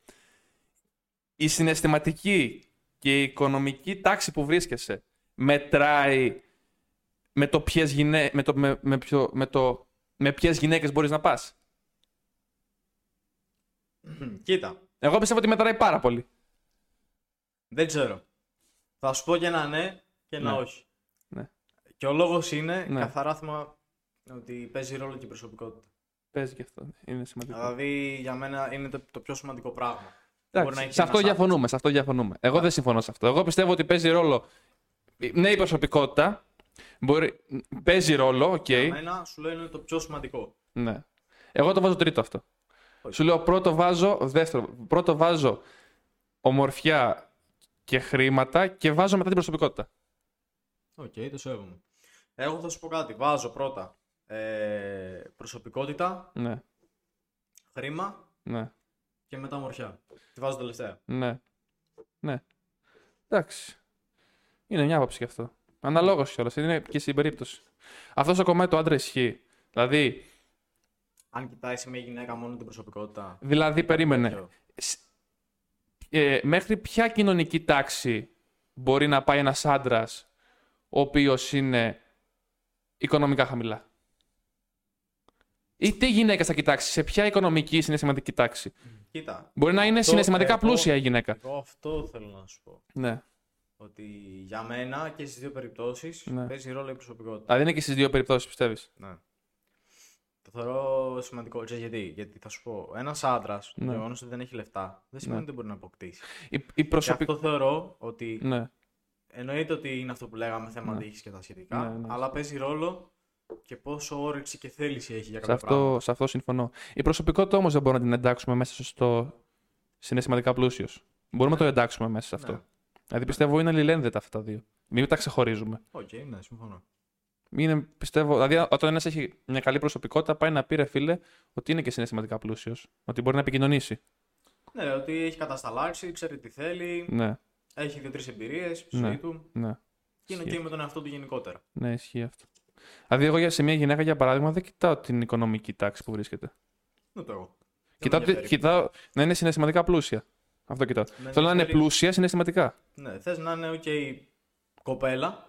Speaker 1: Η συναισθηματική και η οικονομική τάξη που βρίσκεσαι μετράει με το ποιες, γυναί... με το, με, με ποιο, με το, με ποιες γυναίκες μπορείς να πας.
Speaker 2: Κοίτα,
Speaker 1: Εγώ πιστεύω ότι μετράει πάρα πολύ.
Speaker 2: δεν ξέρω. Θα σου πω και ένα ναι και ένα
Speaker 1: Ναι.
Speaker 2: όχι.
Speaker 1: Ναι.
Speaker 2: Και ο λόγος είναι
Speaker 1: Ναι.
Speaker 2: καθαρά θέμα ότι παίζει ρόλο και η προσωπικότητα.
Speaker 1: Παίζει και αυτό. Είναι σημαντικό.
Speaker 2: Δηλαδή για μένα είναι το, το πιο σημαντικό πράγμα. Μπορεί να
Speaker 1: Εντάξει,
Speaker 2: έχει
Speaker 1: σε αυτό
Speaker 2: ένας
Speaker 1: διαφωνούμε, σε αυτό διαφωνούμε. Εγώ δεν συμφωνώ σε αυτό. Εγώ πιστεύω ότι παίζει ρόλο. Ναι, η προσωπικότητα μπορεί... παίζει ρόλο, οκ.
Speaker 2: Για μένα σου λέω είναι το πιο σημαντικό.
Speaker 1: Ναι. Εγώ το βάζω τρίτο αυτό.
Speaker 2: Όχι.
Speaker 1: Σου λέω πρώτο βάζω, δεύτερο. Πρώτο βάζω ομορφιά και χρήματα και βάζω μετά την προσωπικότητα.
Speaker 2: Οκ, το σέβομαι. Εγώ θα σου πω κάτι. Βάζω πρώτα ε, προσωπικότητα,
Speaker 1: Ναι,
Speaker 2: χρήμα
Speaker 1: ναι,
Speaker 2: και μετά ομορφιά. Τη βάζω τελευταία.
Speaker 1: ναι. Ναι. Εντάξει. Είναι μια άποψη κι αυτό. Αναλόγως κιόλας. Είναι και στην περίπτωση. Αυτός στο κομμάτι του άντρα ισχύει. Δηλαδή,
Speaker 2: Αν κοιτάει σε μια γυναίκα μόνο την προσωπικότητα.
Speaker 1: Δηλαδή, περίμενε.
Speaker 2: τέτοιο.
Speaker 1: Σ- Ε, μέχρι ποια κοινωνική τάξη μπορεί να πάει ένας άντρας ο οποίος είναι οικονομικά χαμηλά. Ή τι γυναίκα θα κοιτάξει, σε ποια οικονομική συναισθηματική τάξη.
Speaker 2: Κοίτα.
Speaker 1: Μπορεί να είναι
Speaker 2: Αυτό
Speaker 1: συναισθηματικά
Speaker 2: εγώ-
Speaker 1: πλούσια η γυναίκα.
Speaker 2: Εγώ αυτό θέλω να σου πω.
Speaker 1: Ναι.
Speaker 2: Ότι για μένα και στις δύο περιπτώσεις
Speaker 1: Ναι.
Speaker 2: παίζει ρόλο η προσωπικότητα.
Speaker 1: Δηλαδή είναι και στις δύο περιπτώσεις, πιστεύεις.
Speaker 2: Ναι. Το θεωρώ σημαντικό. Ξέρεις γιατί. Γιατί θα σου πω, ένας άντρας,
Speaker 1: Ναι.
Speaker 2: ναι. γεγονός ότι δεν έχει λεφτά, δεν σημαίνει ότι δεν μπορεί να αποκτήσει.
Speaker 1: Η, η προσωπικ-
Speaker 2: Και αυτό θεωρώ ότι
Speaker 1: Ναι,
Speaker 2: Εννοείται ότι είναι αυτό που λέγαμε θέμα
Speaker 1: Ναι.
Speaker 2: ναι. τύχη και τα σχετικά,
Speaker 1: Ναι, ναι.
Speaker 2: αλλά παίζει ρόλο και πόσο όρεξη και θέληση έχει για
Speaker 1: σε
Speaker 2: κάποια πράγματα.
Speaker 1: αυτό, σε αυτό συμφωνώ. Η προσωπικότητα όμως δεν μπορούμε να την εντάξουμε μέσα στο συναισθηματικά πλούσιος. Μπορούμε να το εντάξουμε μέσα σε αυτό.
Speaker 2: Ναι.
Speaker 1: Δηλαδή πιστεύω είναι αλληλένδετα αυτά τα δύο. Μην τα ξεχωρίζουμε.
Speaker 2: Οκ, ναι, συμφωνώ.
Speaker 1: Είναι, πιστεύω, δηλαδή, όταν ένας έχει μια καλή προσωπικότητα, πάει να πει ρε φίλε ότι είναι και συναισθηματικά πλούσιος. Ότι μπορεί να επικοινωνήσει.
Speaker 2: Ναι, ρε, ότι έχει κατασταλάξει, ξέρει τι θέλει,
Speaker 1: Ναι,
Speaker 2: έχει δύο-τρει εμπειρίες στη
Speaker 1: Ναι.
Speaker 2: ζωή του
Speaker 1: ναι.
Speaker 2: και είναι
Speaker 1: Ισχύει.
Speaker 2: και με τον εαυτό του γενικότερα.
Speaker 1: Ναι, ισχύει αυτό. Δηλαδή, εγώ για- σε μια γυναίκα, για παράδειγμα, δεν κοιτάω την οικονομική τάξη που βρίσκεται.
Speaker 2: Ναι, το εγώ. Δεν
Speaker 1: Κοιτάω,
Speaker 2: με
Speaker 1: τι-
Speaker 2: ενδιαφέρει.
Speaker 1: κοιτάω να είναι συναισθηματικά πλούσια. Αυτό κοιτάω.
Speaker 2: Με
Speaker 1: Θέλω να είναι
Speaker 2: ενδιαφέρει-
Speaker 1: πλούσια συναισθηματικά.
Speaker 2: Ναι, θες να είναι, οκ, κοπέλα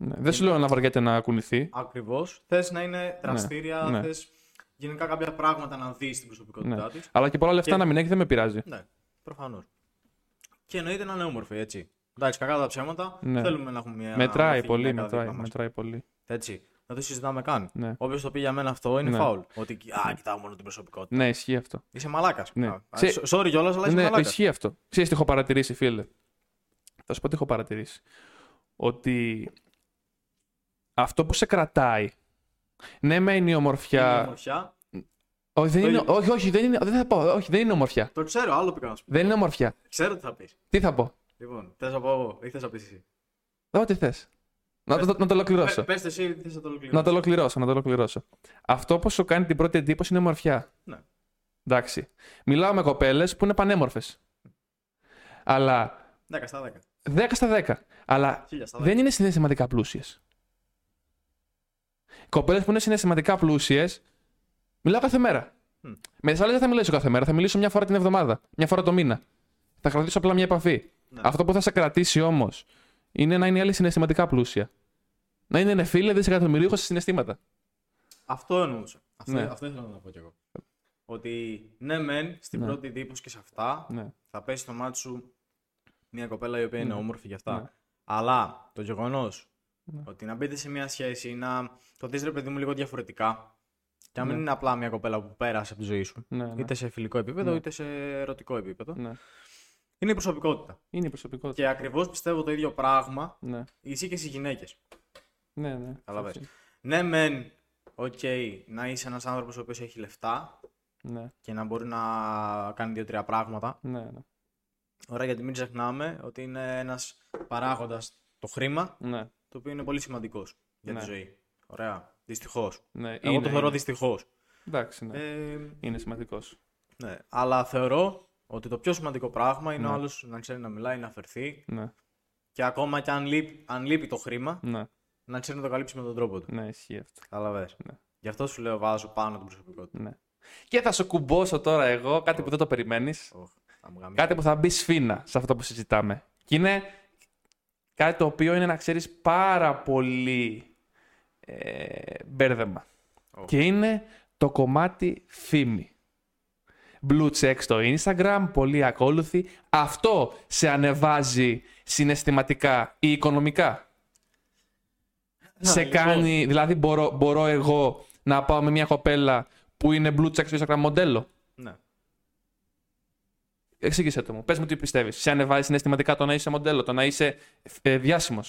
Speaker 1: Ναι. Δεν σου λέω να βαριέται να κουνηθεί.
Speaker 2: Ακριβώς. Θες να είναι δραστήρια,
Speaker 1: ναι.
Speaker 2: θες γενικά κάποια πράγματα να δεις στην προσωπικότητά
Speaker 1: Ναι.
Speaker 2: τη.
Speaker 1: Αλλά και πολλά λεφτά
Speaker 2: Και-
Speaker 1: να μην έχει δεν με πειράζει.
Speaker 2: Ναι, προφανώς. Και εννοείται να είναι όμορφη, έτσι. Εντάξει, κακά τα ψέματα.
Speaker 1: Ναι.
Speaker 2: Θέλουμε να έχουμε μια.
Speaker 1: μετράει
Speaker 2: όμορφη
Speaker 1: πολύ,
Speaker 2: γυναίκα
Speaker 1: μετράει,
Speaker 2: δίπλα μας.
Speaker 1: μετράει πολύ.
Speaker 2: Έτσι. Δεν το συζητάμε καν.
Speaker 1: Ναι.
Speaker 2: Όποιος το πει για μένα αυτό είναι
Speaker 1: Ναι.
Speaker 2: φάουλ. Ότι α, κοιτάω μόνο την προσωπικότητα.
Speaker 1: Ναι, ισχύει αυτό.
Speaker 2: Είσαι μαλάκας.
Speaker 1: Ναι.
Speaker 2: Σε...
Speaker 1: Σε-
Speaker 2: Sorry κιόλας, αλλά είσαι
Speaker 1: ναι,
Speaker 2: μαλάκας.
Speaker 1: ισχύει αυτό. Ξέρεις τι έχω παρατηρήσει, φίλε. Θα σου πω τι έχω παρατηρήσει. Ότι αυτό που σε κρατάει. Ναι, με είναι η
Speaker 2: Είναι
Speaker 1: ομορφιά.
Speaker 2: ομορφιά.
Speaker 1: Όχι, δεν
Speaker 2: Το
Speaker 1: είναι,
Speaker 2: ίδιο.
Speaker 1: όχι, όχι, δεν είναι, δεν θα πω. Όχι, δεν είναι ομορφιά.
Speaker 2: Το ξέρω, άλλο πήγα να σου πω.
Speaker 1: Δεν είναι ομορφιά.
Speaker 2: Ξέρω τι θα πεις.
Speaker 1: Τι θα πω.
Speaker 2: Λοιπόν, θες να πω εγώ ή θες να πεις εσύ.
Speaker 1: Ό,τι θες. Να, το- να το ολοκληρώσω.
Speaker 2: Πες εσύ ή θες να το ολοκληρώσει.
Speaker 1: Να το ολοκληρώσω, να το ολοκληρώσω. Αυτό που σου κάνει την πρώτη εντύπωση είναι ομορφιά.
Speaker 2: Ναι.
Speaker 1: Εντάξει. Μιλάω με κοπέλες που είναι πανέμορφες. Αλλά
Speaker 2: 10 στα 10.
Speaker 1: 10 στα 10. Αλλά
Speaker 2: 1000 στα 10.
Speaker 1: δεν είναι συναισθηματικά πλούσιες. Κοπέλες που είναι συναισθηματικά πλούσιες, μιλάω κάθε μέρα.
Speaker 2: Μμ.
Speaker 1: Με τις άλλες δεν θα μιλήσω κάθε μέρα, θα μιλήσω μια φορά την εβδομάδα, μια φορά το μήνα. Θα κρατήσω απλά μια επαφή.
Speaker 2: Ναι.
Speaker 1: Αυτό που θα σε κρατήσει όμως είναι να είναι η άλλη συναισθηματικά πλούσια. Να είναι νεφίλε δισεκατομμυρίουχο σε συναισθήματα.
Speaker 2: Αυτό εννοούσα. Αυτό,
Speaker 1: Ναι.
Speaker 2: αυτό ήθελα να πω κι εγώ. Ότι ναι, μεν στην
Speaker 1: Ναι.
Speaker 2: πρώτη εντύπωση και σε αυτά
Speaker 1: Ναι.
Speaker 2: θα πέσει στο μάτι σου μια κοπέλα η οποία είναι
Speaker 1: Ναι.
Speaker 2: όμορφη γι' αυτά.
Speaker 1: Ναι.
Speaker 2: Αλλά το γεγονός
Speaker 1: Ναι.
Speaker 2: ότι να μπείτε σε μια σχέση, να το δεις ρε παιδί μου λίγο διαφορετικά. Και να μην
Speaker 1: Ναι.
Speaker 2: είναι απλά μια κοπέλα που πέρασε από τη ζωή σου.
Speaker 1: Ναι, ναι.
Speaker 2: Είτε σε φιλικό επίπεδο,
Speaker 1: Ναι.
Speaker 2: είτε σε ερωτικό επίπεδο.
Speaker 1: ναι.
Speaker 2: Είναι η προσωπικότητα.
Speaker 1: Είναι η προσωπικότητα.
Speaker 2: Και ακριβώς πιστεύω το ίδιο πράγμα
Speaker 1: Ναι,
Speaker 2: ισχύει και στις γυναίκες.
Speaker 1: ναι. ναι.
Speaker 2: Καταλαβες.
Speaker 1: Έτσι.
Speaker 2: Ναι, μεν, οκ, να είσαι ένας άνθρωπος ο οποίος έχει λεφτά
Speaker 1: Ναι,
Speaker 2: και να μπορεί να κάνει δύο-τρία πράγματα.
Speaker 1: ναι, ναι.
Speaker 2: Ωραία, γιατί μην ξεχνάμε ότι είναι ένας παράγοντας το χρήμα,
Speaker 1: ναι,
Speaker 2: το οποίο είναι πολύ σημαντικός για
Speaker 1: Ναι.
Speaker 2: τη ζωή. Ωραία. Δυστυχώς.
Speaker 1: ναι.
Speaker 2: Εγώ
Speaker 1: είναι,
Speaker 2: το θεωρώ
Speaker 1: είναι.
Speaker 2: δυστυχώς.
Speaker 1: Εντάξει, ναι.
Speaker 2: Ε,
Speaker 1: Είναι σημαντικός.
Speaker 2: ναι. Αλλά θεωρώ ότι το πιο σημαντικό πράγμα είναι
Speaker 1: Ναι.
Speaker 2: ο άλλος να ξέρει να μιλάει, να αφαιρθεί
Speaker 1: Ναι,
Speaker 2: και ακόμα και αν λείπει, αν λείπει το χρήμα,
Speaker 1: ναι,
Speaker 2: να ξέρει να το καλύψει με τον τρόπο του.
Speaker 1: ναι, ισχύει αυτό.
Speaker 2: Καταλαβες.
Speaker 1: Ναι.
Speaker 2: Γι' αυτό σου λέω βάζω πάνω την προσωπικότητα.
Speaker 1: Ναι. Και θα σου κουμπώσω τώρα εγώ κάτι που δεν το περιμένεις.
Speaker 2: Ωχ, θα μου γαμίσει.
Speaker 1: Κάτι που θα μπει σφίνα σε αυτό που συζητάμε. Και είναι κάτι το οποίο είναι να ξέρεις πάρα πολύ ε, μπέρδεμα.
Speaker 2: Ω.
Speaker 1: Και είναι το κομμάτι φήμη. Blue check στο Instagram, πολύ ακόλουθη. Αυτό σε ανεβάζει συναισθηματικά ή οικονομικά.
Speaker 2: Να,
Speaker 1: σε
Speaker 2: λοιπόν.
Speaker 1: κάνει, δηλαδή μπορώ, μπορώ εγώ να πάω με μια κοπέλα που είναι blue check στο Instagram μοντέλο.
Speaker 2: Ναι.
Speaker 1: Εξήγησέ το μου. Πες μου τι πιστεύεις. Σε ανεβάζει συναισθηματικά το να είσαι μοντέλο, το να είσαι ε, διάσημος.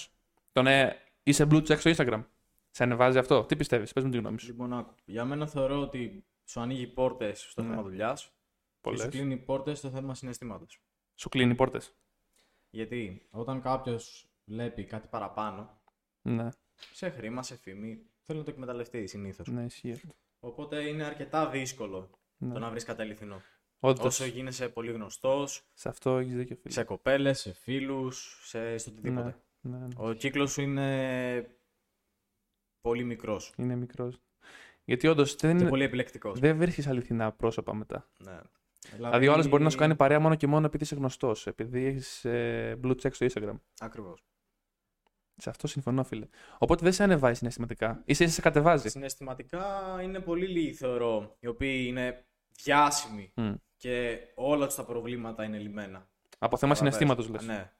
Speaker 1: Το να είσαι blue check στο Instagram. Σε ανεβάζει αυτό. Τι πιστεύεις, πες μου τη γνώμη σου.
Speaker 2: Λοιπόν, άκου. Για μένα θεωρώ ότι σου ανοίγει πόρτες στο
Speaker 1: Ναι.
Speaker 2: θέμα δουλειάς και
Speaker 1: Πολλές.
Speaker 2: σου κλείνει πόρτες στο θέμα συναισθήματος.
Speaker 1: Σου κλείνει πόρτες.
Speaker 2: Γιατί όταν κάποιος βλέπει κάτι παραπάνω,
Speaker 1: Ναι,
Speaker 2: σε χρήμα, σε φήμη, θέλει να το εκμεταλλευτεί συνήθως.
Speaker 1: ναι, ισχύει αυτό.
Speaker 2: Οπότε είναι αρκετά δύσκολο
Speaker 1: Ναι.
Speaker 2: το να βρεις κάτι αληθινό.
Speaker 1: Όντως,
Speaker 2: Όσο γίνεσαι πολύ γνωστός,
Speaker 1: σε αυτό έχεις δίκιο, φίλε.
Speaker 2: σε κοπέλες, σε φίλους, σε... σε οτιδήποτε.
Speaker 1: Ναι, ναι, ναι.
Speaker 2: Ο κύκλος σου είναι πολύ μικρός
Speaker 1: Είναι μικρός. Γιατί όντως
Speaker 2: και
Speaker 1: δεν,
Speaker 2: πολύ επιλεκτικός.
Speaker 1: δεν βρίσκεις αληθινά πρόσωπα μετά.
Speaker 2: Ναι.
Speaker 1: Ναι. Δηλαδή, ο άλλος μπορεί να σου κάνει παρέα μόνο και μόνο επειδή είσαι γνωστός, επειδή έχεις blue check στο Instagram.
Speaker 2: Ακριβώς.
Speaker 1: Σε αυτό συμφωνώ, φίλε. Οπότε δεν σε ανεβάζει συναισθηματικά. Είσαι, σε κατεβάζει.
Speaker 2: Συναισθηματικά είναι πολύ λίγοι, θεωρώ, οι οποίοι είναι διάσημοι
Speaker 1: Μμ.
Speaker 2: και όλα τους τα προβλήματα είναι λιμένα.
Speaker 1: Από θέμα συναισθήματος, λες.
Speaker 2: λες. Ναι.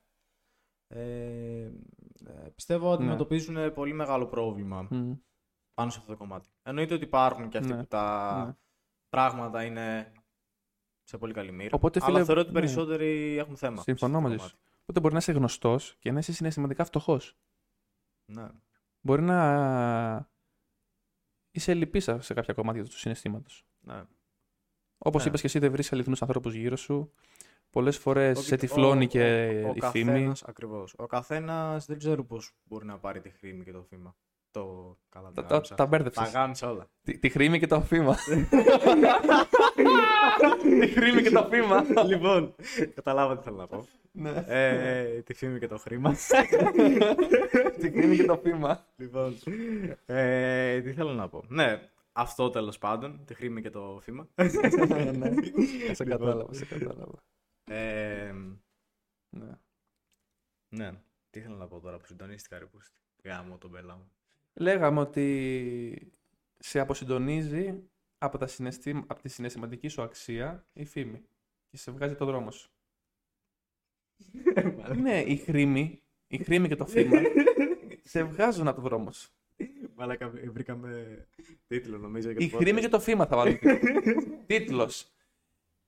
Speaker 2: Ε, ε, πιστεύω ότι
Speaker 1: Ναι.
Speaker 2: αντιμετωπίζουν πολύ μεγάλο πρόβλημα
Speaker 1: Μμ.
Speaker 2: πάνω σε αυτό το κομμάτι. Εννοείται ότι υπάρχουν και αυτοί
Speaker 1: Ναι.
Speaker 2: που τα
Speaker 1: Ναι.
Speaker 2: πράγματα είναι σε πολύ καλή μοίρα.
Speaker 1: Οπότε, φίλε,
Speaker 2: Αλλά θεωρώ ότι
Speaker 1: ναι.
Speaker 2: περισσότεροι έχουν θέμα. σε
Speaker 1: Συμφωνώ
Speaker 2: αυτό το
Speaker 1: μαζί σου.
Speaker 2: κομμάτι.
Speaker 1: Οπότε μπορεί να είσαι γνωστός και να είσαι συναισθηματικά φτωχός.
Speaker 2: Ναι.
Speaker 1: Μπορεί να είσαι λυπής σε κάποια κομμάτια του συναισθήματος.
Speaker 2: ναι.
Speaker 1: Όπως είπες
Speaker 2: Ναι.
Speaker 1: είπες και εσύ, δεν βρεις αληθινούς ανθρώπους γύρω σου. Πολλές φορές
Speaker 2: Ο-
Speaker 1: σε
Speaker 2: ο-
Speaker 1: τυφλώνει
Speaker 2: ο-
Speaker 1: και
Speaker 2: ο, ο
Speaker 1: η φήμη.
Speaker 2: καθένας, Ακριβώς. Ο καθένας δεν ξέρω πώς μπορεί να πάρει τη χρήμη και το φήμα. Το καλά
Speaker 1: Τα, τα,
Speaker 2: γάμισα.
Speaker 1: τα
Speaker 2: Τα
Speaker 1: μπέρδεψε.
Speaker 2: γάμισα όλα.
Speaker 1: Τη, τη χρήμη και το φήμα. τη χρήμη και το φήμα.
Speaker 2: λοιπόν, καταλάβατε τι θέλω να πω.
Speaker 1: ναι.
Speaker 2: Ε, τη φήμη και το χρήμα.
Speaker 1: Τη χρήμη και το φήμα.
Speaker 2: λοιπόν, ε, τι θέλω να πω. Ναι, αυτό τέλος πάντων, τη χρήμη και το φήμα.
Speaker 1: Ναι, ναι. σε
Speaker 2: Λοιπόν,
Speaker 1: κατάλαβα, σε κατάλαβα.
Speaker 2: ε,
Speaker 1: Ναι.
Speaker 2: ναι, τι θέλω να πω τώρα που συντονίστηκα ρε πούστη. Γάμο τον μπέλα μου.
Speaker 1: Λέγαμε ότι σε αποσυντονίζει από, τα συναισθή- από τη συναισθηματική σου αξία η φήμη και σε βγάζει από το δρόμο σου. ναι, η χρήμη, η χρήμη και το φήμα σε βγάζουν από το δρόμο σου.
Speaker 2: Μαλάκα, βρήκαμε τίτλο νομίζω.
Speaker 1: Η χρήμη και το φήμα θα βάλω. Τίτλος.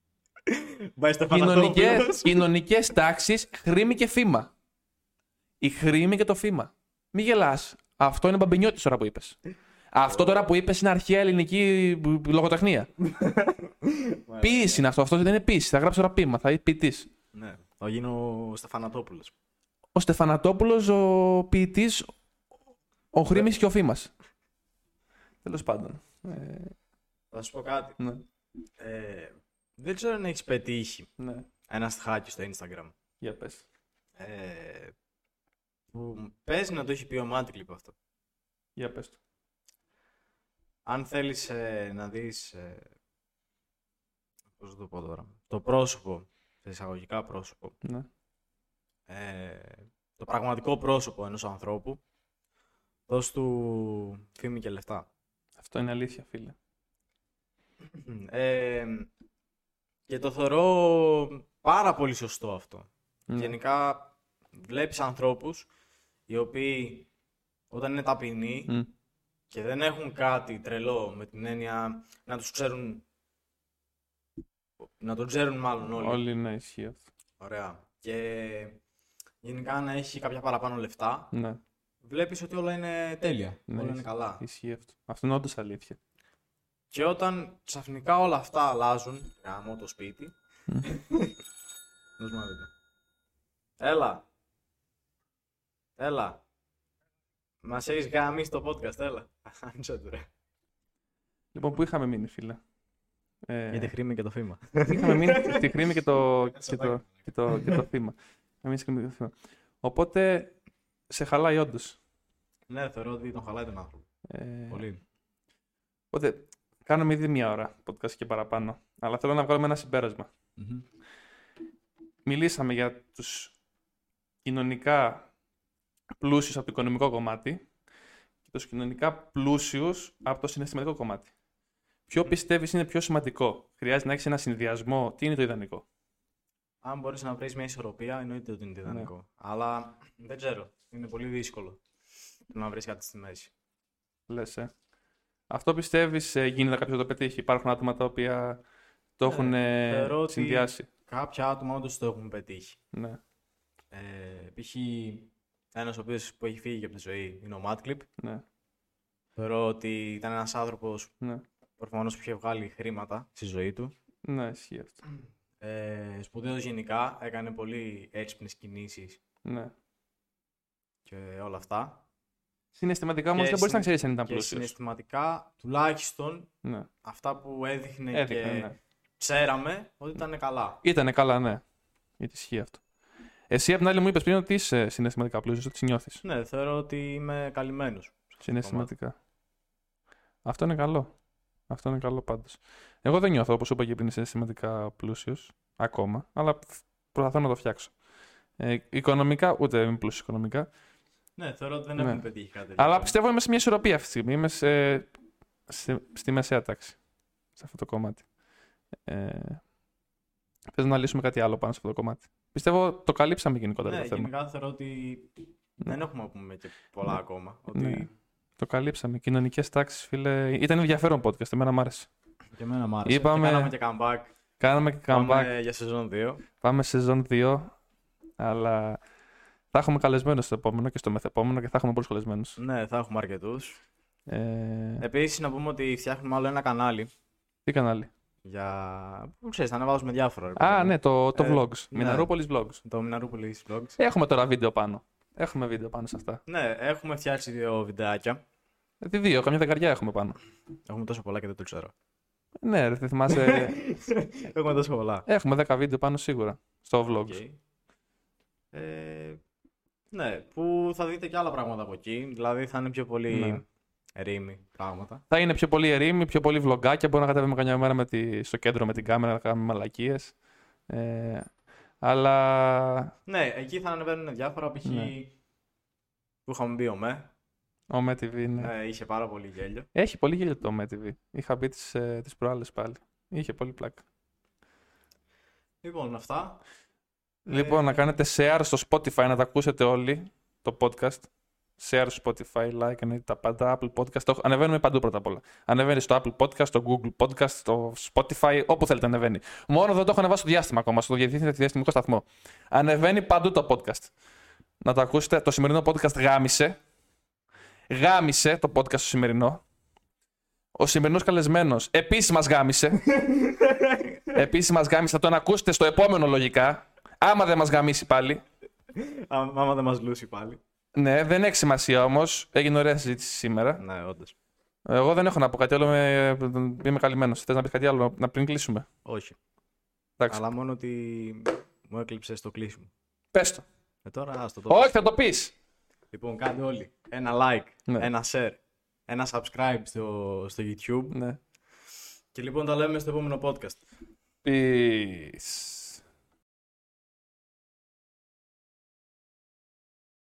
Speaker 2: Πάει στα
Speaker 1: Κοινωνικές, κοινωνικές τάξεις, χρήμη και φήμα. Η χρήμη και το φήμα. Μη γελάς. Αυτό είναι μπαμπινιώτης τώρα που είπες. Αυτό τώρα που είπες είναι αρχαία ελληνική μ, λογοτεχνία. Ποίηση είναι αυτό. Αυτό δεν είναι ποίηση. Θα γράψω ένα ποίημα. Θα είναι ποιητή.
Speaker 2: Ναι, θα γίνω ο Στεφανατόπουλος.
Speaker 1: Ο Στεφανατόπουλος, ο ποιητής, ο Χρήμης και ο Φήμας. Τέλος πάντων. Ε,
Speaker 2: Θα σου πω κάτι.
Speaker 1: ναι,
Speaker 2: Ε, δεν ξέρω αν έχεις πετύχει
Speaker 1: ναι.
Speaker 2: ένας στοιχάκι στο Instagram.
Speaker 1: Για πες.
Speaker 2: Ε, που παίζει να το έχει πει ο Μάντικλιπ αυτό.
Speaker 1: Για πες. το.
Speaker 2: Αν θέλεις ε, να δεις... Ε, πώς να το πω τώρα. Το πρόσωπο, τα εισαγωγικά πρόσωπο,
Speaker 1: Ναι.
Speaker 2: ε, το πραγματικό πρόσωπο ενός ανθρώπου, δώσ' του φήμη και λεφτά.
Speaker 1: Αυτό είναι αλήθεια, φίλε.
Speaker 2: Ε, και το θεωρώ πάρα πολύ σωστό αυτό.
Speaker 1: Ναι.
Speaker 2: Γενικά βλέπεις ανθρώπους οι οποίοι όταν είναι ταπεινοί
Speaker 1: Μμ.
Speaker 2: και δεν έχουν κάτι τρελό με την έννοια να τους ξέρουν να τον ξέρουν μάλλον όλοι.
Speaker 1: Όλοι να ισχύει αυτό.
Speaker 2: Ωραία. Και γενικά να έχει κάποια παραπάνω λεφτά
Speaker 1: Ναι,
Speaker 2: βλέπεις ότι όλα είναι τέλεια.
Speaker 1: Ναι,
Speaker 2: όλα είναι
Speaker 1: ισχύει.
Speaker 2: καλά.
Speaker 1: ισχύει αυτό. Αυτό είναι όντως αλήθεια.
Speaker 2: Και όταν ξαφνικά όλα αυτά αλλάζουν, γάμω το σπίτι.
Speaker 1: Μμ.
Speaker 2: Δώσ' μου ένα λεπτό. Έλα. Έλα. Μας έχεις γάμει στο podcast, έλα. Άνοιξε το ρε.
Speaker 1: Λοιπόν, πού είχαμε μείνει, φίλε. Ε,
Speaker 2: χρήμη και το φήμα.
Speaker 1: είχαμε μείνει στη χρήμη και το, και
Speaker 2: σοβαρά.
Speaker 1: το, και το, και το θύμα. Εμεί χρήμη και το θύμα. Οπότε, σε χαλάει όντως.
Speaker 2: ναι, θεωρώ ότι τον χαλάει τον άνθρωπο.
Speaker 1: Ε,
Speaker 2: Πολύ.
Speaker 1: Οπότε κάνουμε ήδη μία ώρα podcast και παραπάνω. Αλλά θέλω να βγάλουμε ένα συμπέρασμα. Μιλήσαμε για τους κοινωνικά πλούσιους από το οικονομικό κομμάτι και τους κοινωνικά πλούσιους από το συναισθηματικό κομμάτι. Ποιο πιστεύεις είναι πιο σημαντικό. Χρειάζεται να έχεις ένα συνδυασμό. Τι είναι το ιδανικό.
Speaker 2: Αν μπορείς να βρεις μια ισορροπία, εννοείται
Speaker 1: Ναι.
Speaker 2: ότι είναι ιδανικό. Αλλά δεν ξέρω. Είναι πολύ δύσκολο το να βρεις κάτι στη μέση.
Speaker 1: Λες, ε. Αυτό πιστεύεις ε, γίνεται κάποιος να το πετύχει. Υπάρχουν άτομα τα οποία το έχουν ε,
Speaker 2: Ναι, θεωρώ ότι-
Speaker 1: συνδυάσει.
Speaker 2: Κάποια άτομα όντως το έχουν πετύχει.
Speaker 1: Ναι,
Speaker 2: Ε, π.χ. ένας ο οποίος που έχει φύγει από τη ζωή είναι ο Μάτκλιπ.
Speaker 1: ναι,
Speaker 2: Θεωρώ ότι ήταν ένας άνθρωπος
Speaker 1: ναι.
Speaker 2: προφανώς που είχε βγάλει χρήματα στη ζωή του.
Speaker 1: Ναι, ισχύει αυτό.
Speaker 2: Ε, σπουδαίος γενικά, έκανε πολύ έξυπνες κινήσεις
Speaker 1: Ναι.
Speaker 2: και όλα αυτά.
Speaker 1: Συναισθηματικά όμως
Speaker 2: Και
Speaker 1: δεν μπορείς
Speaker 2: συν-
Speaker 1: να ξέρεις αν ήταν
Speaker 2: Και
Speaker 1: πλούσιος.
Speaker 2: συναισθηματικά, τουλάχιστον
Speaker 1: Ναι.
Speaker 2: αυτά που έδειχνε,
Speaker 1: Έδειχνε,
Speaker 2: και
Speaker 1: ναι.
Speaker 2: ξέραμε ότι ήταν καλά.
Speaker 1: Ήτανε καλά, ναι. Γιατί ισχύει αυτό. Εσύ απ' την άλλη μου είπες πριν ότι είσαι συναισθηματικά πλούσιος, ότι νιώθεις.
Speaker 2: Ναι, θεωρώ ότι είμαι καλυμμένος.
Speaker 1: Συναισθηματικά. Αυτό είναι καλό. Αυτό είναι καλό πάντως. Εγώ δεν νιώθω, όπως είπα και πριν, συναισθηματικά πλούσιος ακόμα, αλλά προσπαθώ να το φτιάξω. Ε, οικονομικά, ούτε είμαι πλούσιος οικονομικά.
Speaker 2: Ναι, θεωρώ ότι δεν
Speaker 1: Ναι.
Speaker 2: έχουμε πετύχει κάτι τέτοιο.
Speaker 1: Αλλά πιστεύω είμαι σε μια ισορροπία αυτή τη στιγμή. Είμαι σε, σε- στη μεσαία τάξη. Σε αυτό το κομμάτι. Ε, Θες να λύσουμε κάτι άλλο πάνω σε αυτό το κομμάτι. Πιστεύω το καλύψαμε γενικότερα
Speaker 2: Ναι,
Speaker 1: το θέμα.
Speaker 2: γενικά θεωρώ ότι δεν έχουμε να πούμε και πολλά
Speaker 1: Ναι.
Speaker 2: ακόμα.
Speaker 1: Ναι.
Speaker 2: Ότι
Speaker 1: Το καλύψαμε. Κοινωνικές τάξεις, φίλε. Ήταν ενδιαφέρον podcast. Εμένα μου άρεσε.
Speaker 2: Και εμένα μ' άρεσε.
Speaker 1: Είπαμε-
Speaker 2: Και κάναμε και comeback.
Speaker 1: Κάναμε και comeback. Πάμε,
Speaker 2: Πάμε για σεζόν 2.
Speaker 1: σεζόν 2. Αλλά θα έχουμε καλεσμένους στο επόμενο και στο μεθεπόμενο και θα έχουμε πολλούς καλεσμένους.
Speaker 2: Ναι, θα έχουμε αρκετούς.
Speaker 1: Ε,
Speaker 2: Επίσης, να πούμε ότι φτιάχνουμε άλλο ένα κανάλι
Speaker 1: τι κανάλι.
Speaker 2: για. Πού ξέρεις, θα ανεβάζουμε διάφορα. ρε παιδί
Speaker 1: Α,
Speaker 2: μου.
Speaker 1: ναι, το, το
Speaker 2: Ε,
Speaker 1: vlogs.
Speaker 2: ναι.
Speaker 1: Μιναρούπολης vlogs.
Speaker 2: Το Μιναρούπολης Vlogs.
Speaker 1: Έχουμε τώρα βίντεο πάνω. Έχουμε βίντεο πάνω σε αυτά.
Speaker 2: Ναι, έχουμε φτιάξει δύο βιντεάκια.
Speaker 1: Τι Δηλαδή δύο, καμιά δεκαριά έχουμε πάνω.
Speaker 2: Έχουμε τόσο πολλά και δεν το ξέρω.
Speaker 1: Ναι, ρε, δεν θυμάσαι.
Speaker 2: έχουμε τόσο πολλά.
Speaker 1: έχουμε 10 βίντεο πάνω σίγουρα στο vlog.
Speaker 2: Οκ. Ε, ναι, που θα δείτε και άλλα πράγματα από εκεί. Δηλαδή θα είναι πιο πολύ
Speaker 1: Ναι.
Speaker 2: ρήμη πράγματα.
Speaker 1: Θα είναι πιο πολύ ερήμη, πιο πολύ βλογκάκια. Μπορεί να κατέβουμε καμιά μέρα με τη... στο κέντρο με την κάμερα να κάνουμε μαλακίες. Ε, αλλά
Speaker 2: Ναι, εκεί θα ανεβαίνουν διάφορα. Π.χ.
Speaker 1: Ναι.
Speaker 2: που είχαμε μπει ο ΜΕ.
Speaker 1: Ο MeTV, ναι.
Speaker 2: Ε, είχε πάρα πολύ γέλιο.
Speaker 1: Έχει πολύ γέλιο το MeTV. Είχα μπει τις, ε, τις προάλλες πάλι. Είχε πολύ πλάκα.
Speaker 2: Λοιπόν, αυτά.
Speaker 1: Λοιπόν, να κάνετε share στο Spotify, να τα ακούσετε όλοι, το podcast. Share στο Spotify, like, εννοείται τα πάντα, Apple Podcast. Το... Ανεβαίνουμε παντού πρώτα απ' όλα. Ανεβαίνει στο Apple Podcast, στο Google Podcast, στο Spotify, όπου θέλετε ανεβαίνει. Μόνο δεν το έχω ανεβάσει στο διάστημα ακόμα, στο διεθνή διαστημικό σταθμό. Ανεβαίνει παντού το podcast. Να το ακούσετε. Το σημερινό podcast γάμισε. Γάμισε το podcast το σημερινό. Ο σημερινός καλεσμένος επίσης μας γάμισε. επίσης μας γάμισε. Θα τον ακούσετε στο επόμενο λογικά. Άμα δεν μας γαμίσει πάλι.
Speaker 2: Α, Άμα δεν μας λούσει πάλι.
Speaker 1: Ναι, δεν έχει σημασία όμως. Έγινε ωραία συζήτηση σήμερα.
Speaker 2: Ναι, όντως.
Speaker 1: Εγώ δεν έχω να πω κάτι άλλο. Με... Είμαι καλυμμένος. Θες να πεις κάτι άλλο να πριν κλείσουμε.
Speaker 2: Όχι.
Speaker 1: Εντάξει.
Speaker 2: Αλλά μόνο ότι μου έκλειψες το κλείσιμο.
Speaker 1: Πες το.
Speaker 2: Ε, τώρα άστο το
Speaker 1: Όχι, θα το πεις.
Speaker 2: Λοιπόν, κάντε όλοι ένα like,
Speaker 1: Ναι.
Speaker 2: ένα share, ένα subscribe στο, στο YouTube.
Speaker 1: Ναι.
Speaker 2: Και λοιπόν, τα λέμε στο επόμενο podcast.
Speaker 1: Peace.